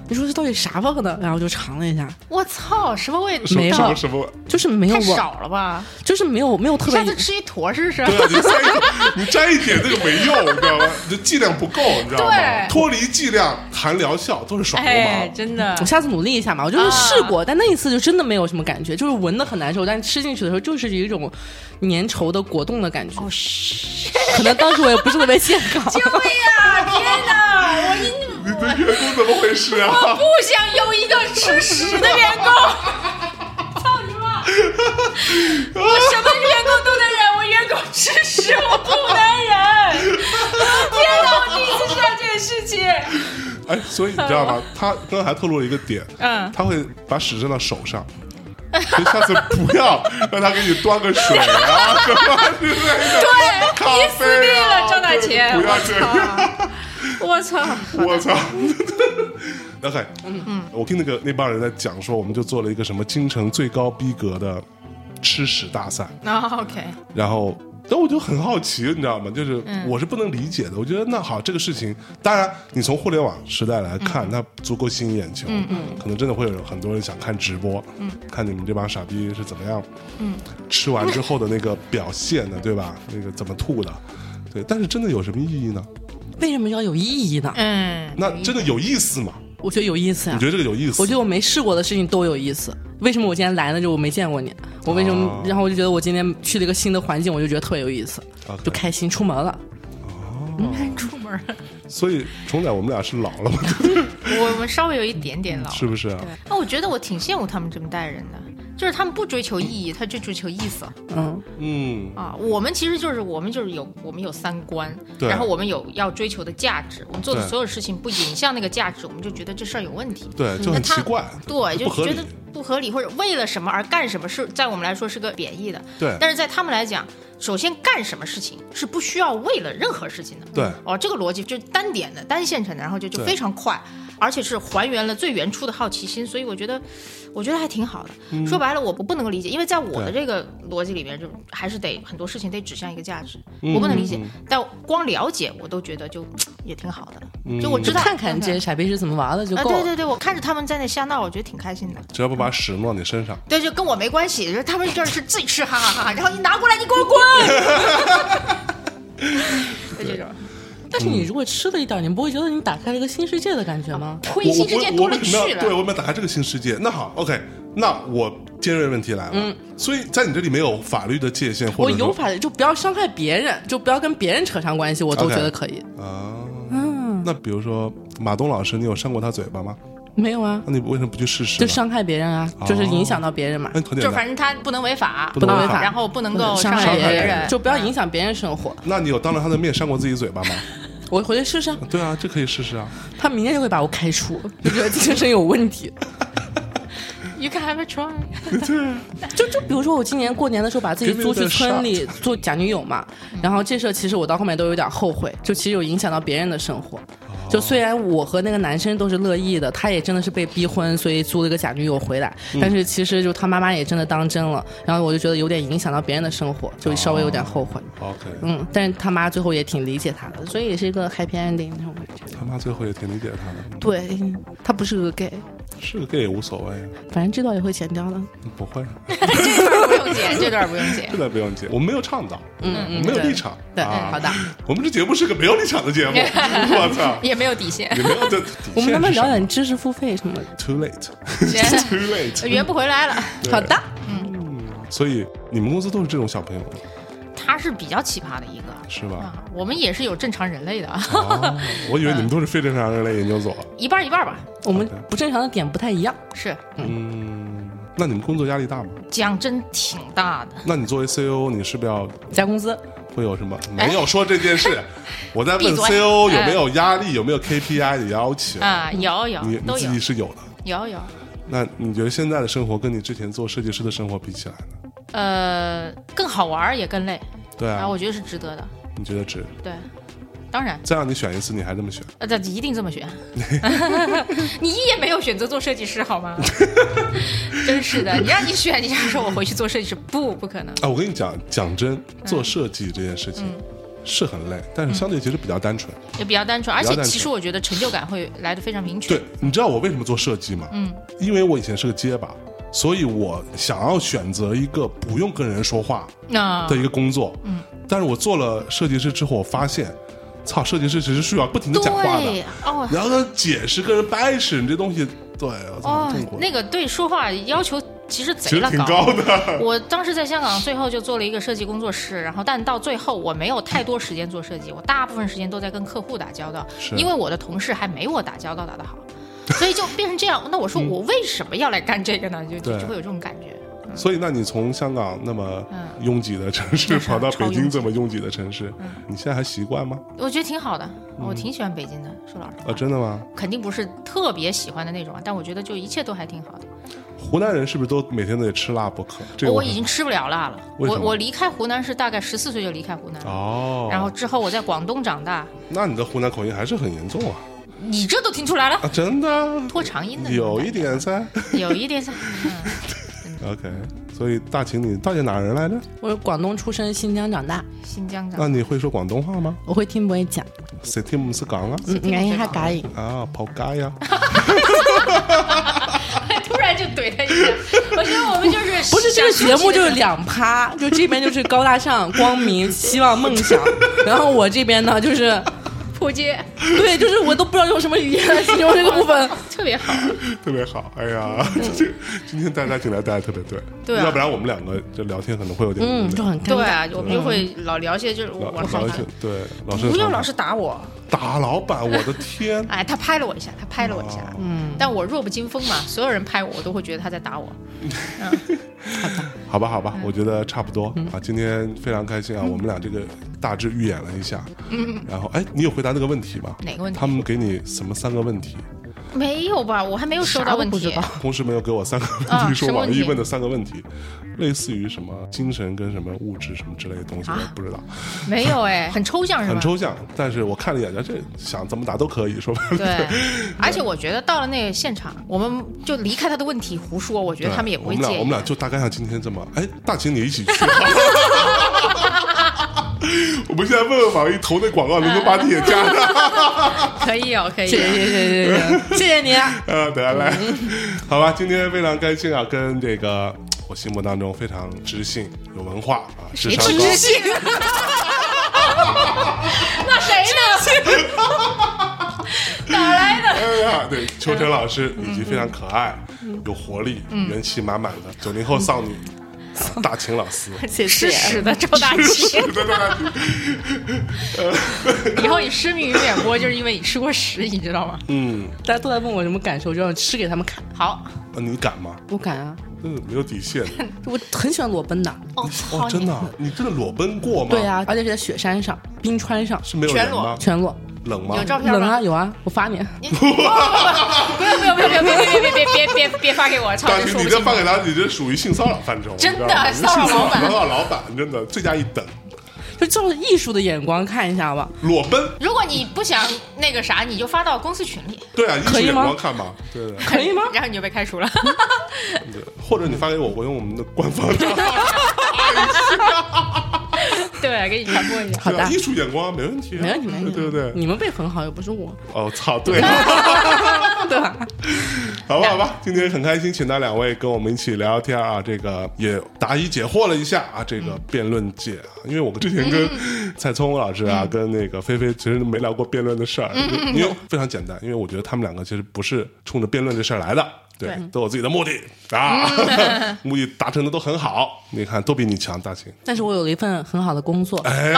Speaker 3: 你说这到底啥味儿呢？然后就尝了一下，
Speaker 2: 我操，什么味
Speaker 1: 什
Speaker 2: 道？
Speaker 3: 没
Speaker 1: 么
Speaker 3: 有
Speaker 1: 什么什么？
Speaker 3: 就是没有
Speaker 2: 太
Speaker 3: 味儿，
Speaker 2: 少了吧？
Speaker 3: 就是没有没有特别
Speaker 2: 下次吃一坨试试。
Speaker 1: 对啊，你塞一口，你沾一点那个没用，你知道吗？你的剂量不够，你知道吗？
Speaker 2: 对
Speaker 1: 脱离剂量谈疗效都是耍流
Speaker 2: 哎，
Speaker 1: 氓。
Speaker 2: 真的
Speaker 3: 我，下次努力一下嘛。我
Speaker 2: 啊
Speaker 3: 就是试过，但那一次就真的没有什么感觉，就是闻的很难受，但吃进去的时候就是一种粘稠的果冻的感
Speaker 2: 哦
Speaker 3: 觉。 [LAUGHS] 可能当时我也不是特别健
Speaker 2: [LAUGHS]
Speaker 3: 康，
Speaker 2: 救命啊！天哪，我一
Speaker 1: 你的员工怎么回事
Speaker 2: [LAUGHS]
Speaker 1: 啊？
Speaker 2: 不想有一个吃屎的员工。操你妈！我什么员工都能忍，我员工吃屎我不能忍。天哪，我第一次知道这件事情。
Speaker 1: 哎，所以你知道
Speaker 2: [LAUGHS]
Speaker 1: 吗？他刚才还透露了一个点，
Speaker 2: 嗯
Speaker 1: 他会把屎扔到手上，所以下次不要让他给你端个水
Speaker 2: [LAUGHS]
Speaker 1: 啊什么之类的。咖
Speaker 2: 对，你死
Speaker 1: 啡
Speaker 2: 定
Speaker 1: 啊
Speaker 2: 了，张大千！
Speaker 1: 不要这样，
Speaker 2: 我操！
Speaker 1: 我操！ [LAUGHS] 那还，嗯，我听那个那帮人在讲说，我们就做了一个什么京城最高逼格的吃屎大赛，
Speaker 2: 那 OK，
Speaker 1: 然后，但我就很好奇，你知道吗？就是我是不能理解的。我觉得那好，这个事情，当然你从互联网时代来看，它足够吸引眼球，嗯嗯，可能真的会有很多人想看直播，嗯，看你们这帮傻逼是怎么样，嗯，吃完之后的那个表现的，对吧？那个怎么吐的。对，但是真的有什么意义呢？
Speaker 3: [LAUGHS] 为什么要有意义呢？
Speaker 2: 嗯，
Speaker 1: 那真的有意思吗？
Speaker 3: 我觉得有意思呀、
Speaker 1: 你觉得这个有意思？
Speaker 3: 啊我觉得我没试过的事情都有意思。为什么我今天来呢？就我没见过你，我为什么？
Speaker 1: 哦
Speaker 3: 然后我就觉得我今天去了一个新的环境，我就觉得特别有意思
Speaker 1: OK
Speaker 3: 就开心出门了。
Speaker 2: 出门了，
Speaker 1: 所以虫仔，我们俩是老了吗？
Speaker 2: 我们稍微有一点点老。
Speaker 1: 是不是啊？
Speaker 2: 那我觉得我挺羡慕他们这么带人的，就是他们不追求意义，他就追求意思
Speaker 3: 嗯，
Speaker 1: 嗯，
Speaker 2: 啊。我们其实就是我们就是有我们有三观，
Speaker 1: 对
Speaker 2: 然后我们有要追求的价值，我们做的
Speaker 1: 对
Speaker 2: 所有事情不影响那个价值，我们就觉得这事儿有问题。
Speaker 1: 对，就很
Speaker 2: 嗯那他
Speaker 1: 奇怪，
Speaker 2: 对，就
Speaker 1: 不合
Speaker 2: 觉
Speaker 1: 理
Speaker 2: 得。不合理，或者为了什么而干什么事，在我们来说是个贬义的。
Speaker 1: 对
Speaker 2: 但是在他们来讲，首先干什么事情是不需要为了任何事情的。
Speaker 1: 对
Speaker 2: 哦，这个逻辑就是单点的、单线程的，然后就就
Speaker 1: 对
Speaker 2: 非常快，而且是还原了最原初的好奇心，所以我觉得，我觉得还挺好的。说白了，我不不能够理解，因为在我的
Speaker 1: 嗯对
Speaker 2: 这个逻辑里面，就还是得很多事情得指向一个价值，
Speaker 1: 嗯
Speaker 2: 我不能理解。但光了解我都觉得就也挺好的了，
Speaker 1: 嗯
Speaker 2: 就我知
Speaker 3: 就
Speaker 2: 道
Speaker 3: 看看这些傻逼是怎么玩的就
Speaker 2: 啊，
Speaker 3: 够了。
Speaker 2: 对对对，我看着他们在那瞎闹，我觉得挺开心的。
Speaker 1: 只要不把屎弄到你身上，
Speaker 2: 对，就跟我没关系，就是他们这儿是自己吃，哈哈哈哈。然后你拿过来，你给我 [LAUGHS] 滚！就这种，
Speaker 3: 但是
Speaker 1: 嗯
Speaker 3: 你如果吃了一点，你不会觉得你打开了一个新世界的感觉吗？
Speaker 1: 我
Speaker 2: 推新世界
Speaker 1: 我
Speaker 2: 多
Speaker 1: 我
Speaker 2: 了
Speaker 1: 为什么
Speaker 2: 去
Speaker 3: 啊
Speaker 1: 要对
Speaker 2: 了。
Speaker 1: 我们打开这个新世界？那好，OK，那我尖锐问题来了，所以在你这里没有法律的界限，或
Speaker 3: 嗯我
Speaker 1: 者说
Speaker 3: 有法就不要伤害别人，就不要跟别人扯上关系，我都
Speaker 1: OK
Speaker 3: 觉得可以。
Speaker 1: 啊，那比如说马东老师，你有扇过他嘴巴吗？
Speaker 3: 没有啊，
Speaker 1: 那你为什么不去试试
Speaker 3: 就
Speaker 1: 呢？
Speaker 3: 伤害别人啊，就是影响到别人嘛
Speaker 1: 那，很
Speaker 2: 就
Speaker 1: 简
Speaker 2: 反
Speaker 1: 单。
Speaker 2: 正他不能违法，
Speaker 1: 不能违法
Speaker 2: 啊然后不能够
Speaker 3: 伤
Speaker 2: 害
Speaker 3: 别
Speaker 1: 别
Speaker 2: 人，
Speaker 3: 就不要影响别人生活。
Speaker 1: 那你有当着他的面扇过自己嘴巴吗？
Speaker 3: 我回去试试啊，
Speaker 1: 对啊，这可以试试啊。
Speaker 3: [LAUGHS]
Speaker 1: [LAUGHS]
Speaker 3: 他明天就会把我开除，就觉得精神有问题。
Speaker 2: You can have a [LAUGHS] try。
Speaker 3: 就就比如说，我今年过年的时候把自己
Speaker 1: Give me
Speaker 3: 租去
Speaker 1: the
Speaker 3: 村里做假女友嘛，然后这事儿其实我到后面都有点后悔，就其实有影响到别人的生活。就虽然我和那个男生都是乐意的，他也真的是被逼婚，所以租了一个假女友回来，
Speaker 1: 嗯
Speaker 3: 但是其实就他妈妈也真的当真了，然后我就觉得有点影响到别人的生活，就稍微有点后悔。
Speaker 1: OK，
Speaker 3: 嗯，但是他妈最后也挺理解他的，所以也是一个 happy ending 那种感觉。
Speaker 1: 他妈最后也挺理解他的，
Speaker 3: 对，他不是个 gay，
Speaker 1: 是个 gay 也无所谓，
Speaker 3: 反正这段也会剪掉的。
Speaker 1: 不会，啊
Speaker 2: 这段不用剪，这段不用剪
Speaker 1: 这。个不用解，我没有倡导，
Speaker 3: 啊嗯
Speaker 1: 我没有立场，
Speaker 3: 对，嗯
Speaker 1: 啊
Speaker 3: 好
Speaker 1: [LAUGHS]
Speaker 3: 的。
Speaker 1: 我们这节目是个没有立场的
Speaker 3: [LAUGHS]
Speaker 1: 节目，我操，
Speaker 2: 也没有底 [LAUGHS] 线，
Speaker 1: 也没有这，
Speaker 3: 我们能不能聊
Speaker 1: 底线是什么
Speaker 3: 点知识付费什么的？
Speaker 1: Too late.
Speaker 2: 行
Speaker 1: Too late.
Speaker 2: 圆不回来了。
Speaker 1: 对
Speaker 3: 好的。
Speaker 1: 所以你们公司都是这种小朋友，
Speaker 2: 他是比较奇葩的一个
Speaker 1: 是吧？
Speaker 2: 啊，我们也是有正常人类的，啊，
Speaker 1: 哦，我以为你们都是非正常人类研究所。
Speaker 2: 一半儿一半儿吧。
Speaker 3: 我们不正常的点不太一样。
Speaker 2: 是
Speaker 1: 嗯，那你们工作压力大吗？
Speaker 2: 讲真挺大的，
Speaker 1: 那你作为 CEO，你是不是要
Speaker 3: 加工资，
Speaker 1: 会有什么？没有说这件事， [LAUGHS] 我在问
Speaker 2: 闭嘴
Speaker 1: CEO 有没有压力，有没有 KPI 的要求？
Speaker 2: 啊，有有
Speaker 1: 你你
Speaker 2: 都
Speaker 1: 自
Speaker 2: 有
Speaker 1: 己是有的。
Speaker 2: 有有，
Speaker 1: 那你觉得现在的生活跟你之前做设计师的生活比起来呢？
Speaker 2: 呃，更好玩儿也更累，
Speaker 1: 对
Speaker 2: 然
Speaker 1: 啊
Speaker 2: 后，我觉得是值得的，
Speaker 1: 你觉得值？
Speaker 2: 对，当然，
Speaker 1: 再让你选一次，你还这么选？
Speaker 2: 呃，这一定这么选，
Speaker 1: [LAUGHS]
Speaker 2: [LAUGHS] 你一也没有选择做设计师好吗？ [LAUGHS] 真是的，你让你选，你想说我回去做设计师，不，不可能，嗯
Speaker 1: 啊，我跟你讲，讲真，做设计这件事情、是很累，但是相对其实比较单纯。
Speaker 2: 也比较单纯，而
Speaker 1: 比较
Speaker 2: 且
Speaker 1: 单纯
Speaker 2: 其实我觉得成就感会来的非常明确。
Speaker 1: 对，你知道我为什么做设计吗？嗯，因为我以前是个结巴，所以我想要选择一个不用跟人说话
Speaker 2: 那
Speaker 1: 的一个工作。嗯，但是我做了设计师之后，我发现，操，设计师其实需要不停的讲话的嗯
Speaker 2: 对，哦
Speaker 1: 你要跟他解释、跟人掰扯，你这东西，对，我操，
Speaker 2: 哦
Speaker 1: 痛苦，
Speaker 2: 那个对说话要求其实
Speaker 1: 其
Speaker 2: 贼
Speaker 1: 实
Speaker 2: 了
Speaker 1: 挺高 [LAUGHS] 的。
Speaker 2: 我当时在香港，最后就做了一个设计工作室，然后但到最后我没有太多时间做设计，我大部分时间都在跟客户打交道
Speaker 1: 是，
Speaker 2: 因为我的同事还没我打交道打得好，所以就变成这样。那我说我为什么要来干这个呢？就
Speaker 1: 嗯对
Speaker 2: 就会有这种感觉。
Speaker 1: 所以，那你从香港那么
Speaker 2: 嗯
Speaker 1: 拥挤的城市
Speaker 2: 那是
Speaker 1: 跑到
Speaker 2: 超
Speaker 1: 北京
Speaker 2: 拥嗯
Speaker 1: 这么拥挤的城市，你现在还习惯吗？
Speaker 2: 我觉得挺好的，我挺喜欢北京的，说老实
Speaker 1: 嗯啊，
Speaker 2: 话，
Speaker 1: 真的吗？
Speaker 2: 肯定不是特别喜欢的那种啊，但我觉得就一切都还挺好的。哦
Speaker 1: 湖南人是不是都每天都得吃辣不可？这个
Speaker 2: 我
Speaker 1: 很
Speaker 2: 已经吃不了辣了，
Speaker 1: 为什
Speaker 2: 我
Speaker 1: 么
Speaker 2: 我离开湖南是大概十四岁就离开湖南了，
Speaker 1: 哦，
Speaker 2: 然后之后我在广东
Speaker 1: [LAUGHS]
Speaker 2: 长大，
Speaker 1: 那你的湖南口音还是很严重啊！
Speaker 2: 你这都听出来了，
Speaker 1: 啊，真的，
Speaker 2: 拖长音的那种
Speaker 1: 有
Speaker 2: 感
Speaker 1: 一
Speaker 2: 觉
Speaker 1: 点噻。
Speaker 2: 有一点像，嗯，
Speaker 1: OK，所以大秦，你到底哪人来着？
Speaker 3: 我是广东出生，新疆长大，
Speaker 2: 新疆
Speaker 1: 那
Speaker 2: 长。
Speaker 1: 你会说广东话吗？
Speaker 3: 我会听不会讲。
Speaker 1: 谁听不是讲啊？
Speaker 3: 嗯，
Speaker 2: 听不会讲
Speaker 3: 俺一下答应。
Speaker 1: 啊，跑街呀！
Speaker 2: [LAUGHS]
Speaker 1: [LAUGHS]
Speaker 2: 突然就怼他一下，我觉得我们就是
Speaker 3: [LAUGHS] 不是这个
Speaker 2: 想
Speaker 3: 节
Speaker 2: 休息
Speaker 3: 目
Speaker 2: 的
Speaker 3: 就是
Speaker 2: 时候
Speaker 3: 两趴，就这边就是高大上、光明、希望、梦想，然后我这边呢就是，
Speaker 2: 扑街，
Speaker 3: 对，就是我都不知道用什么语言来形容这个部分。
Speaker 2: 特别好。
Speaker 1: 特别好，哎呀，这 [LAUGHS] 今天大家请来，大家特别对，
Speaker 2: 嗯对啊
Speaker 1: 要不然我们两个这聊天可能会有点无
Speaker 3: 嗯，就
Speaker 1: 聊
Speaker 3: 很尴
Speaker 2: 对
Speaker 3: 尬。
Speaker 2: 啊，我们就会老聊些就是我
Speaker 1: 老
Speaker 2: 我好
Speaker 1: 老是
Speaker 2: 烦，
Speaker 1: 对老师
Speaker 2: 不要老是打我。！
Speaker 1: 打老板，我的天
Speaker 2: 哎，他拍了我一下，他拍了我一下，
Speaker 3: 哦
Speaker 2: 嗯，但我弱不禁风嘛，所有人拍我，我都会觉得他在打我。
Speaker 1: 好吧，好吧，
Speaker 2: 嗯
Speaker 1: 我觉得差不多啊。今天非常开心啊，我们俩这个大致预演了一下，嗯，然后哎，你有回答那个问题吗？
Speaker 2: 哪个问题
Speaker 1: 他们给你什么三个问题？
Speaker 2: 没有吧？我还没有收到问
Speaker 3: 啥都不
Speaker 2: 题
Speaker 3: 知道。
Speaker 1: 同事们又给我三个问题，[LAUGHS]
Speaker 2: 啊
Speaker 1: 说
Speaker 2: 什么
Speaker 1: 网
Speaker 2: 问题
Speaker 1: 易问的三个问题，类似于什么精神跟什么物质什么之类的
Speaker 2: 啊
Speaker 1: 东西，我也不知道，
Speaker 2: 没有
Speaker 3: [LAUGHS]
Speaker 2: 哎，很抽象是吧？
Speaker 1: 很抽象。但是我看了一眼，这想怎么答都可以，说白了。
Speaker 2: 对，而且我觉得到了那个现场，我们就离开他的问题胡说，我觉
Speaker 1: 对
Speaker 2: 得他们也不
Speaker 1: 我
Speaker 2: 会
Speaker 1: 们俩
Speaker 2: 介
Speaker 1: 我
Speaker 2: 意
Speaker 1: 们。俩就大概像今天这么，哎，大秦你一起去。
Speaker 2: [LAUGHS]
Speaker 1: 我们现在问问网易投那广告能不能把你也加上？
Speaker 2: 可以哦，可以
Speaker 3: 谢。谢谢谢谢谢谢谢你啊，
Speaker 1: [LAUGHS] 啊，得嘞，
Speaker 2: 嗯
Speaker 1: [LAUGHS] 好吧，今天非常开心啊，跟这个我心目当中非常知性、有文化啊，智商高。
Speaker 2: 信？那谁呢？哪来的？
Speaker 1: 哎呀，对，
Speaker 2: [LAUGHS]
Speaker 1: 秋晨老师以
Speaker 2: 嗯
Speaker 1: 及非常可爱、有活力、元气满满的九零后少女
Speaker 2: 嗯
Speaker 1: 大秦老师。 [LAUGHS]
Speaker 3: 谢
Speaker 2: 吃屎的赵大奇，以后你失明于远播，就是因为你吃过屎，你知道吗？
Speaker 1: 嗯，
Speaker 3: 大家都在问我什么感受，就让我吃给他们看。
Speaker 2: 好，
Speaker 1: 呃你敢吗？
Speaker 3: 我敢啊，
Speaker 1: 真的没有底线。
Speaker 3: 我很喜欢裸奔的。
Speaker 2: 我操
Speaker 1: 哇，真
Speaker 2: 哦
Speaker 1: 的啊，你
Speaker 2: 你！[LAUGHS]
Speaker 1: 真的裸奔过吗？
Speaker 3: 对，啊，而且是在雪山上、冰川上，
Speaker 1: 是没有人吗？
Speaker 3: 全裸，
Speaker 1: 冷吗
Speaker 2: 有？照片
Speaker 3: 冷啊
Speaker 2: 吗？
Speaker 3: 有啊，我发你。
Speaker 2: [LAUGHS] 不要不要不要不要别别别别别别别别发给我，操！
Speaker 1: 大
Speaker 2: 这
Speaker 1: 秦，
Speaker 2: 说
Speaker 1: 你
Speaker 2: 不
Speaker 1: 这
Speaker 2: 清
Speaker 1: 发给他，你这属于性骚扰范畴。
Speaker 2: 真的
Speaker 1: 你知道吗性
Speaker 2: 骚扰老板
Speaker 1: 骚扰老板，真的罪加一等。
Speaker 3: 就照着艺术的眼光看一
Speaker 1: [LAUGHS]
Speaker 3: 下吧。
Speaker 1: 裸奔，
Speaker 2: 如果你不想那个啥，你就发到公司群 [LAUGHS] 里，
Speaker 1: 对啊，一
Speaker 3: 可
Speaker 1: 起
Speaker 3: 以
Speaker 1: 眼
Speaker 3: 吗
Speaker 1: 光看嘛，对对
Speaker 3: 可以吗？
Speaker 2: 然后你就被开除了。 [LAUGHS]
Speaker 1: 对，或者你发给我，我用我们的官方账
Speaker 3: 嗯
Speaker 1: 号。
Speaker 2: 对，给你传播一下。
Speaker 3: 好
Speaker 1: 对
Speaker 3: 的
Speaker 1: 啊，艺术眼光没问题啊，
Speaker 3: 没问题，没问题，
Speaker 1: 对不对？
Speaker 3: 你们被很好，又不
Speaker 1: [LAUGHS]
Speaker 3: 是我， [LAUGHS]
Speaker 1: 哦，操，对，
Speaker 3: 对吧？ [LAUGHS]
Speaker 1: 好吧，好吧，今天很开心，请到两位跟我们一起聊聊天啊，这个也答疑解惑了一下啊，这个辩论界啊，因为我之前跟
Speaker 3: 嗯
Speaker 1: [LAUGHS] 蔡聪老师啊，跟那个菲菲其实没聊过辩论的事儿，
Speaker 3: 嗯
Speaker 1: 因为非常简单，因为我觉得他们两个其实不是冲着辩论这事儿来的。对，都有自己的目的
Speaker 3: 嗯
Speaker 1: 啊， [LAUGHS] 目的达成的都很好，你看都比你强，大秦，
Speaker 3: 但是我有了一份很好的工作，
Speaker 1: 哎，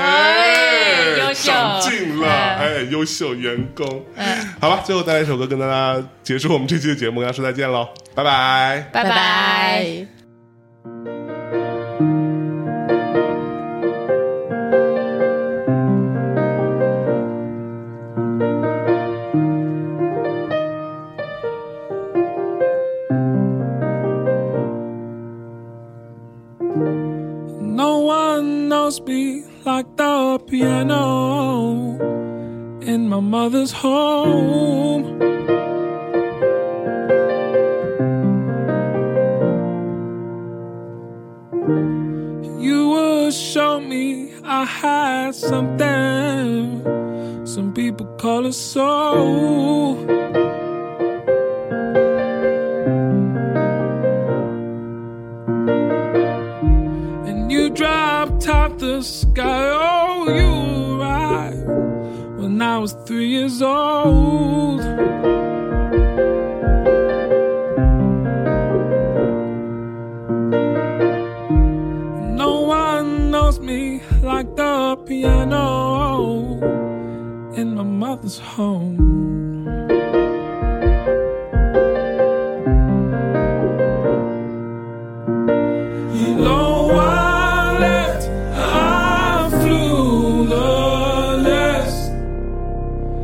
Speaker 2: 优秀
Speaker 1: 上进了，
Speaker 2: 嗯
Speaker 1: 哎，优秀员工，好吧，最后带来一首歌跟大家结束我们这期的节目，跟大家说再见喽，拜拜。
Speaker 2: 拜拜。
Speaker 5: No one knows me like the piano in my mother's home. You were to show me I had something. Some people call it soul. And you drop top the sky. Oh, you arrived when I was three years old. No one knows me like the piano in my mother's home. Low I left, I flew the nest,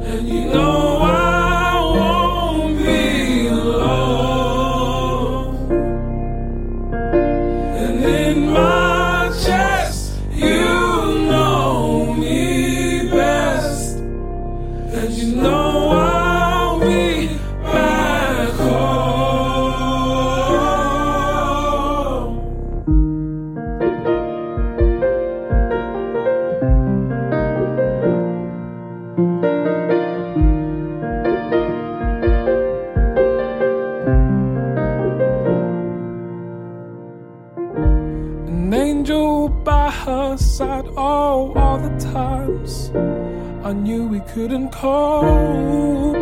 Speaker 5: and you know I won't be alone. And in my chest, you know me best. And you know I'll be back home. An angel by her side, oh, all the times I knew we couldn't cope.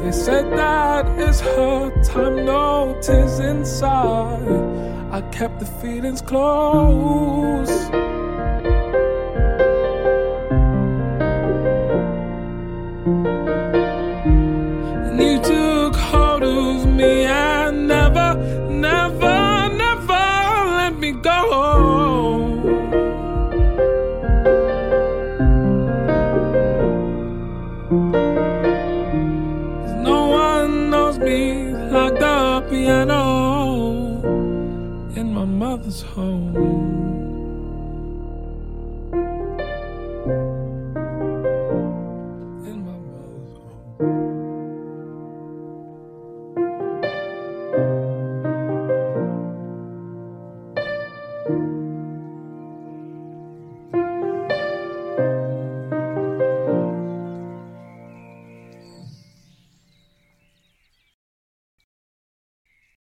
Speaker 5: They said that it's her time, no tears inside. I kept the feelings close. And you took hold of me and never, never, never let me go. Cause no one knows me like the piano in my mother's home. In my mother's home.